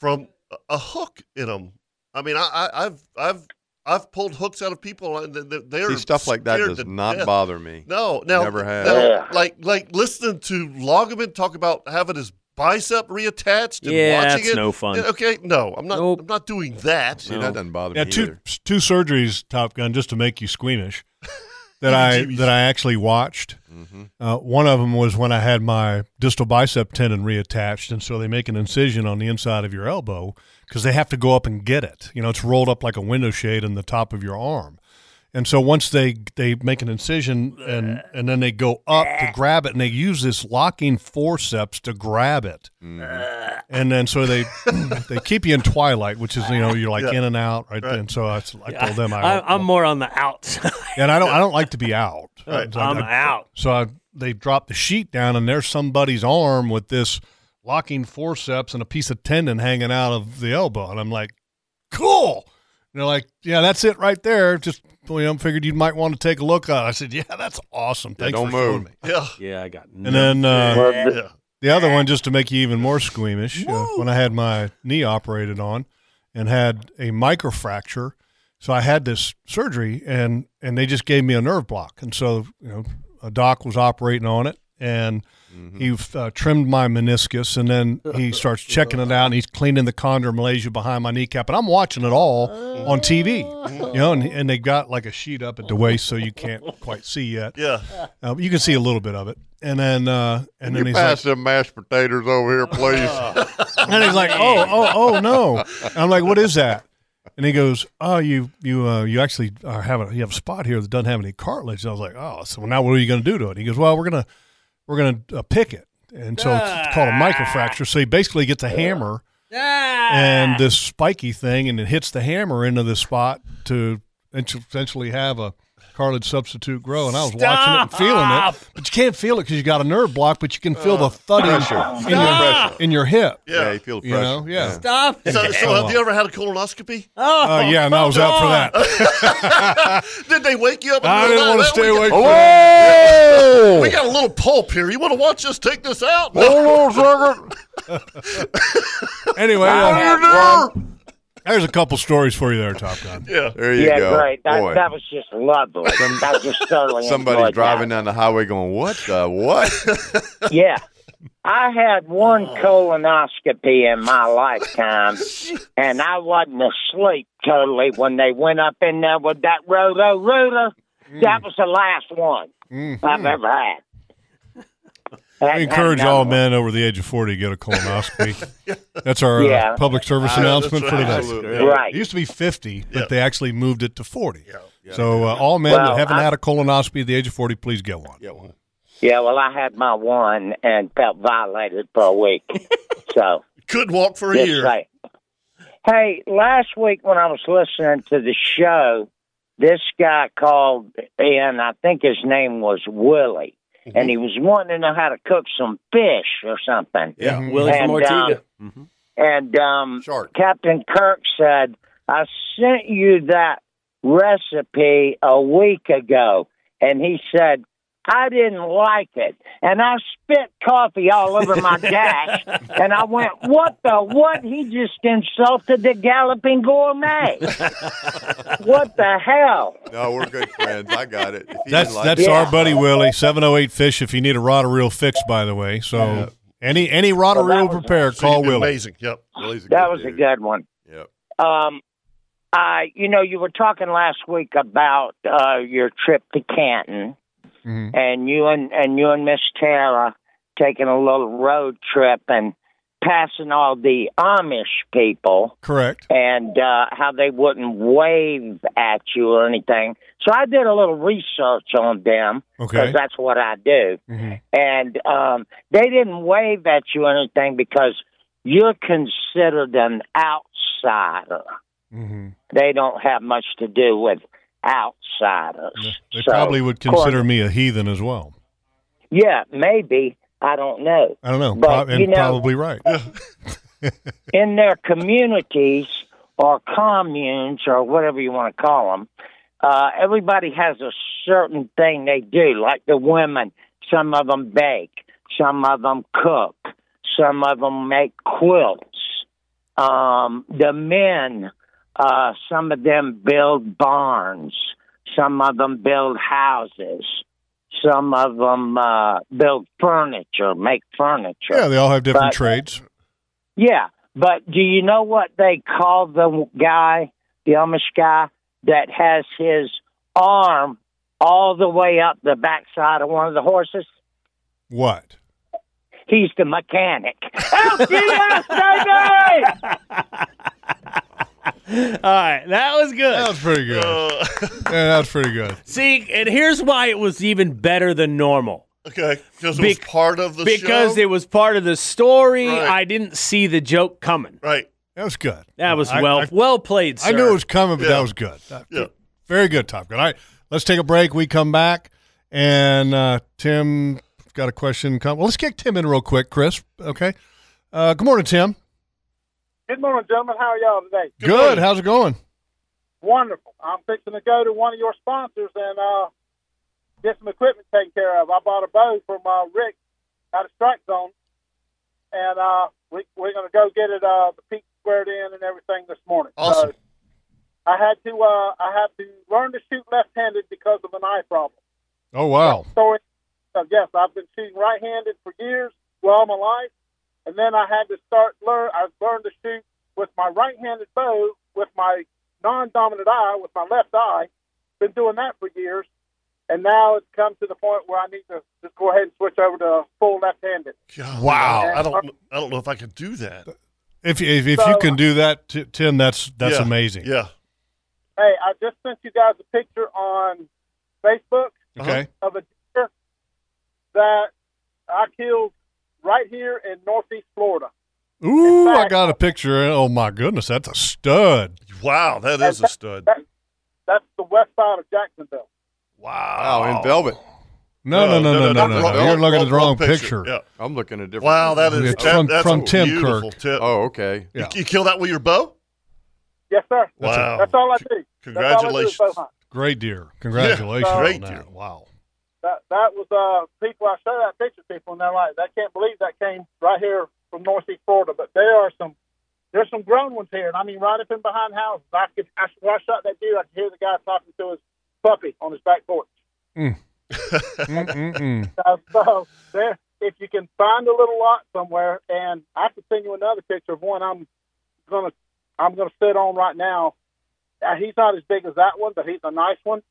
B: from a- a hook in them. I mean, I, I, I've I've I've pulled hooks out of people, and they- they're
F: See, stuff like that
B: scared
F: does
B: to
F: not
B: death.
F: bother me.
B: No, now,
F: Never have.
B: now,
I: Yeah.
B: like like listening to Loggerman talk about having his bicep reattached and
C: Yeah,
B: watching
C: that's
B: it.
C: no fun.
B: Yeah, Okay, no, I'm not.
C: Nope.
B: I'm not doing that.
F: See, that doesn't bother
D: Yeah,
F: me
D: two
F: either.
D: two surgeries, Top Gun, just to make you squeamish. that I that I actually watched.
F: Mm-hmm.
D: Uh, one of them was when I had my distal bicep tendon reattached, and so they make an incision on the inside of your elbow because they have to go up and get it. You know, it's rolled up like a window shade in the top of your arm, and so once they they make an incision and and then they go up to grab it, and they use this locking forceps to grab it, and then so they they keep you in twilight, which is you know you're like
C: Yeah.
D: in and out right. And so I, I told them
C: I,
D: I,
C: I, am more on the outside.
D: and I don't I don't like to be out.
C: Right.
D: I-
C: I'm
D: I-
C: out.
D: So I, they dropped the sheet down, and there's somebody's arm with this locking forceps and a piece of tendon hanging out of the elbow, and I'm like, cool. And they're like, yeah, that's it right there. Just you know, figured you might want to take a look at. it. I said, yeah, that's awesome. Thanks for showing me.
B: Yeah.
C: Yeah, I got.
D: And then uh, the other one, just to make you even more squeamish, uh, when I had my knee operated on and had a microfracture, so I had this surgery and and they just gave me a nerve block, and so you know a doc was operating on it and he uh, trimmed my meniscus, and then he starts checking it out and he's cleaning the chondromalacia behind my kneecap, and I'm watching it all on TV, you know, and, and they got like a sheet up at the waist so you can't quite see yet.
B: Yeah.
D: Uh, you can see a little bit of it. And then, uh,
F: And
D: and
F: you
D: then he's like,
F: pass them mashed potatoes over here, please.
D: and he's like, "Oh, oh, oh, no!" And I'm like, "What is that?" And he goes, "Oh, you, you, uh, you actually are having you have a spot here that doesn't have any cartilage." And I was like, "Oh, so now what are you going to do to it?" He goes, "Well, we're gonna, we're gonna uh, pick it." And so it's called a microfracture. So he basically gets a hammer and this spiky thing, and it hits the hammer into this spot to ent- essentially have a cartilage substitute grow. And I was watching it and feeling it, but you can't feel it because you got a nerve block, but you can feel the thudding
F: pressure.
D: in your-
F: Stop.
D: in your hip.
F: Yeah, you feel the
D: You
F: pressure.
D: know, yeah.
C: Stop.
B: So, so have you ever had a colonoscopy?
D: Oh, yeah, and I was out for that.
B: Did they wake you up? in the
D: I
B: middle
D: didn't
B: of
D: want
B: the night?
D: to stay
B: We
D: awake.
B: got-
D: for that.
B: We got a little pulp here. You want to watch us take this out? No.
F: Hold on a second.
D: Anyway, uh,
F: There
D: there's a couple stories for you there, Top Gun.
B: Yeah.
F: There you
I: Yeah,
F: go.
I: great. That,
F: Boy,
I: that was just lovely. that was sterling.
F: somebody's
I: enjoyed
F: driving
I: that.
F: down the highway going, what the what?
I: Yeah. I had one
F: Oh.
I: colonoscopy in my lifetime, and I wasn't asleep totally when they went up in there with that roto roto. That
F: Mm.
I: was the last one
F: Mm-hmm.
I: I've ever had.
D: I encourage all men over the age of 40 to get a colonoscopy. That's our
I: Yeah.
D: uh, public service
B: Ah,
D: announcement
B: that's
D: for
B: right.
D: today.
B: Absolutely.
D: It
I: Right.
D: used to be 50, but
B: Yeah.
D: they actually moved it to 40. So uh, all men
I: Well,
D: that haven't
I: I-
D: had a colonoscopy at the age of 40, please get one.
I: Yeah, well, I had my one and felt violated for a week. so.
B: Could walk for a
I: That's
B: year.
I: right. Hey, last week when I was listening to the show, this guy called in, I think his name was Willie,
B: Mm-hmm.
I: and he was wanting to know how to cook some fish or something.
C: Yeah,
F: Mm-hmm.
B: Mm-hmm.
C: Willie
I: And, um,
C: from Ortega.
I: And um,
F: Shark.
I: Captain Kirk said, I sent you that recipe a week ago. And he said, I didn't like it. And I spit coffee all over my dash. and I went, What the what? He just insulted the galloping gourmet. what the hell?
F: No, we're good friends. I got it. If he
D: That's
F: didn't like
D: that's
F: it-
I: Yeah.
D: our buddy Willie, 708 Fish, if you need a rod or reel fix, by the way. So any any rod or
I: Well, that
D: reel
I: was-
D: prepared,
B: So
D: call
B: you'd be
D: Willie.
B: Amazing. Yep.
F: Willie's a
I: That was a
F: dude.
I: good one.
F: Yep.
I: Um, I, you know, you were talking last week about uh, your trip to Canton,
A: Mm-hmm.
D: Mhm.
I: and you and and you and Miss Tara taking a little road trip and passing all the Amish people,
D: Correct.
I: and uh, how they wouldn't wave at you or anything. So I did a little research on them because
D: Okay.
I: that's what I do
D: Mhm.
I: and um, they didn't wave at you or anything because you're considered an outsider.
D: Mhm.
I: They don't have much to do with outsiders.
D: They
I: So,
D: probably would
I: of course-
D: consider me a heathen as well.
I: Yeah, maybe. I don't know.
D: I don't know.
I: But,
D: Prob- and
I: you know-
D: probably right.
I: in their communities or communes or whatever you want to call them, uh, everybody has a certain thing they do. Like the women, some of them bake, some of them cook, some of them make quilts. Um, the men, uh, some of them build barns, some of them build houses, some of them uh, build furniture, make furniture.
D: Yeah, they all have different
I: But-
D: trades.
I: Yeah, but do you know what they call the guy, the Amish guy that has his arm all the way up the backside of one of the horses?
D: What?
I: He's the mechanic. LCS, baby!
C: All right, that was good. Uh,
D: That was pretty good. yeah, that was pretty good.
C: See, and here's why it was even better than normal.
B: Okay, because it was
C: Bec-
B: part of the
C: because
B: show.
C: it was part of the story.
B: Right.
C: I didn't see the joke coming.
B: right.
D: That was good.
C: That was
D: I-
C: well
D: I,
C: well played. Sir.
D: I knew it was coming, but
B: Yeah.
D: that was good. That-
B: Yeah.
D: Very good, Top Gun. All right, let's take a break. We come back, and uh, Tim got a question. Come, well, let's get Tim in real quick, Chris. Okay. Uh, good morning, Tim.
A: Good morning, gentlemen. How are y'all today?
D: Good. How's it going?
A: Wonderful. I'm fixing to go to one of your sponsors and uh, get some equipment taken care of. I bought a bow from uh, Rick out of Strike Zone, and uh, we, we're going to go get it uh, the peak squared in and everything this morning.
B: Awesome.
A: So I had to uh, I had to learn to shoot left-handed because of an eye problem.
D: Oh wow.
A: So, so yes, I've been shooting right-handed for years, well, all my life, and then I had to start learn. I learned to shoot with my right-handed bow with my non-dominant eye, with my left eye. Been doing that for years, and now it's come to the point where I need to just go ahead and switch over to full left-handed.
B: God,
D: Wow.
B: I don't. kn- I don't know if I could do that.
D: If if, if you
A: So-
D: can do that, Ti- Tim, that's that's
B: Yeah.
D: amazing.
B: Yeah.
A: Hey, I just sent you guys a picture on Facebook
D: Okay.
A: of a deer that I killed right here in Northeast Florida.
D: Ooh, I
A: fact-
D: got a picture. Oh my goodness, that's a stud.
B: Wow, that is a stud.
A: That, that's the west side of Jacksonville.
B: Wow.
F: Wow, Oh, in velvet.
D: No, no, no, no, no, no. no,
B: wrong-
D: You're looking at the wrong, picture.
B: Yeah.
F: I'm looking at different.
B: Wow, that is
D: It's
B: that-
D: from-
B: that's
D: from
B: a
D: Tim
B: beautiful
D: Kirk.
B: tip.
F: Oh, okay.
B: You-
D: Yeah.
B: You, kill that with your bow?
A: Yes, sir.
D: That's a-
B: wow.
A: That's all I do.
B: Congratulations.
A: That's all I do is bow hunt.
D: Great deer. Congratulations.
B: Yeah, great
D: on that.
B: deer.
D: Wow.
A: That, that was uh, people, I show that picture to people, and they're like, I can't believe that came right here from Northeast Florida. But there are some, there's some grown ones here, and I mean, right up in behind houses. I could, I, when I shot that deer, I could hear the guy talking to his puppy on his back porch.
D: Mm, mm, mm.
A: Uh, so there, if you can find a little lot somewhere, and I can send you another picture of one I'm gonna I'm gonna sit on right now. Uh, he's not as big as that one, but he's a nice one.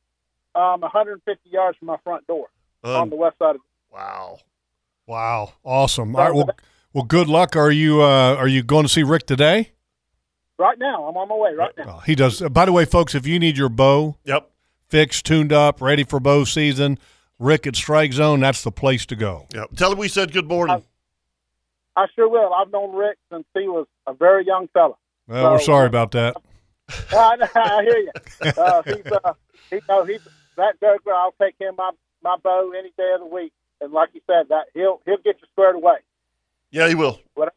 A: Um, 150 yards from my front door on
B: Um,
A: the west side. Of
B: wow.
D: Wow. Awesome. All right. Well, well, good luck. Are you uh, are you going to see Rick today?
A: right now, I'm on my way right now.
D: Well, he does. By the way, folks, if you need your bow
B: Yep.
D: fixed, tuned up, ready for bow season, Rick at Strike Zone, that's the place to go.
B: Yep. Tell him we said good
C: Uh,
B: morning.
A: I sure will. I've known Rick since he was a very young fella.
D: Well, we're
A: So-
D: sorry about that.
A: I, I hear you. Uh, he's uh, he, no, he's that joker. I'll take him my my bow any day of the week. And like you said, that he'll he'll get you squared away.
B: yeah, he will.
A: Brother,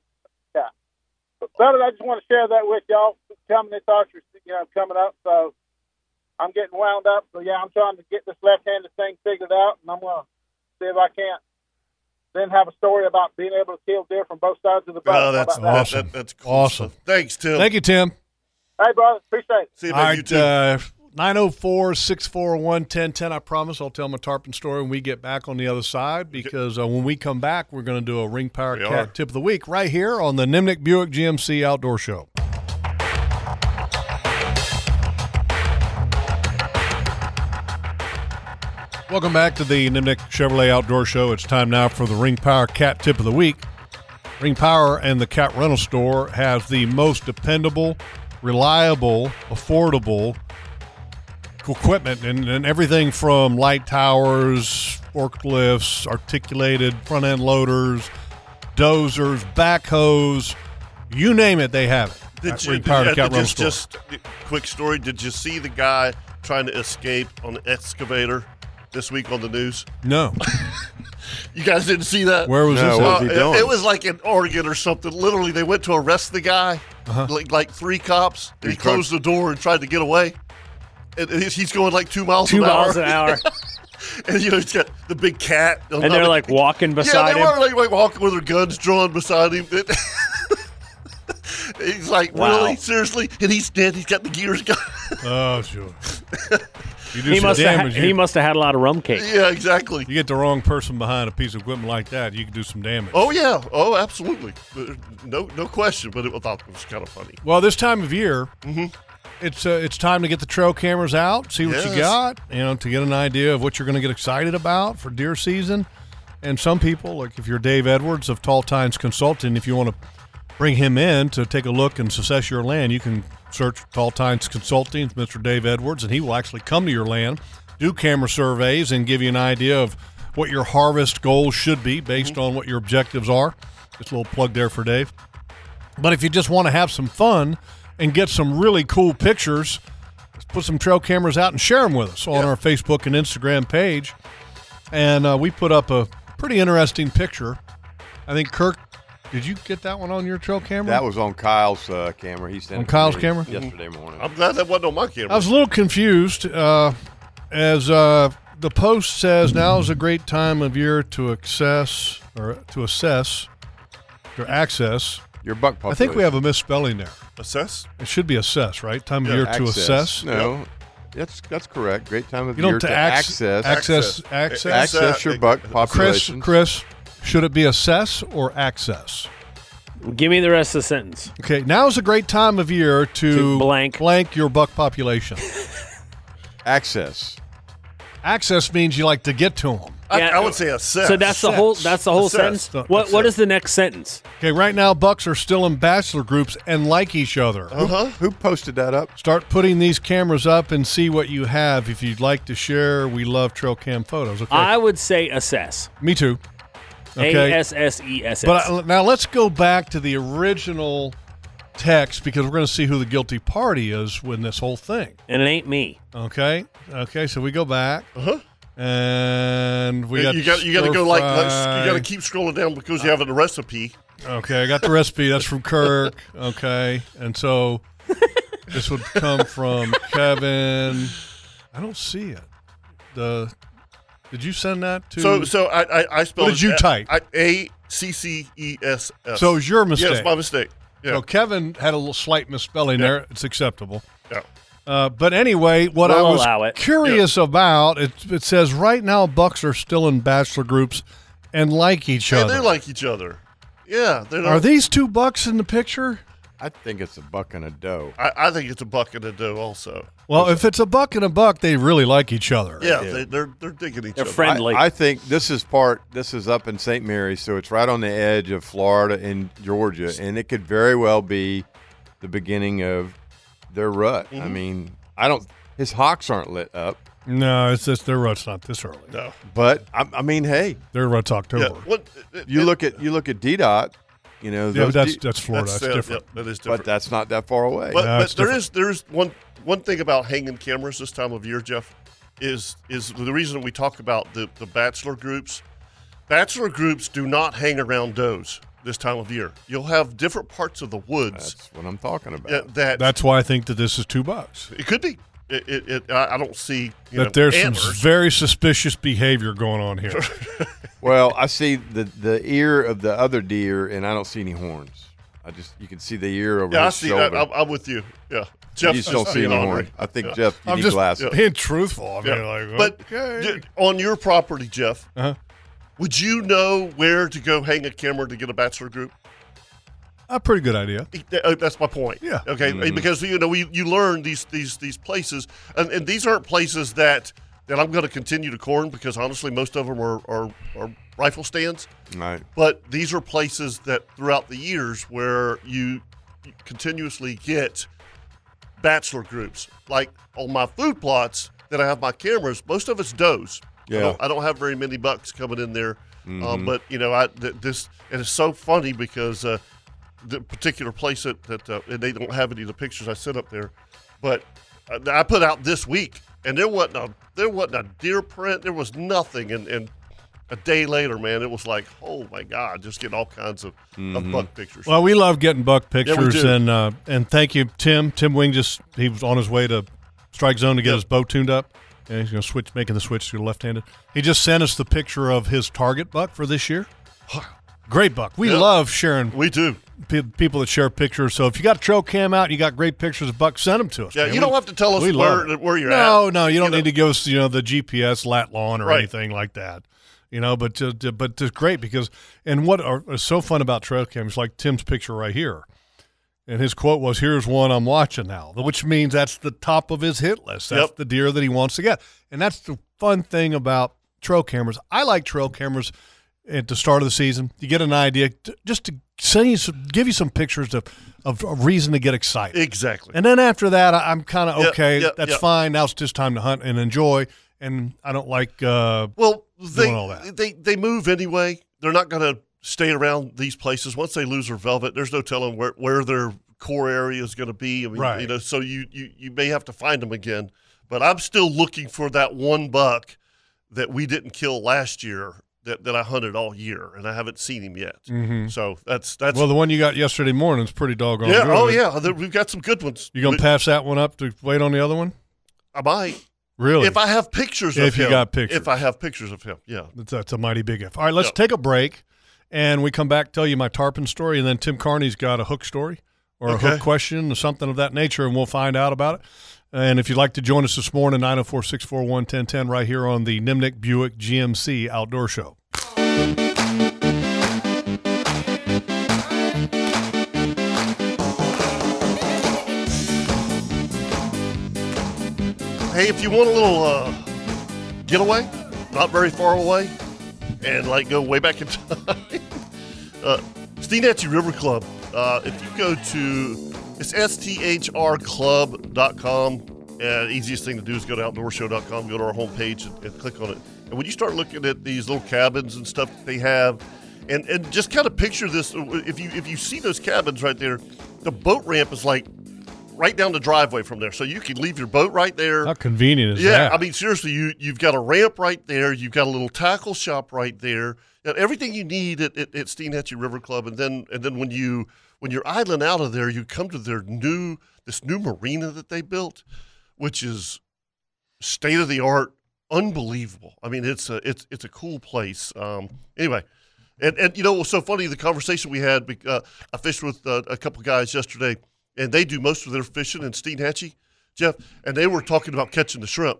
A: I just want to share that with y'all. Coming this archery, you know, coming up. So I'm getting wound up. So yeah, I'm trying to get this left-handed thing figured out, and I'm gonna see if I can't then have a story about being able to kill deer from both sides of the bow.
B: Oh, that's
A: How
B: that-
A: about
D: awesome.
B: that- that's cool.
D: Awesome.
B: stuff. Thanks, Tim.
D: Thank you, Tim.
A: that? Hey, brother, appreciate it.
B: See you,
D: All
B: man. You
D: right,
B: too.
D: uh, 904-641-1010. I promise I'll tell my tarpon story when we get back on the other side because uh, when we come back, we're going to do a Ring Power
B: We
D: Cat
B: are.
D: Tip of the Week right here on the Nimnik Buick GMC Outdoor Show. Welcome back to the Nimnik Chevrolet Outdoor Show. It's time now for the Ring Power Cat Tip of the Week. Ring Power and the Cat Rental Store has the most dependable, reliable, affordable equipment and, and everything from light towers, forklifts, articulated front end loaders, dozers, backhoes, you name it, they have it.
B: Did
D: at
B: you,
D: Ring
B: did
D: Power
B: you-
D: and Cat Rental
B: just,
D: Store.
B: just quick story? Did you see the guy trying to escape on the excavator this week on the news?
D: no.
B: You guys didn't see that? Uh,
D: Where was
F: No,
D: this?
F: what
D: at?
F: was he
B: it,
F: doing?
B: it was like in Oregon or something. Literally, they went to arrest the guy,
D: Uh-huh.
B: like like three cops, and he
F: Three
B: closed the door and tried to get away. And and he's, he's going like two miles
C: Two
B: an hour.
C: miles an hour,
B: and you know he's got the big cat.
C: and they're like walking
B: yeah,
C: beside
B: they
C: him.
B: were like, like walking with their guns drawn beside him. It- he's like,
C: Wow.
B: really, seriously? And he's dead. He's got the gears going.
D: Oh, sure. You do
C: He
D: some
C: must have
D: damage.
C: had,
D: you,
C: he must have had a lot of rum cake.
B: yeah, exactly.
D: you get the wrong person behind a piece of equipment like that, you can do some damage.
B: Oh yeah. Oh, absolutely. No, no question. But it, I thought it was kind of funny.
D: Well, this time of year, it's uh, it's time to get the trail cameras out, see what
B: Yes.
D: you got, you know, to get an idea of what you're going to get excited about for deer season. And some people, like if you're Dave Edwards of Tall Tines Consulting, if you want to bring him in to take a look and assess your land, you can search Tall Tines Consulting, Mr. Dave Edwards, and he will actually come to your land, do camera surveys, and give you an idea of what your harvest goals should be based on what your objectives are. Just a little plug there for Dave. But if you just want to have some fun and get some really cool pictures, let's put some trail cameras out and share them with us on our Facebook and Instagram page. And uh, we put up a pretty interesting picture. I think Kirk, did you get that one on your trail camera?
F: That was on Kyle's uh, camera. He sent
D: On
F: it to
D: Kyle's
F: me
D: camera?
F: yesterday morning.
B: I'm glad that wasn't on my camera.
D: I was a little confused uh, as uh, the post says now is a great time of year to access or to assess or access.
F: Your buck
D: I think we
F: population.
D: have a misspelling there.
B: Assess?
D: It should be assess, right? Time of year to
F: Access.
D: assess.
F: No, that's that's correct. Great time of
D: You don't
F: year
D: have to
F: to
D: acc-
F: access
D: access-
F: access,
D: access.
F: access your buck
D: Chris,
F: population.
D: Chris, should it be assess or access?
C: Give me the rest of the sentence.
D: Okay, now is a great time of year to,
C: To blank.
D: blank your buck population.
F: access.
D: access means you like to get to them.
B: I,
C: Yeah.
B: I would say assess.
C: So that's the whole. That's the whole
B: Assess.
C: sentence.
D: Don't
C: What What is the next sentence?
D: Okay, right now bucks are still in bachelor groups and like each other.
F: Who posted that up?
D: Start putting these cameras up and see what you have. If you'd like to share, we love trail cam photos. Okay,
C: I would say assess.
D: me too.
C: A S S E S S.
D: But I, now let's go back to the original text because we're going to see who the guilty party is when this whole thing.
C: and it ain't me.
D: Okay. Okay. So we go back. And we got
B: Uh-huh. you got you got to go like let's, you got to
D: stir-fry.
B: keep scrolling down because you have a recipe.
D: Okay, I got the recipe. That's from Kirk. Okay, and so this would come from Kevin. I don't see it. The did you send that to?
B: So so I I, I spelled.
D: did you
B: it-
D: type?
B: I- A C C E S S.
D: So it was your mistake.
B: yeah, it's my mistake. Yeah.
D: So Kevin had a little slight misspelling there. It's acceptable.
B: Yeah.
D: Uh, but anyway, what
C: We'll
D: I was
C: allow it.
D: curious about it, it says right now Bucks are still in bachelor groups and like each
B: Hey,
D: other.
B: they like each other. Yeah, they
D: are
B: don't.
D: these two Bucks in the picture?
F: I think it's a buck and a doe.
B: I, I think it's a bucket of dough. Also,
D: Well, if it's a buck and a buck, they really like each other.
B: yeah, they, they're they're digging each
C: They're
B: other.
C: friendly.
F: I, I think this is part. This is up in St. Mary's, so it's right on the edge of Florida and Georgia, and it could very well be the beginning of their rut.
B: Mm-hmm.
F: I mean, I don't. His hawks aren't lit up,
D: No, it's just their rut's not this early.
B: No.
F: but I, I mean, hey,
D: Their rut's October.
B: Yeah. What,
F: you look at you look at DDOT. You know,
D: Yeah, but
F: those
D: that's
F: D-
D: that's Florida. That's,
B: uh,
D: different.
B: yeah, that is different.
F: but that's not that far away.
B: But,
D: No,
B: but
D: it's
B: there
D: different.
B: is there is one one thing about hanging cameras this time of year, Jeff, is is the reason we talk about the the bachelor groups. Bachelor groups do not hang around does this time of year. You'll have different parts of the woods
F: that's what I'm talking about.
B: uh, that,
D: That's why I think that this is two bucks.
B: it could be. It, it, it, I I don't see you know,
D: That there's some
B: antlers.
D: very suspicious behavior going on here.
F: Well, I see the the ear of the other deer, and I don't see any horns. I just you can see the ear over
B: yeah, I
F: his
B: see. I,
F: shoulder.
B: I'm, I'm with you. Yeah,
F: you
B: Jeff
F: just don't see
B: being
F: any
B: ornery.
F: horn. I think Jeff, you
D: I'm
F: need
D: just
F: glasses.
D: being truthful. I mean,
B: Yeah.
D: like,
B: but
D: okay.
B: d- on your property, Jeff,
D: Uh-huh.
B: would you know where to go hang a camera to get a bachelor group?
D: a pretty good idea.
B: Uh, That's my point.
D: Yeah.
B: Okay.
F: Mm-hmm.
B: Because you know we you learn these these these places, and, and these aren't places that that I'm going to continue to corn because honestly most of them are are, are rifle stands.
F: Right.
B: But these are places that throughout the years where you continuously get bachelor groups. Like on my food plots that I have my cameras, most of it's does. I
F: Yeah.
B: don't, I don't have very many bucks coming in there. Um, but
D: Mm-hmm.
B: you know, I th- this and it's so funny because uh, the particular place that, that uh, and they don't have any of the pictures I sent up there, but uh, I put out this week, and there wasn't a there wasn't a deer print, there was nothing, and and a day later, man, it was like, oh my god, just getting all kinds of, of buck pictures.
D: Mm-hmm. Well, we love getting buck
B: we
D: pictures,
B: do.
D: and uh, and thank you, Tim. Tim Wing just he was on his way to strike zone to get
B: Yep.
D: his bow tuned up, and he's going to switch, making the switch to left-handed. He just sent us the picture of his target buck for this year. Great buck. We
B: Yeah.
D: love sharing
B: we do.
D: pe- people that share pictures. So if you got a trail cam out, you got great pictures of bucks, send them to us.
B: Yeah,
D: man.
B: you don't have to tell us
D: we love
B: where-
D: it.
B: where you're
D: no,
B: at.
D: No, you don't
B: You
D: need to give us you know the GPS lat lawn or
B: Right.
D: anything like that. You know, but uh, d- but it's great because and what are, is so fun about trail cams like Tim's picture right here And his quote was, "Here's one I'm watching now," which means that's the top of his hit list. That's the deer that he wants to get, and that's the fun thing about trail cameras. I like trail cameras at the start of the season. You get an idea, t- just to send you some, give you some pictures of, of a reason to get excited.
B: Exactly.
D: And then after that, I- I'm kind of
B: Yeah,
D: okay.
B: yeah,
D: that's
B: yeah.
D: fine. Now it's just time to hunt and enjoy. And I don't like uh,
B: well they,
D: doing all that.
B: they they move anyway. They're not going to stay around these places once they lose their velvet. There's no telling where, where their core area is going to be. I mean, you
D: Right.
B: know, so you, you you may have to find them again. But I'm still looking for that one buck that we didn't kill last year that, that I hunted all year, and I haven't seen him yet.
D: Mhm.
B: So that's that's
D: well, the one you got yesterday morning is pretty doggone
B: yeah.
D: good.
B: Oh yeah, there- we've got some good ones.
D: You gonna
B: We-
D: pass that one up to wait on the other one?
B: I might
D: Really?
B: if I have pictures of
D: If
B: him.
D: you got pictures.
B: If I have pictures of him, yeah.
D: That's, that's uh, a mighty big if. All right, let's take a break, and we come back tell you my tarpon story, and then Tim Carney's got a hook story or a
B: Okay.
D: hook question or something of that nature, and we'll find out about it. And if you'd like to join us this morning, 904 641 1010 right here on the Nimnik Buick GMC Outdoor Show.
B: Hey, if you want a little uh, getaway, not very far away, and like go way back in time, uh, Steenatchee River Club. Uh, if you go to it's sthrclub.com, and easiest thing to do is go to outdoorshow.com, go to our homepage, and, and click on it. And when you start looking at these little cabins and stuff that they have, and and just kind of picture this: uh, if you if you see those cabins right there, the boat ramp is like right down the driveway from there, so you can leave your boat right there
D: How convenient is
B: yeah,
D: that?
B: I mean, seriously, you you've got a ramp right there. You've got a little tackle shop right there. And everything you need at, at, at Steenhatchee River Club, and then and then when you when you're idling out of there, you come to their new this new marina that they built, which is state of the art, unbelievable. I mean, it's a it's it's a cool place. Um, anyway, and and you know what's so funny? The conversation we had. bec- Uh, I fished with uh, a couple guys yesterday, and they do most of their fishing in Steenhatchee, Jeff, and they were talking about catching the shrimp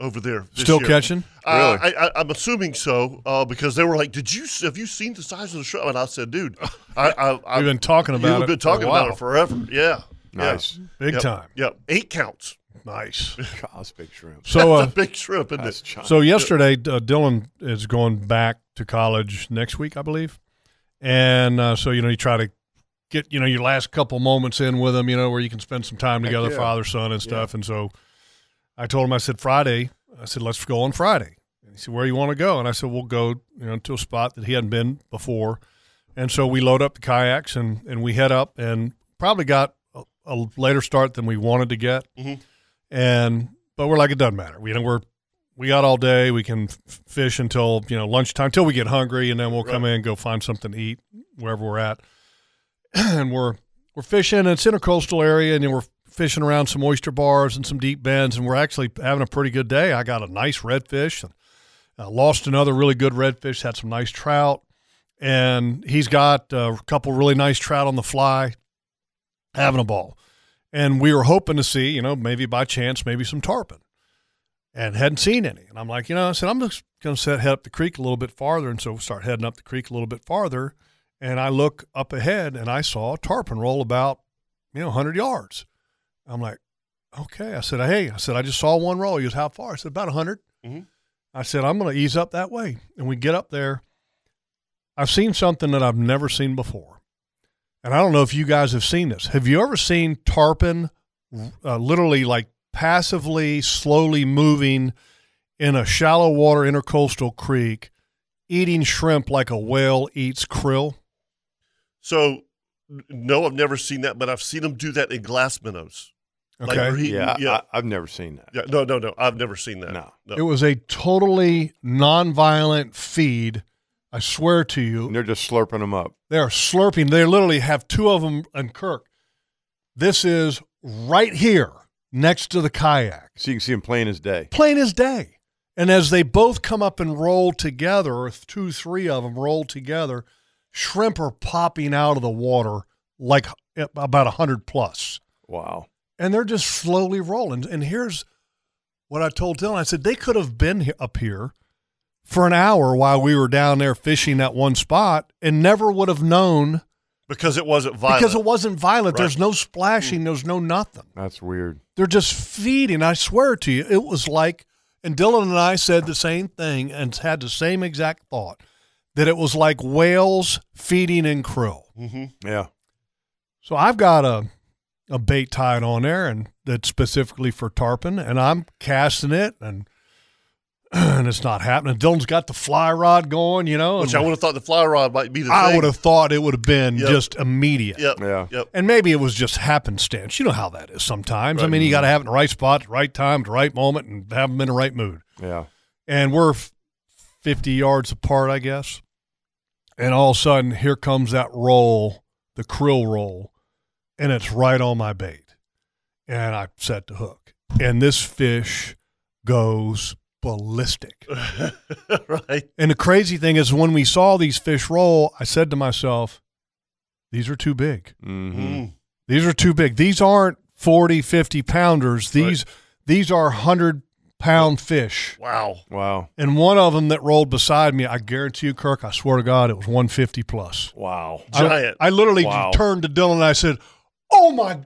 B: over there. this
D: Still
B: year.
D: catching?
B: Uh,
D: Really?
B: I, I, I'm assuming so uh, because they were like, "Did you have you seen the size of the shrimp?" And I said, "Dude, I, I, I
D: We've been talking about
B: you've been
D: it for a
B: talking about
D: while."
B: it forever." Yeah,
D: Nice.
B: yeah.
D: Big
B: Yep.
D: time.
B: Yep, eight counts.
D: Nice.
F: God's big shrimp.
D: So,
B: that's
D: uh,
B: a big shrimp, isn't it?
D: So yesterday, uh, Dylan is going back to college next week, I believe, and uh, so you know you try to get you know your last couple moments in with him, you know, where you can spend some time
B: Heck
D: together,
B: yeah.
D: father son and
B: Yeah.
D: stuff. And so I told him, I said Friday, I said let's go on Friday. And he said, where you want to go? And I said, we'll go you know to a spot that he hadn't been before. And so we load up the kayaks and and we head up and probably got a, a later start than we wanted to get.
B: Mhm.
D: And but we're like it doesn't matter. We you know we're we got all day. We can f- fish until you know lunchtime, until we get hungry, and then we'll come in and go find something to eat wherever we're at. and we're we're fishing. And it's in a coastal area, and then we're fishing around some oyster bars and some deep bends, and we're actually having a pretty good day. I got a nice redfish, and uh, lost another really good redfish. Had some nice trout, and he's got uh, a couple really nice trout on the fly having a ball. And we were hoping to see, you know, maybe by chance, maybe some tarpon and hadn't seen any. And I'm like, you know, I said, I'm just going to set, head up the creek a little bit farther. And so we start heading up the creek a little bit farther. And I look up ahead and I saw a tarpon roll about, you know, 100 yards. I'm like, okay. I said, hey, I said, I just saw one roll. He goes, how far? I said, about 100.
B: Mhm.
D: I said, I'm going to ease up that way. And we get up there. I've seen something that I've never seen before. And I don't know if you guys have seen this. Have you ever seen tarpon uh, literally like passively, slowly moving in a shallow water intercoastal creek, eating shrimp like a whale eats krill?
B: So, n- no, I've never seen that, but I've seen him do that in glass minnows. Like,
D: Okay.
B: where he-
F: yeah,
B: yeah,
F: I, have never seen that.
B: yeah. No, no, no. I've never seen that.
F: No.
D: It was a totally nonviolent feed. I swear to you.
F: And they're just slurping them up.
D: They are slurping. They literally have two of them and Kirk. This is right here next to the kayak,
F: So you can see them plain as day.
D: plain as day. And as they both come up and roll together, or two, three of them roll together, shrimp are popping out of the water like eh, about 100 plus.
F: Wow.
D: And they're just slowly rolling. And here's what I told Dylan I said, they could have been he- up here for an hour while we were down there fishing that one spot and never would have known
B: because it wasn't violent.
D: Because it wasn't violent.
B: Right. Mm.
D: There's no splashing. There's no nothing.
F: That's weird.
D: They're just feeding. I swear to you, it was like, and Dylan and I said the same thing and had the same exact thought that it was like whales feeding in krill.
B: Mm-hmm.
F: Yeah.
D: So I've got a a bait tied on there, and that's specifically for tarpon, and I'm casting it, and and it's not happening. Dylan's got the fly rod going, you know,
B: Which
D: and
B: I would have thought the fly rod might be the
D: I
B: thing.
D: would have thought it would have been
B: Yep.
D: just immediate.
B: Yep.
F: Yeah.
B: Yep.
D: And maybe it was just happenstance. You know how that is sometimes. I
B: Right. Mm-hmm.
D: mean, you got to have it in the right spot, at the right time, at the right moment, and have them in the right mood.
F: Yeah.
D: And we're f- 50 yards apart, I guess. And all of a sudden, here comes that roll, the krill roll, and it's right on my bait. And I set the hook. And this fish goes ballistic.
B: right.
D: And the crazy thing is, when we saw these fish roll, I said to myself, these are too big.
F: Mm-hmm.
D: Mm. These are too big. These aren't 40, 50 pounders. These these are 100 pound fish.
B: Wow.
F: Wow.
D: And one of them that rolled beside me, I guarantee you, Kirk, I swear to God, it was 150 plus.
F: Wow.
D: I-
B: Giant.
D: I, literally
F: Wow.
D: turned to Dylan and I said, Oh my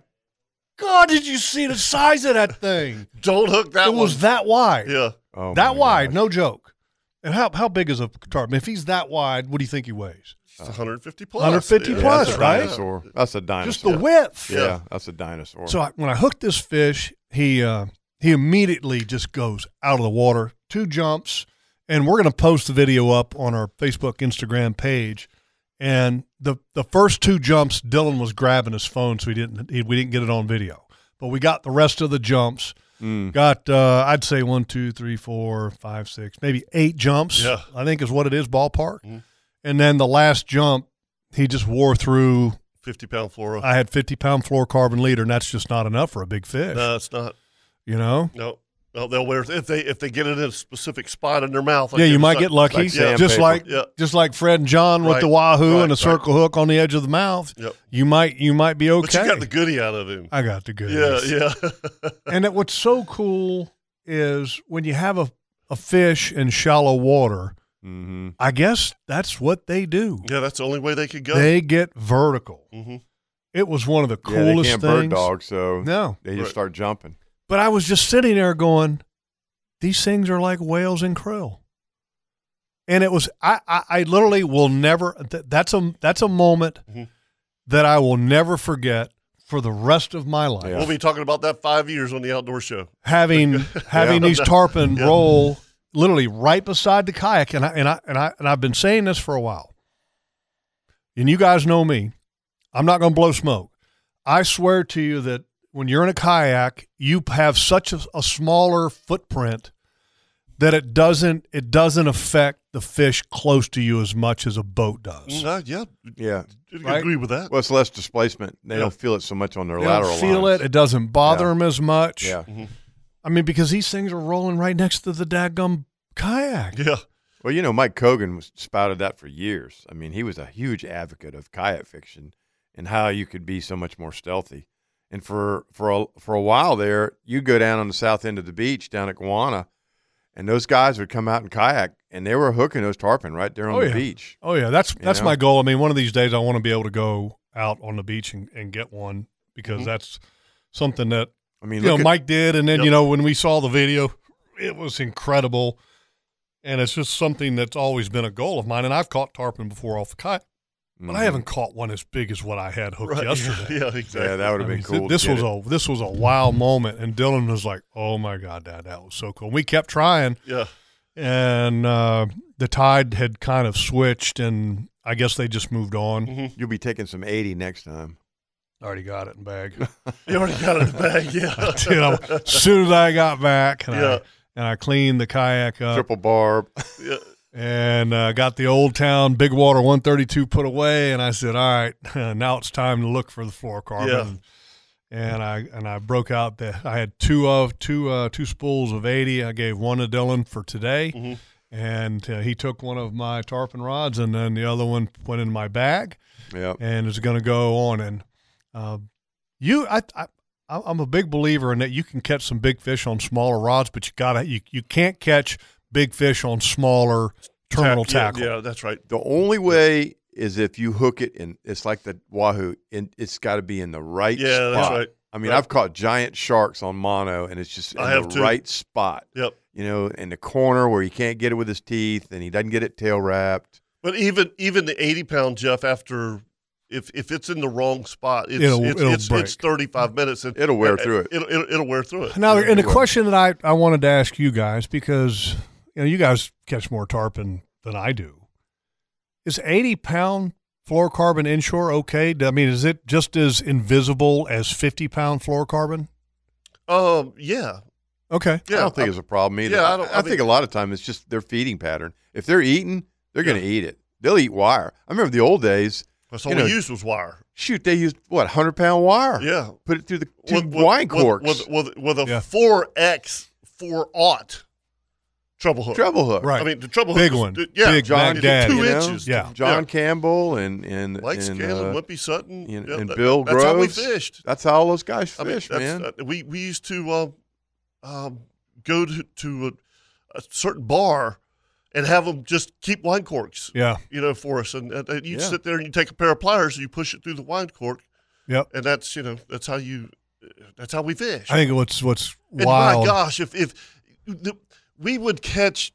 D: God, did you see the size of that thing?
B: Don't hook that
D: it
B: one.
D: was that wide.
B: yeah.
F: Oh, my
D: that wide,
F: gosh.
D: no joke. And how, how big is a tarpon? If he's that wide, what do you think he weighs?
B: It's 150 plus.
D: 150
B: Yeah.
D: plus,
F: that's a
D: right?
F: Dinosaur. That's a dinosaur.
D: Just the width.
F: Yeah.
B: Yeah.
F: That's a dinosaur.
D: So I, when I hooked this fish, he uh, he immediately just goes out of the water, two jumps, and we're going to post the video up on our Facebook, Instagram page. And the the first two jumps, Dylan was grabbing his phone, so he didn't he, we didn't get it on video, but we got the rest of the jumps.
F: Mm.
D: Got uh, I'd say one, two, three, four, five, six, maybe eight jumps.
B: Yeah. Mm.
D: I think is what it is ballpark. And then the last jump, he just wore through
B: 50 pound fluoro.
D: I had 50 pound fluorocarbon leader, and that's just not enough for a big fish.
B: no, it's not.
D: you know?
B: No. No, they'll wear if they if they get it in a specific spot in their mouth. like
D: yeah,
B: it
D: you
B: was
D: might
B: like-
D: get lucky,
F: like
D: just
F: sandpaper.
D: like
B: Yeah.
D: just like Fred and John with
B: Right,
D: the wahoo
B: right,
D: and a
B: right.
D: circle hook on the edge of the mouth.
B: Yep.
D: You might you might be okay.
B: But you got the goodie out of him.
D: I got the good.
B: Yeah, yeah.
D: and it, what's so cool is when you have a, a fish in shallow water.
F: Mm-hmm.
D: I guess that's what they do.
B: yeah, that's the only way they could go.
D: They get vertical.
B: Mhm.
D: It was one of the
F: yeah, they
D: coolest
F: can't
D: things.
F: bird dog, so
D: No,
F: they just
B: Right.
F: start jumping.
D: But I was just sitting there going, these things are like whales and krill. And it was I I, I literally will never th- that's a that's a moment
B: Mhm.
D: that I will never forget for the rest of my life.
F: Yeah.
B: We'll be talking about that five years on the outdoor show.
D: Having having
B: Yeah.
D: these tarpon
B: Yeah.
D: roll literally right beside the kayak and I and I and I and I've been saying this for a while. And you guys know me. I'm not going to blow smoke. I swear to you that when you're in a kayak, you have such a, a smaller footprint that it doesn't it doesn't affect the fish close to you as much as a boat does.
B: Uh, yeah,
F: Yeah.
B: I
D: Right.
B: agree with that.
F: Well, it's less displacement. They
B: Yeah.
F: don't feel it so much on their
D: They
F: lateral
D: don't feel
F: lines.
D: it. It doesn't bother them as much.
F: Yeah.
B: Mm-hmm.
D: I mean, because these things are rolling right next to the daggum kayak.
B: Yeah,
F: Well, you know, Mike Kogan was, spouted that for years. I mean, he was a huge advocate of kayak fiction and how you could be so much more stealthy. And for for a, for a while there, you go down on the south end of the beach down at Guana, and those guys would come out in kayak and they were hooking those tarpon right there on
D: Oh,
F: the
D: yeah.
F: beach.
D: Oh yeah, that's that's
F: know?
D: my goal. I mean, one of these days I want to be able to go out on the beach and, and get one because that's something that
F: Mm-hmm. I mean,
D: you know
F: look at-
D: Mike did, and then
B: Yep.
D: you know when we saw the video, it was incredible, and it's just something that's always been a goal of mine. And I've caught tarpon before off the kite, but I
F: Mhm.
D: haven't caught one as big as what I had hooked
B: right.
D: yesterday.
B: Yeah, exactly.
F: Yeah, that would have
D: I
F: been
D: mean,
F: cool.
D: th-
F: to
D: this
F: get
D: was
F: it.
D: a this was a wild moment, and Dylan was like, "Oh my god, Dad, that was so cool." We kept trying,
B: yeah,
D: and uh, the tide had kind of switched, and I guess they just moved on.
F: You'll be taking some eighty next time.
D: Already got it in bag.
B: you already got it in the bag.
D: I
B: Yeah,
D: did. I- As soon as I got back, and
B: Yeah.
D: I and I cleaned the kayak up.
F: Triple barb.
B: yeah.
D: and uh, got the old town big water 132 put away and i said all right now it's time to look for the
B: Yeah.
D: fluorocarbon and i and i broke out the i had two of two uh, two spools of 80 i gave one to dylan for today
B: Mm-hmm.
D: and uh, he took one of my tarpon rods and then the other one went in my bag
F: Yeah.
D: and is going to go on and uh, you I, I I- I'm a big believer in that you can catch some big fish on smaller rods, but you gotta you, you can't catch big fish on smaller terminal
B: Yeah,
D: tackle.
B: Yeah, that's right.
F: The only way is if you hook it and it's like the wahoo, and it's got to be in the right
B: Yeah,
F: spot.
B: that's right.
F: I mean,
B: Right.
F: I've caught giant sharks on mono, and it's just in
B: I have
F: the
B: too.
F: right spot.
B: Yep.
F: You know, in the corner where he can't get it with his teeth, and he doesn't get it tail wrapped.
B: But even even the eighty pound Jeff after. If, if it's in the wrong spot, it's
D: It'll-
B: it's,
D: it'll
B: it's, it's thirty five minutes. and-
F: It'll wear
B: and-
F: through it.
B: It'll, it'll, it'll wear through it.
D: Now,
B: Yeah,
D: and the
B: it will.
D: question that I, I wanted to ask you guys because you know you guys catch more tarpon than I do. Is eighty pound fluorocarbon inshore okay? I mean, is it just as invisible as fifty pound fluorocarbon?
B: Um. Yeah.
D: Okay.
B: Yeah.
F: I don't think it's a problem either.
B: yeah,
F: I,
B: I don't-
F: I
B: I
F: think a lot of time it's just their feeding pattern. If they're eating, they're going to eat it. They'll eat wire. I remember the old days.
B: That's
F: you
B: all we
F: know,
B: used was wire.
F: Shoot, they used what hundred pound wire.
B: Yeah.
F: put it through the two wine corks.
B: with with, with a four x four aught treble hook.
F: Treble hook.
B: I mean the treble
D: Big
B: hook. is-
D: one.
B: d- Yeah.
D: Big
B: John,
D: Bag Daddy,
B: two
F: you know?
B: inches.
D: Yeah.
F: John Campbell and and
B: Mike
F: and,
B: Scanlon,
F: uh,
B: Wimpy Sutton,
F: and,
B: yeah,
F: and
B: that-
F: Bill
B: that's how we
F: Groves.
B: fished.
F: That's how all those guys
B: I mean,
F: fish,
B: that's-
F: man.
B: uh, we we used to uh, um, go to, to a, a certain bar and have them just keep wine corks.
D: Yeah.
B: you know, for us, and, and, and you
F: Yeah.
B: sit there and you take a pair of pliers and you push it through the wine cork.
D: Yep.
B: and that's you know that's how you that's how we fish.
D: I think what's what's
B: And my
D: wild.
B: gosh, if if the, we would catch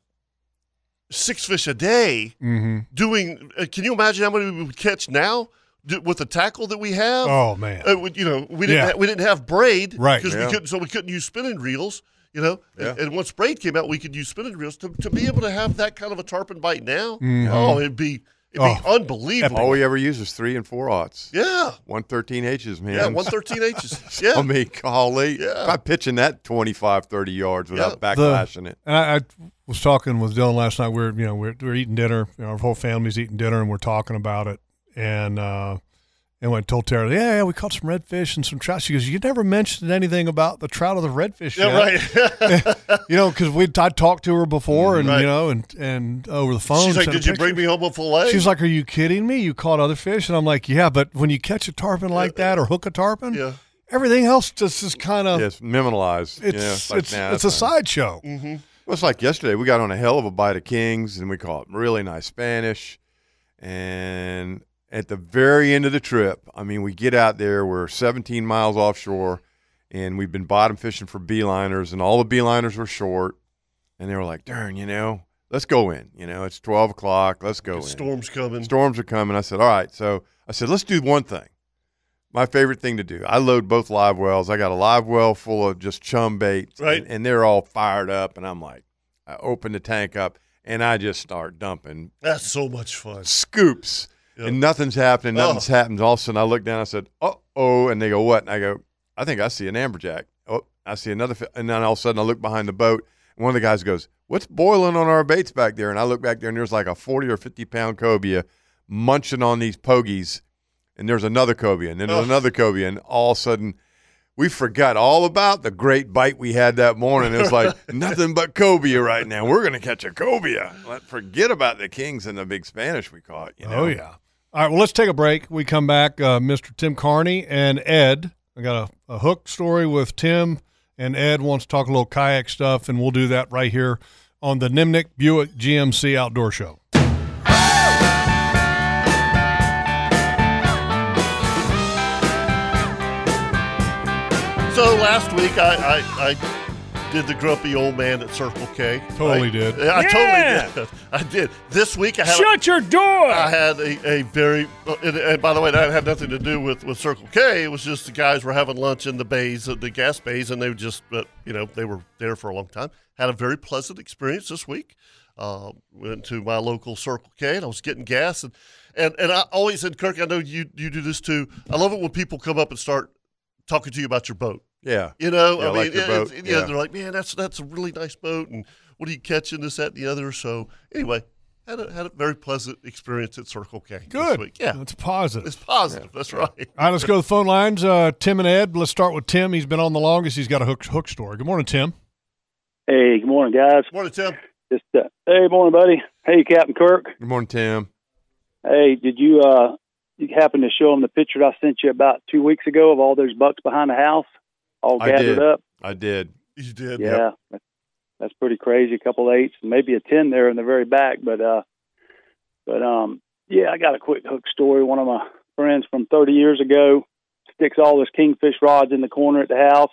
B: six fish a day
D: Mm-hmm.
B: doing, uh, can you imagine how many we would catch now do, with the tackle that we have?
D: Oh, man.
B: Uh, we- you know we didn't
D: Yeah.
B: ha- we didn't have braid
D: Right.
B: because
D: Yeah.
B: we couldn't so we couldn't use spinning reels. You know,
F: Yeah.
B: and, and once braid came out, we could use spinning reels to, to be able to have that kind of a tarpon bite now.
D: Mm-hmm.
F: Mhm.
B: Oh, it'd be it'd be
D: Oh.
B: unbelievable.
F: All we ever use is three and four aughts.
B: Yeah.
F: one thirteen H's, man.
B: yeah, one thirteen H's. Yeah,
F: I mean, golly,
B: Yeah.
F: I'm pitching that 25, 30 yards without
D: The-
F: backlashing it.
D: And I, I was talking with Dylan last night. We are you know we are we were eating dinner. You know, our whole family's eating dinner, and we're talking about it. And uh, and when I told Tara, yeah, yeah, we caught some redfish and some trout. She goes, you never mentioned anything about the trout or the redfish.
B: Yeah,
D: yet." you know, because we I talked to her before, and
B: Mm-hmm. Right.
D: you know, and and over the phone.
B: She's like,
D: sent
B: "Did you
D: pictures."
B: bring me home a fillet?"
D: She's like, "Are you kidding me? You caught other fish?" And I'm like, "Yeah, but when you catch a tarpon
B: Uh,
D: like that or hook a tarpon,
B: yeah.
D: everything else just is kind of
F: Yes, minimalized.
D: it's
F: yeah,
D: it's
F: like,
D: it's,
F: nah,
D: a
F: that's fine.
D: sideshow."
B: Mm-hmm.
F: Well, it's like yesterday. We got on a hell of a bite of kings, and we caught really nice Spanish. And at the very end of the trip, I mean, we get out there. We're 17 miles offshore, and we've been bottom fishing for beeliners, and all the beeliners were short. And they were like, "Darn, you know, let's go in. You know, it's 12 o'clock. Let's go in."
B: Storm's coming.
F: Storms are coming. I said, all right. So I said, let's do one thing. My favorite thing to do. I load both live wells. I got a live well full of just chum bait,
B: Right.
F: And, and they're all fired up. And I'm like, I open the tank up and I just start dumping
B: That's so much fun.
F: scoops, and nothing's happening.
D: Oh.
F: Nothing's happening. All of a sudden, I look down. I said, "Uh oh!" And they go, "What?" And I go, "I think I see an amberjack." Oh, I see another. Fi-. And then all of a sudden, I look behind the boat, and one of the guys goes, "What's boiling on our baits back there?" And I look back there, and there's like a forty or fifty pound cobia munching on these pogies, and there's another cobia, and then there's
B: Ugh.
F: another cobia, and all of a sudden. We forgot all about the great bite we had that morning. It was like nothing but cobia right now. We're going to catch a cobia. Let- Forget about the kings and the big Spanish we caught. You know?
D: Oh yeah. All right. Well, let's take a break. We come back. Uh, Mr. Tim Carney and Ed. I got a, a hook story with Tim and Ed. Wants to talk a little kayak stuff, and we'll do that right here on the Nimnik Buick GMC Outdoor Show.
B: So last week I, I, I did the grumpy old man at Circle K.
D: Totally
B: I-
D: did.
B: I
C: Yeah.
B: totally did. I did. This week I had
C: Shut your door.
B: I had a, a very uh, and, and by the way that had nothing to do with, with Circle K. It was just the guys were having lunch in the bays at the gas bays and they were just uh, you know they were there for a long time. Had a very pleasant experience this week. Uh, went to my local Circle K and I was getting gas and and, and I always and Kirk I know you you do this too. I love it when people come up and start talking to you about your boat.
F: Yeah.
B: You know,
F: Yeah,
B: I mean,
F: like your
B: it- it's-
F: boat.
B: you know,
F: Yeah.
B: they're like, man, that's that's a really nice boat, and what are you catching this, that, and the other? So anyway, had a had a very pleasant experience at Circle K. this
D: Good.
B: week. yeah,
D: That's positive.
B: it's positive. That's right.
D: All right. Let's go to the phone lines. Uh, Tim and Ed. Let's start with Tim. He's been on the longest. He's got a hook hook story. Good morning, Tim.
J: Hey, good morning, guys.
B: Morning, Tim.
J: Just uh, hey, morning, buddy. Hey, Captain Kirk.
F: Good morning, Tim.
J: Hey, did you uh you happen to show them the picture I sent you about two weeks ago of all those bucks behind the house, all
F: I
J: gathered
F: did.
J: up?
F: I did.
B: You did.
J: Yeah, That's- that's pretty crazy. A couple eights, maybe a ten there in the very back, but uh, but um, Yeah, I got a quick hook story. One of my friends from 30 years ago sticks all his kingfish rods in the corner at the house.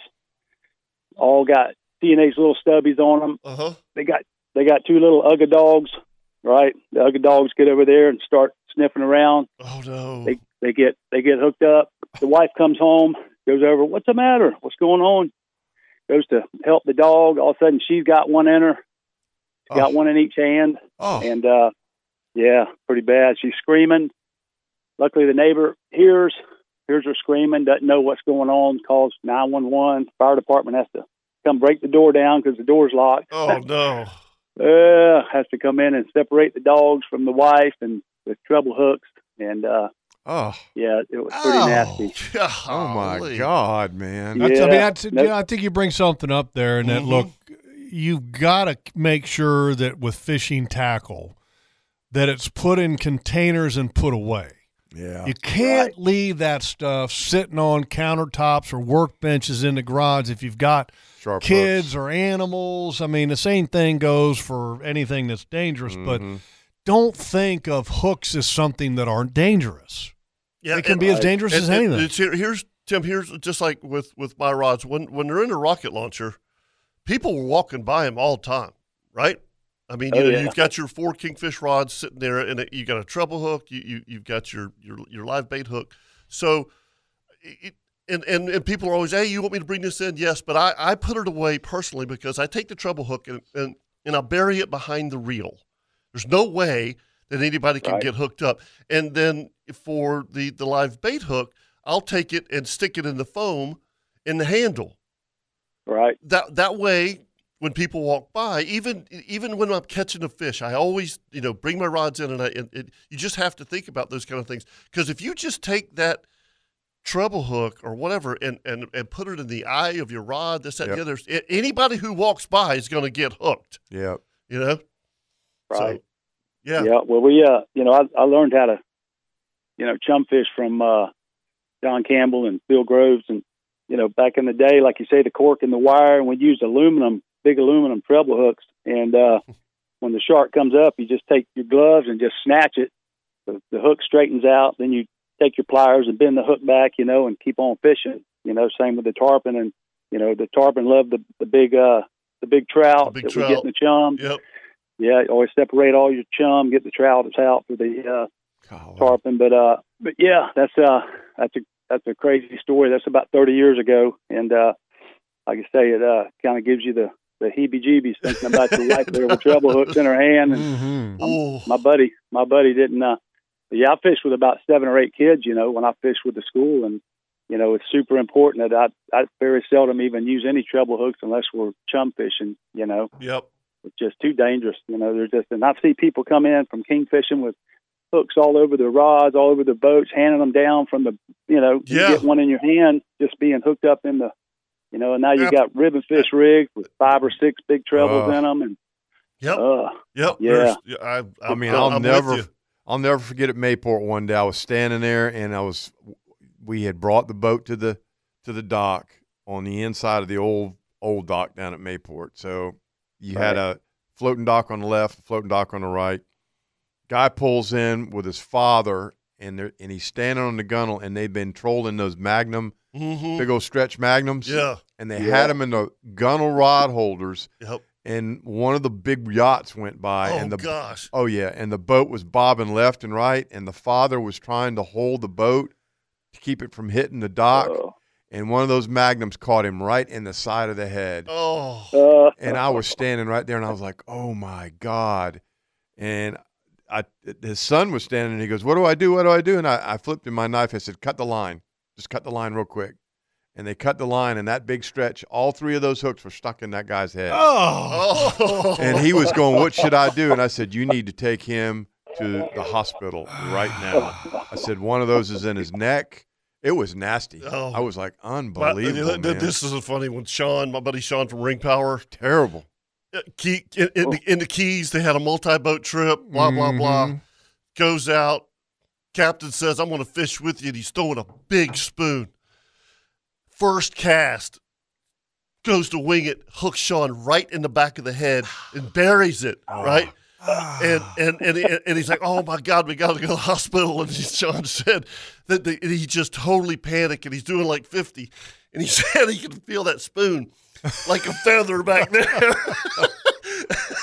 J: All got CNH little stubbies on them.
B: Uh-huh.
J: They got they got two little Ugga dogs, right? The Ugga dogs get over there and start sniffing around.
B: Oh no!
J: They they get they get hooked up. The wife comes home, goes over. What's the matter? What's going on? Goes to help the dog. All of a sudden, she's got one in her. She's got one in each hand.
B: Oh.
J: And uh, yeah, pretty bad. She's screaming. Luckily, the neighbor hears hears her screaming, doesn't know what's going on, calls nine one one. Fire department has to come break the door down because the door's locked.
B: Oh no!
J: uh, has to come in and separate the dogs from the wife and with treble hooks. And uh,
F: Oh,
J: yeah, it was pretty nasty.
F: oh my God, man.
D: That's, I mean,
J: Yeah,
D: I, t-
J: no-
D: yeah, I think you bring something up there, and that
F: Mhm.
D: look, you've got to make sure that with fishing tackle, that it's put in containers and put away.
F: Yeah.
D: You can't leave that stuff sitting on countertops or workbenches in the garage if you've got
F: Sharp
D: kids or animals. I mean, the same thing goes for anything that's dangerous,
F: Mm-hmm.
D: but don't think of hooks as something that aren't dangerous.
B: Yeah,
D: It can be as dangerous as anything.
B: it's here- here's Tim. Here's just like with with my rods. When when they're in a rocket launcher, people were walking by them all the time, right? I mean, you
J: Oh,
B: know,
J: yeah.
B: you've got your four kingfish rods sitting there, and it, you got a treble hook. You, you you've got your your your live bait hook. So, it, and and and people are always, hey, you want me to bring this in? Yes, but I I put it away personally because I take the treble hook and and and I bury it behind the reel. There's no way that anybody can
F: Right.
B: get hooked up. And then for the the live bait hook, I'll take it and stick it in the foam in the handle.
J: Right.
B: That that way when people walk by, even even when I'm catching a fish, I always you know bring my rods in, and I and it, you just have to think about those kind of things because if you just take that treble hook or whatever and, and and put it in the eye of your rod, this that and the
F: Yep.
B: other, a- anybody who walks by is going to get hooked.
F: Yeah.
B: You know,
J: Right.
B: yeah.
J: Yeah. Well, we, uh, you know, I, I learned how to, you know, chum fish from uh, Don Campbell and Bill Groves, and you know, back in the day, like you say, the cork and the wire, and we used aluminum, big aluminum treble hooks, and uh, when the shark comes up, you just take your gloves and just snatch it. The, the hook straightens out, then you take your pliers and bend the hook back, you know, and keep on fishing. You know, same with the tarpon, and you know, the tarpon love the the big uh the big trout
B: big
J: that we get
B: trout.
J: in the chum.
B: Yep.
J: Yeah, always separate all your chum, get the trout that's out for the uh, tarpon. But uh, but yeah, that's uh, that's a that's a crazy story. That's about thirty years ago, and uh, like I say, it uh, kind of gives you the the heebie-jeebies thinking about your wife there with treble hooks in her hand. And I'm- my buddy, my buddy didn't. Uh, yeah, I fished with about seven or eight kids. You know, when I fished with the school, and you know, it's super important that I I very seldom even use any treble hooks unless we're chum fishing. You know
B: Yep.
J: it's just too dangerous. You know, they're just, and I see people come in from king fishing with hooks all over their rods, all over their boats, handing them down from the, you know,
B: Yeah.
J: you get one in your hand, just being hooked up in the, you know, and now you
B: Yep.
J: got ribbon fish rigs with five or six big trebles
F: Oh.
J: in them, and
B: Yep.
J: uh,
B: Yep.
J: Yeah.
B: there's- I,
F: I mean,
B: I'm-
F: I'll
B: I'm with you.
F: never, I'll never forget at Mayport one day. I was standing there, and I was, we had brought the boat to the to the dock on the inside of the old old dock down at Mayport. So you had
J: Right.
F: a floating dock on the left, floating dock on the right. Guy pulls in with his father, and they're, and he's standing on the gunnel, and they've been trolling those Magnum,
B: Mhm.
F: big old stretch Magnums.
B: Yeah.
F: and they
B: Yeah.
F: had them in the gunnel rod holders.
B: Yep.
F: And one of the big yachts went by,
B: Oh,
F: and the
B: gosh.
F: oh yeah, and the boat was bobbing left and right, and the father was trying to hold the boat to keep it from hitting the dock, and one of those magnums caught him right in the side of the head,
B: Oh.
J: uh,
F: and I was standing right there, and I was like, oh my god, and I his son was standing, and he goes, what do I do? What do I do? And I, I flipped him my knife. I said, cut the line, just cut the line real quick. And they cut the line, and that big stretch, all three of those hooks were stuck in that guy's head
D: Oh.
F: and he was going, "What should I do?" And I said, "You need to take him to the hospital right now." I said, "One of those is in his neck." It was nasty.
B: Oh.
F: I was like,
B: My-
F: "Unbelievable,
B: uh, th- th-
F: man.
B: This is a funny one. Sean, my buddy Sean from Ring Power,
F: terrible."
B: uh, Key, in, in, the, in the Keys, they had a multi boat trip, blah, blah, blah. Goes out. Captain says, I'm going to fish with you. And he's throwing a big spoon. First cast goes to wing it, hooks Sean right in the back of the head and buries it, right? and, and and he- and he's like, "Oh my God, we got to go to the hospital." And he's- John said that the, and he just totally panicked, and he's doing like fifty, and he said he could feel that spoon like a feather back there.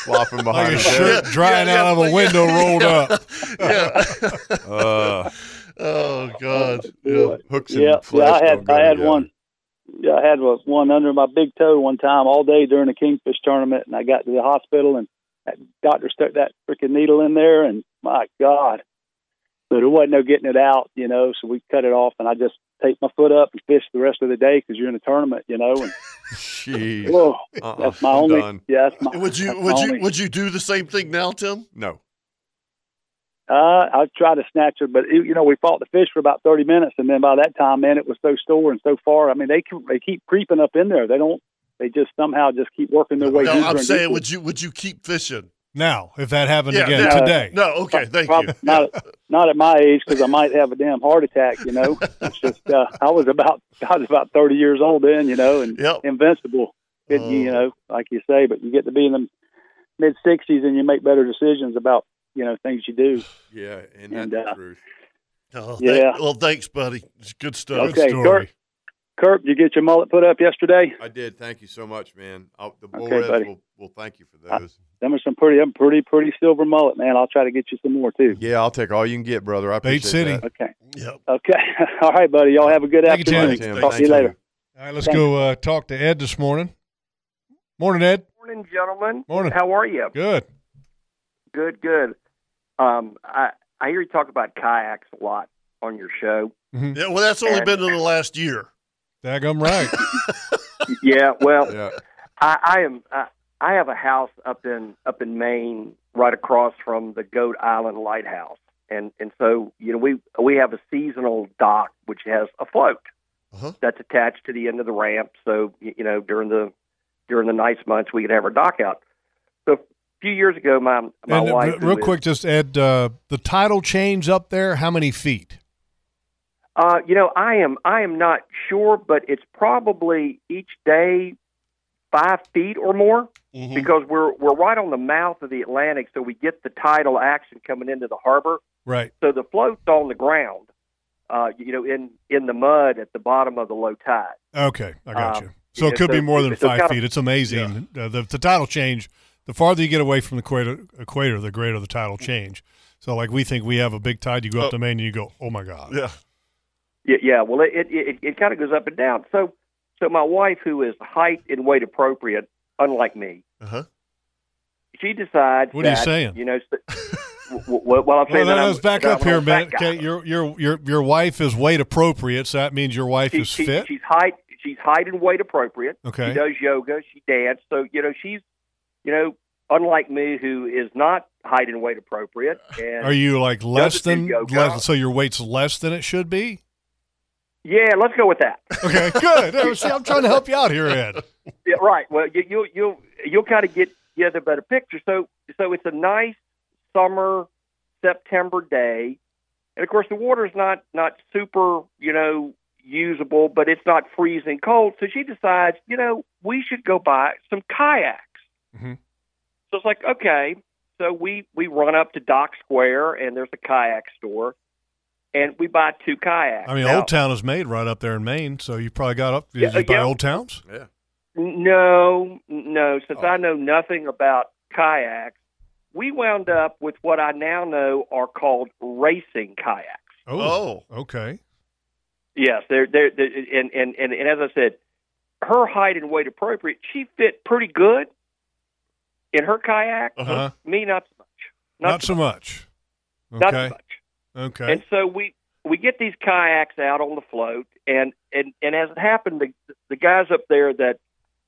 F: flopping behind
D: Like a
F: his head.
D: shirt drying out of a window rolled up.
B: yeah.
F: Uh,
B: oh God.
F: yeah. Hooks
J: yeah,
F: and
J: yeah.
F: flesh
J: I
F: don't
J: had
F: go
J: I had
F: together.
J: one. Yeah, I had one- one under my big toe one time all day during a kingfish tournament, and I got to the hospital, and that doctor stuck that freaking needle in there, and my God, but there wasn't no getting it out, you know. So we cut it off, and I just taped my foot up and fished the rest of the day because you're in a tournament, you know. And
F: Jeez.
J: whoa,
F: Uh-uh,
J: that's my
F: I'm
J: only.
F: done.
J: Yeah, that's my,
B: Would you
J: that's my
B: would
J: only-
B: you would you do the same thing now, Tim?
F: No.
J: Uh, I tried to snatch her, but it, you know we fought the fish for about thirty minutes, and then by that time, man, it was so sore and so far. I mean, they keep- they keep creeping up in there. They don't. They just somehow just keep working their way.
B: no,
J: deeper
B: I'm
J: and
B: saying,
J: deeper.
B: would you would you keep fishing?
D: Now, if that happened
B: Yeah,
D: again
B: yeah.
D: today,
B: No, okay, thank you.
J: Prob- not not at my age because I might have a damn heart attack. You know, it's just uh, I was about I was about thirty years old then. You know, and
B: Yep. Oh.
J: invincible. Couldn't you, you know, like you say, but you get to be in the mid sixties and you make better decisions about you know things you do.
F: Yeah, and
J: And,
F: that's
J: uh,
F: true.
B: Oh,
J: Yeah.
B: thank- well, thanks, buddy. It's good stuff.
J: okay, Kirk. Kirk, you get your mullet put up yesterday?
F: I did. Thank you so much, man. I'll, the bull
J: Okay,
F: reds
J: buddy.
F: will, will thank you for those.
J: Them are some pretty, them pretty, pretty silver mullet, man. I'll try to get you some more too.
F: yeah, I'll take all you can get, brother. I appreciate
D: Bates City.
F: that.
J: Okay.
B: Yep.
J: Okay. All right, buddy. Y'all have a good
D: Thank you,
J: afternoon.
D: Tim.
F: Tim,
J: Talk
F: thank
J: to you
F: you.
J: later.
D: All right, let's
J: Thank
D: go uh, talk to Ed this morning. Morning, Ed.
K: Morning, gentlemen.
D: Morning.
K: How are you?
D: Good.
K: Good, good. Um, I I hear you talk about kayaks a lot on your show.
B: Yeah, well, that's only been in the last year.
D: Mm-hmm. Daggum right.
K: yeah. Well,
F: Yeah.
K: I, I am. I, I have a house up in up in Maine, right across from the Goat Island Lighthouse, and and so you know we we have a seasonal dock which has a float
B: Uh-huh.
K: that's attached to the end of the ramp. So y- you know during the during the nice months we could have our dock out. So a few years ago, my my
D: and uh,
K: wife
D: re-
K: who
D: real
K: is-
D: quick, just Ed, uh, the title change up there. How many feet?
K: Uh, you know, I am I am not sure, but it's probably each day five feet or more
D: Mm-hmm.
B: Mm-hmm.
K: because we're we're right on the mouth of the Atlantic, so we get the tidal action coming into the harbor.
D: Right.
K: So the float's on the ground, uh, you know, in in the mud at the bottom of the low tide.
D: Okay, I got
K: Um,
D: you. So it
K: yeah,
D: could be
K: so-
D: more than
K: so
D: five
K: kinda-
D: feet. It's amazing. Uh, the, the title change. The farther you get away from the equator, equator, the greater the title change. So, like we think we have a big tide, you go up to Maine and you go, "Oh my God!"
B: Yeah.
K: Yeah, yeah. Well, it it, it, it kind of goes up and down. So, so my wife, who is height and weight appropriate, unlike me,
B: Uh-huh.
K: she decides.
D: What are you
K: that,
D: saying?
K: You know, s- w- w- well, I'm
D: Well,
K: saying
D: no,
K: that
D: no,
K: I'm-
D: let's back
K: that I'm
D: up here a
K: old fat
D: minute.
K: guy.
D: Okay, your your your your wife is weight appropriate, so that means your wife
K: She-
D: is
K: she-
D: fit.
K: She's height. She's height and weight appropriate.
D: Okay.
K: She does yoga. She dance. So you know she's, you know, unlike me, who is not height and weight appropriate. And
D: Are you like less
K: do
D: than
K: yoga.
D: less, so your weight's less than it should be?
K: Yeah, let's go with that.
D: Okay, good. Oh, See, I'm trying to help you out here, Ed.
K: Yeah, right. Well, you, you'll you'll you'll kind of get together a better picture. So so it's a nice summer September day, and of course the water's not not super you know usable, but it's not freezing cold. So she decides you know we should go buy some kayaks.
D: Mhm.
K: So it's like okay. So we we run up to Dock Square and there's a kayak store, and we buy two kayaks.
D: I mean,
K: Now-
D: Old Town is made right up there in Maine, so you probably got up. Did
K: Yeah,
D: you buy
K: yeah.
D: Old Towns?
F: Yeah.
K: No, no. Since
F: Oh.
K: I know nothing about kayaks, we wound up with what I now know are called racing kayaks.
B: Oh.
D: okay.
K: Yes, they're they're, they're and, and and and as I said, her height and weight appropriate. She fit pretty good in her kayak.
D: Uh-huh.
K: Me, not so much.
D: Not,
K: Not,
D: so much.
K: Not so
D: Okay.
K: much.
D: Okay.
K: And so we we get these kayaks out on the float, and and and as it happened, the the guys up there that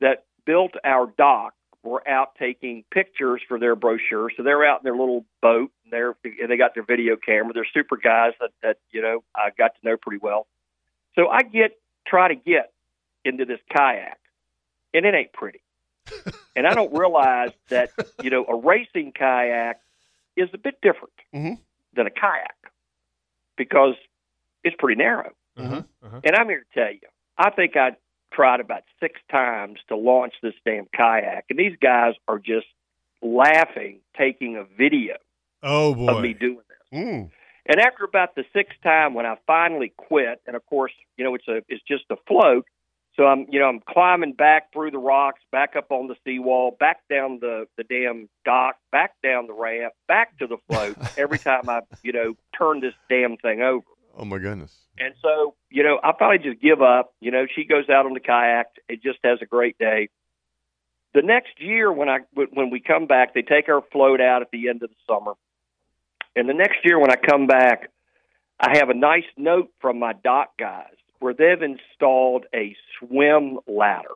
K: that built our dock were out taking pictures for their brochure. So they're out in their little boat, and they're and they got their video camera. They're super guys that that you know I got to know pretty well. So I get try to get into this kayak, and it ain't pretty. and I don't realize that you know a racing kayak is a bit different
B: Mhm.
K: than a kayak because it's pretty narrow.
D: uh-huh. Uh-huh.
K: And I'm here to tell you, I think I tried about six times to launch this damn kayak, and these guys are just laughing taking a video
D: Oh
K: of me
D: boy.
K: doing
D: this. Mm.
K: and after about the sixth time, when I finally quit, and of course, you know, it's a it's just a float. So I'm you know I'm climbing back through the rocks, back up on the seawall, back down the the damn dock, back down the raft, back to the float. every time I you know turn this damn thing over.
F: Oh my goodness.
K: And so, you know, I probably just give up. You know, she goes out on the kayak. It just has a great day. The next year, when I when- when we come back, they take our float out at the end of the summer. And the next year, when I come back, I have a nice note from my dock guys where they've installed a swim ladder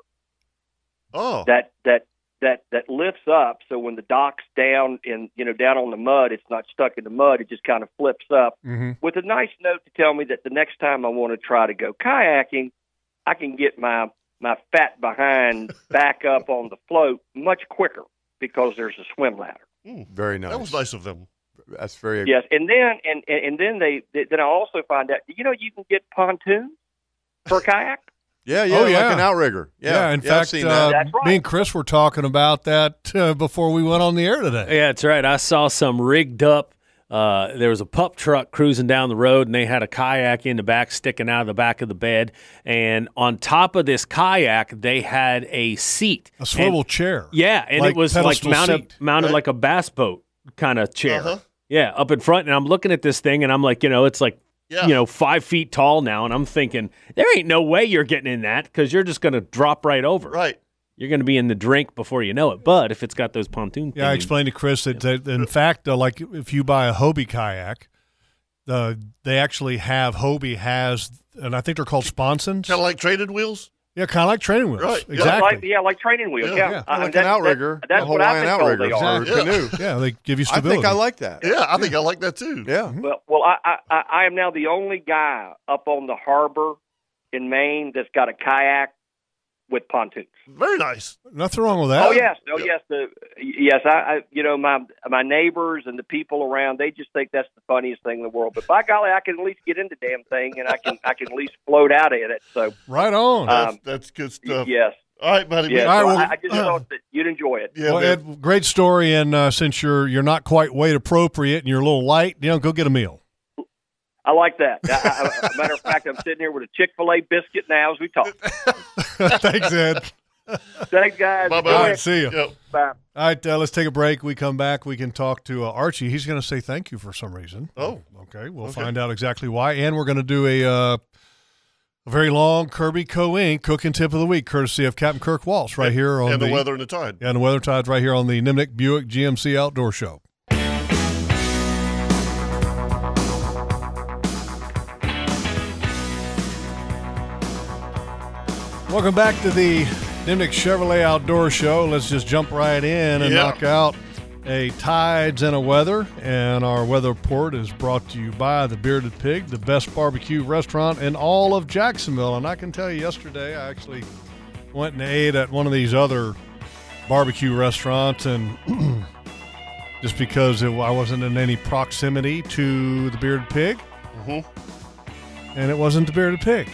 B: Oh.
K: that that that that lifts up so when the dock's down in you know down on the mud it's not stuck in the mud it just kind of flips up
D: Mhm.
K: with a nice note to tell me that the next time I want to try to go kayaking I can get my my fat behind back up on the float much quicker because there's a swim ladder
D: Hmm.
F: Very nice. That was
B: nice of them.
F: That's very
K: yes and then and and and then they then I also find out you know you can get pontoons for kayak
F: Yeah, yeah,
D: Oh,
F: like
D: yeah.
F: an outrigger. Yeah,
D: in
F: I've
D: fact,
F: seen
D: uh,
F: that.
D: me and Chris were talking about that uh, before we went on the air today.
C: Yeah, that's right. I saw some rigged up. Uh, there was a pup truck cruising down the road, and they had a kayak in the back sticking out of the back of the bed. And on top of this kayak, they had a seat,
D: A swivel
C: And-
D: chair.
C: Yeah, and
D: Like
C: it was like
D: pedestal
C: mounted
D: seat,
C: mounted
D: right?
C: like a bass boat kind of chair.
F: Uh-huh.
C: Yeah, up in front, and I'm looking at this thing, and I'm like, you know, it's like. You know, five feet tall now, and I'm thinking there ain't no way you're getting in that because you're just going to drop right over.
B: Right,
C: you're going to be in the drink before you know it. But if it's got those pontoon,
D: Yeah, I
C: thingies-
D: explained to Chris that, that in fact, uh, like if you buy a Hobie kayak, uh, they actually have Hobie has, and I think they're called sponsons. Kind
B: of like traded wheels.
D: Yeah, kind of like training wheels.
B: Right,
D: Exactly.
K: Like, yeah, like training wheels.
B: Yeah.
K: Yeah,
B: Yeah,
K: I-
B: like
K: that-
B: an outrigger,
K: that- that's
B: a
K: what I've been told
B: Hawaiian
K: they are.
B: outrigger. Exactly. Yeah.
D: Yeah. they give you
B: I think
D: stability.
B: I like
F: that.
B: Yeah, I think I like that too.
F: Yeah.
K: Mm-hmm. Well, well, I, I- I I am now the only guy up on the harbor in Maine that's got a kayak with pontoons.
B: Very nice.
D: Nothing wrong with that.
K: Oh yes, oh yes, the yes. I, I you know my my neighbors and the people around they just think that's the funniest thing in the world. But by golly, I can at least get in the damn thing and I can I can at least float out of it. So
D: Right on.
B: That's,
K: Um,
B: that's good stuff.
K: yes.
B: All right, buddy.
K: yeah,
D: All
K: so
D: right,
K: I,
D: well-
K: I just thought that you'd enjoy it.
D: well, Ed, great story, and uh, since you're you're not quite weight appropriate and you're a little light, you know, go get a meal.
K: I like that. I, I, I- matter of fact, I'm sitting here with a Chick Fil A biscuit now as we talk.
D: Thanks, Ed.
K: Thanks, guys.
D: All right, see you.
K: Bye.
D: All right, uh, let's take a break. We come back. We can talk to uh, Archie. He's going to say thank you for some reason.
B: Oh,
D: okay. We'll find out exactly why, and we're going to do a, uh, a very long Kirby Co Inc. cooking tip of the week, courtesy of Captain Kirk Walsh, right here on
B: and the weather and the tide.
D: Yeah, and the weather tides right here on the Nimnik Buick GMC Outdoor Show. Welcome back to the Nimnik Chevrolet Outdoor Show. Let's just jump right in and
B: Yeah.
D: knock out a tides and a weather. And our weather report is brought to you by the Bearded Pig, the best barbecue restaurant in all of Jacksonville. And I can tell you, yesterday I actually went and ate at one of these other barbecue restaurants, and just because it, I wasn't in any proximity to the Bearded Pig, and it wasn't the Bearded Pig.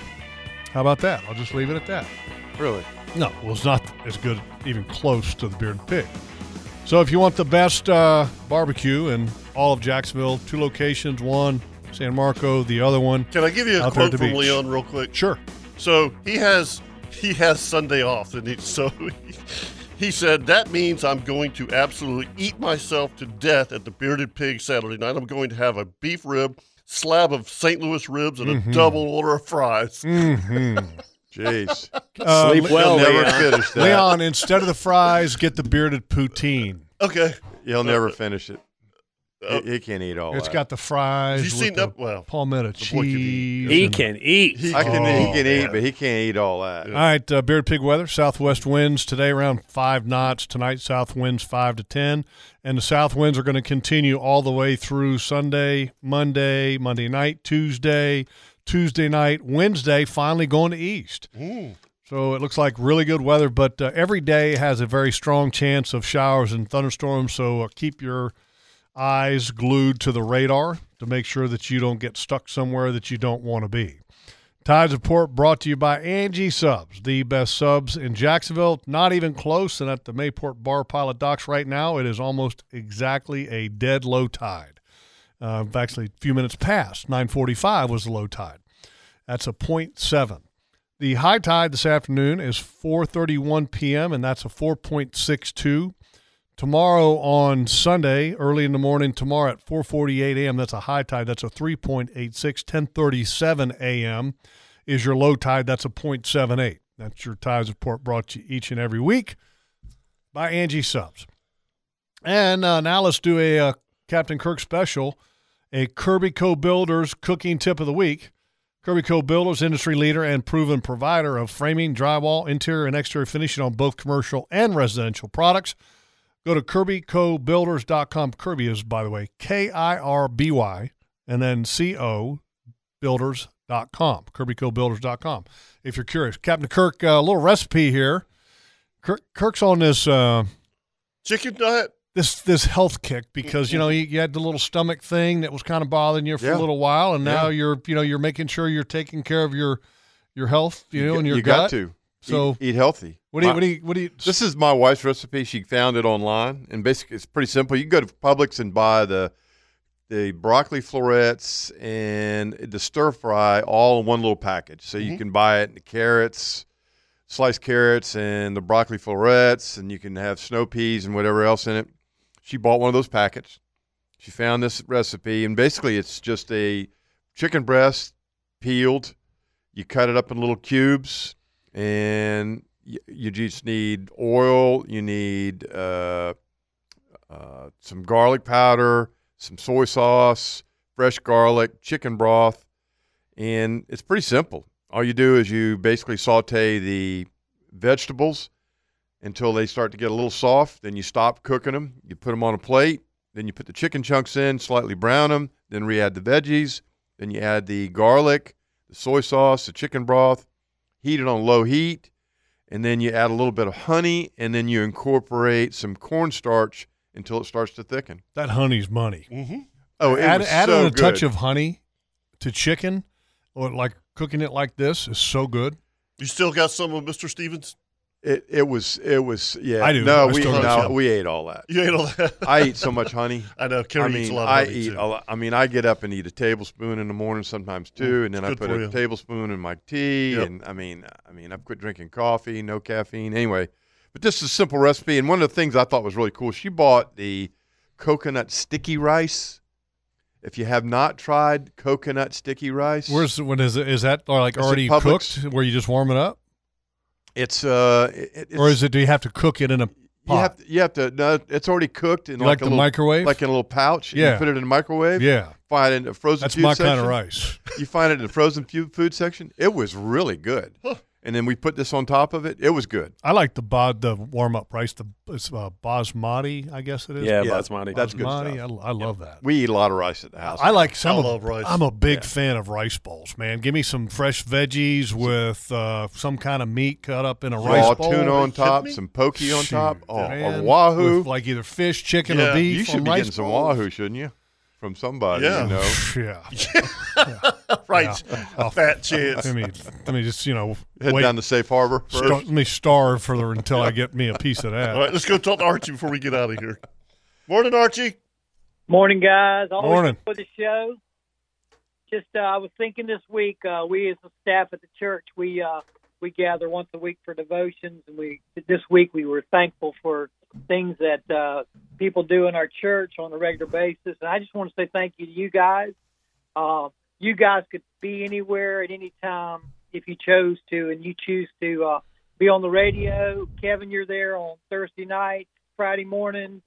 D: How about that? I'll just leave it at that.
F: Really?
D: No, well, it's not as good, even close to the Bearded Pig. So, if you want the best uh, barbecue in all of Jacksonville, two locations, one San Marco, the other one.
B: Can I give you a
D: out there at
B: quote
D: the
B: from
D: beach.
B: Leon real quick?
D: Sure.
B: So he has he has Sunday off, and he, so he, he said that means I'm going to absolutely eat myself to death at the Bearded Pig Saturday night. I'm going to have a beef rib, slab of St. Louis ribs, and a
D: Mhm.
B: double order of fries.
D: Mm-hmm.
F: Jeez.
D: Uh,
B: Sleep well,
D: Leon.
B: Leon.
D: Leon, instead of the fries, get the bearded poutine.
B: Okay.
F: He'll never finish it.
B: Uh,
F: he, he can't eat all
D: It's
F: that.
D: got the fries.
B: You seen
D: with the
B: that- well,
D: palmetto
B: boy can
D: cheese.
C: He
D: and-
C: can eat.
F: I can, he
D: Oh,
F: can eat,
D: man.
F: but he can't eat all that.
D: All right, uh, Beard Pig weather. Southwest winds today around five knots. Tonight, south winds five to ten, and the south winds are going to continue all the way through Sunday, Monday, Monday night, Tuesday, Tuesday night, Wednesday. Finally going to east. So it looks like really good weather, but uh, every day has a very strong chance of showers and thunderstorms. So uh, keep your eyes glued to the radar to make sure that you don't get stuck somewhere that you don't want to be. Tides of Port brought to you by Angie Subs, the best subs in Jacksonville. Not even close. And at the Mayport Bar Pilot Docks right now, it is almost exactly a dead low tide. Uh, actually, a few minutes past 9:45 was the low tide. That's a 0.7. The high tide this afternoon is 4:31 p.m. and that's a 4.62. Tomorrow on Sunday, early in the morning, tomorrow at 4:48 a.m. That's a high tide. That's a 3.86. 10:37 a.m. is your low tide. That's a 0.78. That's your tides report brought to you each and every week by Angie Subs. And uh, now let's do a uh, Captain Kirk special, a Kirby Co. Builders cooking tip of the week. Kirby Co. Builders, industry leader and proven provider of framing, drywall, interior, and exterior finishing on both commercial and residential products. Go to KirbyCoBuilders.com. Kirby is, by the way, K I R B Y and then C O Builders.com. KirbyCoBuilders.com. If you're curious, Captain Kirk, a little recipe here. Kirk, Kirk's on this uh,
B: chicken diet.
D: This this health kick because you know you, you had the little stomach thing that was kind of bothering you for a
F: Mm-hmm. Yeah.
D: little while, and now
F: Yeah.
D: you're you know you're making sure you're taking care of your your health, you know,
F: g-
D: and your
F: you
D: gut.
F: got to
D: So
F: eat, eat healthy.
D: What do you-
F: My-
D: what do you- what do you-
F: This is my wife's recipe. She found it online, and basically it's pretty simple. You can go to Publix and buy the the broccoli florets and the stir fry all in one little package. So you
L: Mhm.
F: can buy it in the carrots, sliced carrots, and the broccoli florets, and you can have snow peas and whatever else in it. She bought one of those packets. She found this recipe, and basically it's just a chicken breast peeled. You cut it up in little cubes, and you, you just need oil. You need uh, uh, some garlic powder, some soy sauce, fresh garlic, chicken broth, and it's pretty simple. All you do is you basically saute the vegetables until they start to get a little soft. Then you stop cooking them. You put them on a plate. Then you put the chicken chunks in, slightly brown them. Then re-add the veggies. Then you add the garlic, the soy sauce, the chicken broth. Heat it on low heat, and then you add a little bit of honey, and then you incorporate some cornstarch until it starts to thicken.
D: That honey's money. Mm-hmm.
F: Oh, it
D: add,
F: was
D: add
F: so
D: in a touch
F: good.
D: of honey to chicken, or like cooking it like this is so good.
B: You still got some of Mr. Stevens?
F: It it was it was yeah.
D: I do.
F: No,
D: I
F: we
D: still do.
F: no, we ate all that.
B: You ate all that.
F: I eat so much honey.
B: I know, Carrie
F: I
B: eats a
F: mean,
B: lot of
F: I
B: honey,
F: eat
B: too.
F: a lot. I mean, I get up and eat a tablespoon in the morning, sometimes two,
B: Mm,
F: and then I
B: it's good
F: put a
B: for you.
F: tablespoon in my tea. And I mean, I mean, I've quit drinking coffee, no caffeine, anyway. But this is a simple recipe, and one of the things I thought was really cool. She bought the coconut sticky rice. If you have not tried coconut sticky rice,
D: Where's when is it? Is that like
F: Is it
D: already
F: Publix?
D: cooked? Where you just warm it up,
F: it's uh, it, it's,
D: or is it? Do you have to cook it in a pot?
F: You have, to, you have to. No, it's already cooked in
D: You
F: like,
D: like
F: a
D: the
F: little,
D: microwave?
F: like in a little pouch. and
D: Yeah.
F: you put it in the microwave.
D: Yeah.
F: find it in the frozen.
D: That's
F: food
D: my kinda
F: section.
D: rice.
F: you find it in the frozen fu- food section. It was really good. And then we put this on top of it. It was good.
D: I like the bod, the warm up rice. The it's uh, basmati, I guess it is.
F: That's good
D: Basmati,
F: stuff.
D: I, I love that.
F: We eat a lot of rice at the house.
D: I like some. of,
F: of rice.
D: I'm a big fan of rice bowls, man. Give me some fresh veggies with uh, some kind of meat cut up in a
F: Raw
D: rice bowl.
F: tuna on top,
D: Shoot,
F: some pokey on top, oh, a
D: man,
F: wahoo.
D: with, like either fish, chicken, or
F: Yeah.
D: beef.
F: You should
D: on
F: be
D: rice
F: getting some
D: bowls.
F: wahoo, shouldn't you? From somebody,
D: Yeah.
F: you know.
B: right.
D: Oh,
B: Fat chance.
D: Let me, let me just you know
F: Head down to Safe Harbor
D: sta-
F: first.
D: let me starve for the, until I get me a piece of that.
B: All right, let's go talk to Archie before we get out of here. Morning, Archie.
M: Morning, guys. Always
D: Morning.
M: for the show. Just uh, I was thinking this week, uh, we as a staff at the church, we uh, we gather once a week for devotions, and we this week we were thankful for things that uh, people do in our church on a regular basis. And I just want to say thank you to you guys. Uh, you guys could be anywhere at any time if you chose to, and you choose to uh, be on the radio. Kevin, you're there on Thursday night, Friday morning.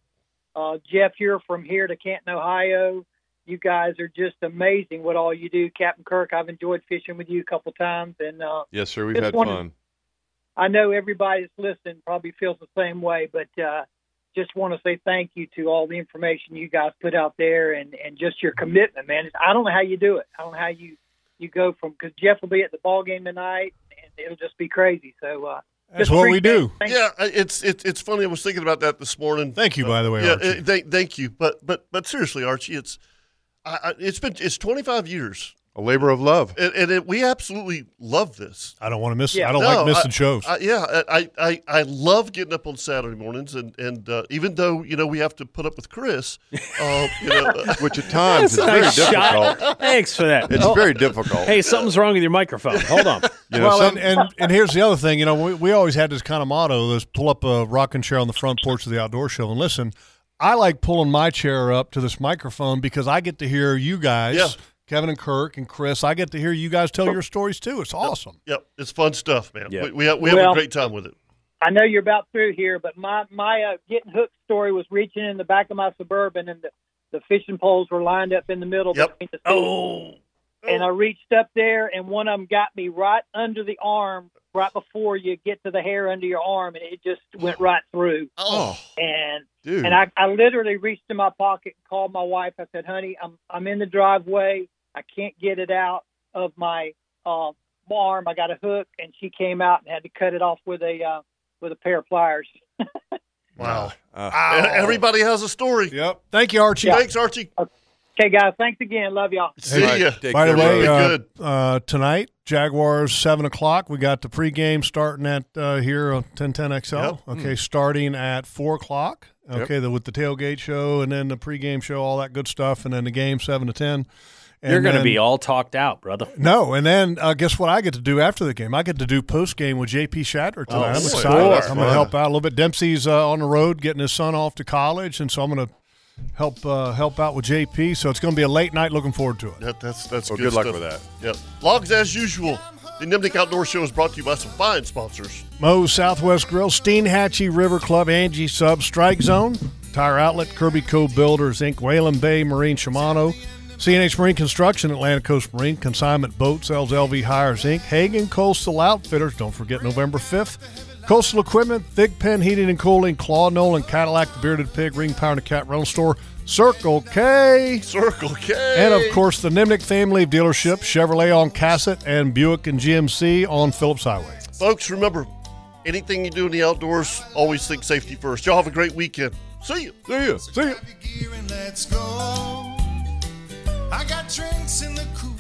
M: Uh, Jeff, you're from here to Canton, Ohio. You guys are just amazing what all you do. Captain Kirk, I've enjoyed fishing with you a couple times, and uh,
F: Yes, sir. We've
M: Just
F: had
M: wanted-
F: fun.
M: I know everybody that's listening probably feels the same way, but uh, just want to say thank you to all the information you guys put out there and, and just your commitment, man. It's, I don't know how you do it. I don't know how you, you go from because Jeff will be at the ball game tonight, and it'll just be crazy. So uh, just appreciate- Thank
B: Yeah, I- it's it's it's funny. I was thinking about that this morning.
D: Thank you, by the way,
B: Yeah,
D: Archie.
B: uh, thank, thank you. But but but seriously, Archie, it's I, I, it's been it's 25 years
F: A labor of love.
B: And, and it, we absolutely love this.
D: I don't want to miss. I don't like missing
B: I-
D: shows.
B: I, yeah, I, I, I love getting up on Saturday mornings, and and uh, even though you know we have to put up with Chris, uh, you know,
F: Which at times
C: That's
F: is
C: a
F: very
C: nice shot.
F: difficult.
C: Thanks for that. Oh.
F: It's very difficult.
C: Hey, something's wrong with your microphone. Hold on.
D: well, and, and, and here's the other thing. You know, we, we always had this kind of motto: is pull up a rocking chair on the front porch of the outdoor show and listen. I like pulling my chair up to this microphone because I get to hear you guys, Kevin and Kirk and Chris. I get to hear you guys tell your stories too. It's awesome.
B: Yep, it's fun stuff, man.
D: Yeah.
B: We we, have, we have
M: Well-
B: a great time with it.
M: I know you're about through here, but my my uh, getting hooked story was reaching in the back of my suburban, and the, the fishing poles were lined up in the middle between the
C: oh.
M: And I reached up there, and one of them got me right under the arm, right before you get to the hair under your arm, and it just went right through.
F: Oh.
M: And
F: Dude.
M: and I, I literally reached in my pocket and called my wife. I said, "Honey, I'm I'm in the driveway. I can't get it out of my uh, arm. I got a hook." And she came out and had to cut it off with a uh, with a pair of pliers.
B: Wow.
D: Wow.
B: E- Everybody has a story.
D: Yep. Thank you, Archie.
B: Thanks, Archie.
M: Okay, guys. Thanks again. Love y'all.
B: See
D: Hey,
B: ya.
D: By the way,
B: Be
D: uh,
B: good.
D: Uh, tonight Jaguars seven o'clock. We got the pregame starting at uh, here on ten ten XL.
B: Yep.
D: Okay,
B: Mm.
D: starting at four o'clock.
B: Yep.
D: Okay, the, with the tailgate show and then the pregame show, all that good stuff, and then the game seven to ten. And
C: You're going to
D: then-
C: be all talked out, brother.
D: No, and then uh, guess what? I get to do after the game. I get to do post game with JP Shatner tonight.
C: Oh,
D: I'm
C: sure.
D: excited.
C: That's
D: I'm going
C: fun.
D: to help out a little bit. Dempsey's uh, on the road getting his son off to college, and so I'm going to help uh, help out with JP. So it's going to be a late night. Looking forward to it.
B: That, that's that's
D: Well,
B: good,
D: good luck
B: stuff.
D: with that.
B: Yep. Logs as usual. The Nimnik Outdoor Show is brought to you by some fine sponsors.
D: Moe's Southwest Grill, Steenhatchee River Club, Angie Sub, Strike Zone, Tire Outlet, Kirby Co. Builders Inc., Whalen Bay Marine Shimano, CNH Marine Construction, Atlantic Coast Marine, Consignment Boat Sales, LV Hires Inc., Hagen Coastal Outfitters, don't forget November 5th, Coastal Equipment, Thick Pen Heating and Cooling, Claw Nolan, Cadillac, The Bearded Pig, Ring Power and the Cat Rental Store, Circle K.
B: Circle K.
D: And of course, the Nimnik family of dealerships, Chevrolet on Cassett and Buick and GMC on Phillips Highway.
B: Folks, remember, anything you do in the outdoors, always think safety first. Y'all have a great weekend. See you.
D: See you. See you.
A: gear and let's go. I got drinks in the cooler.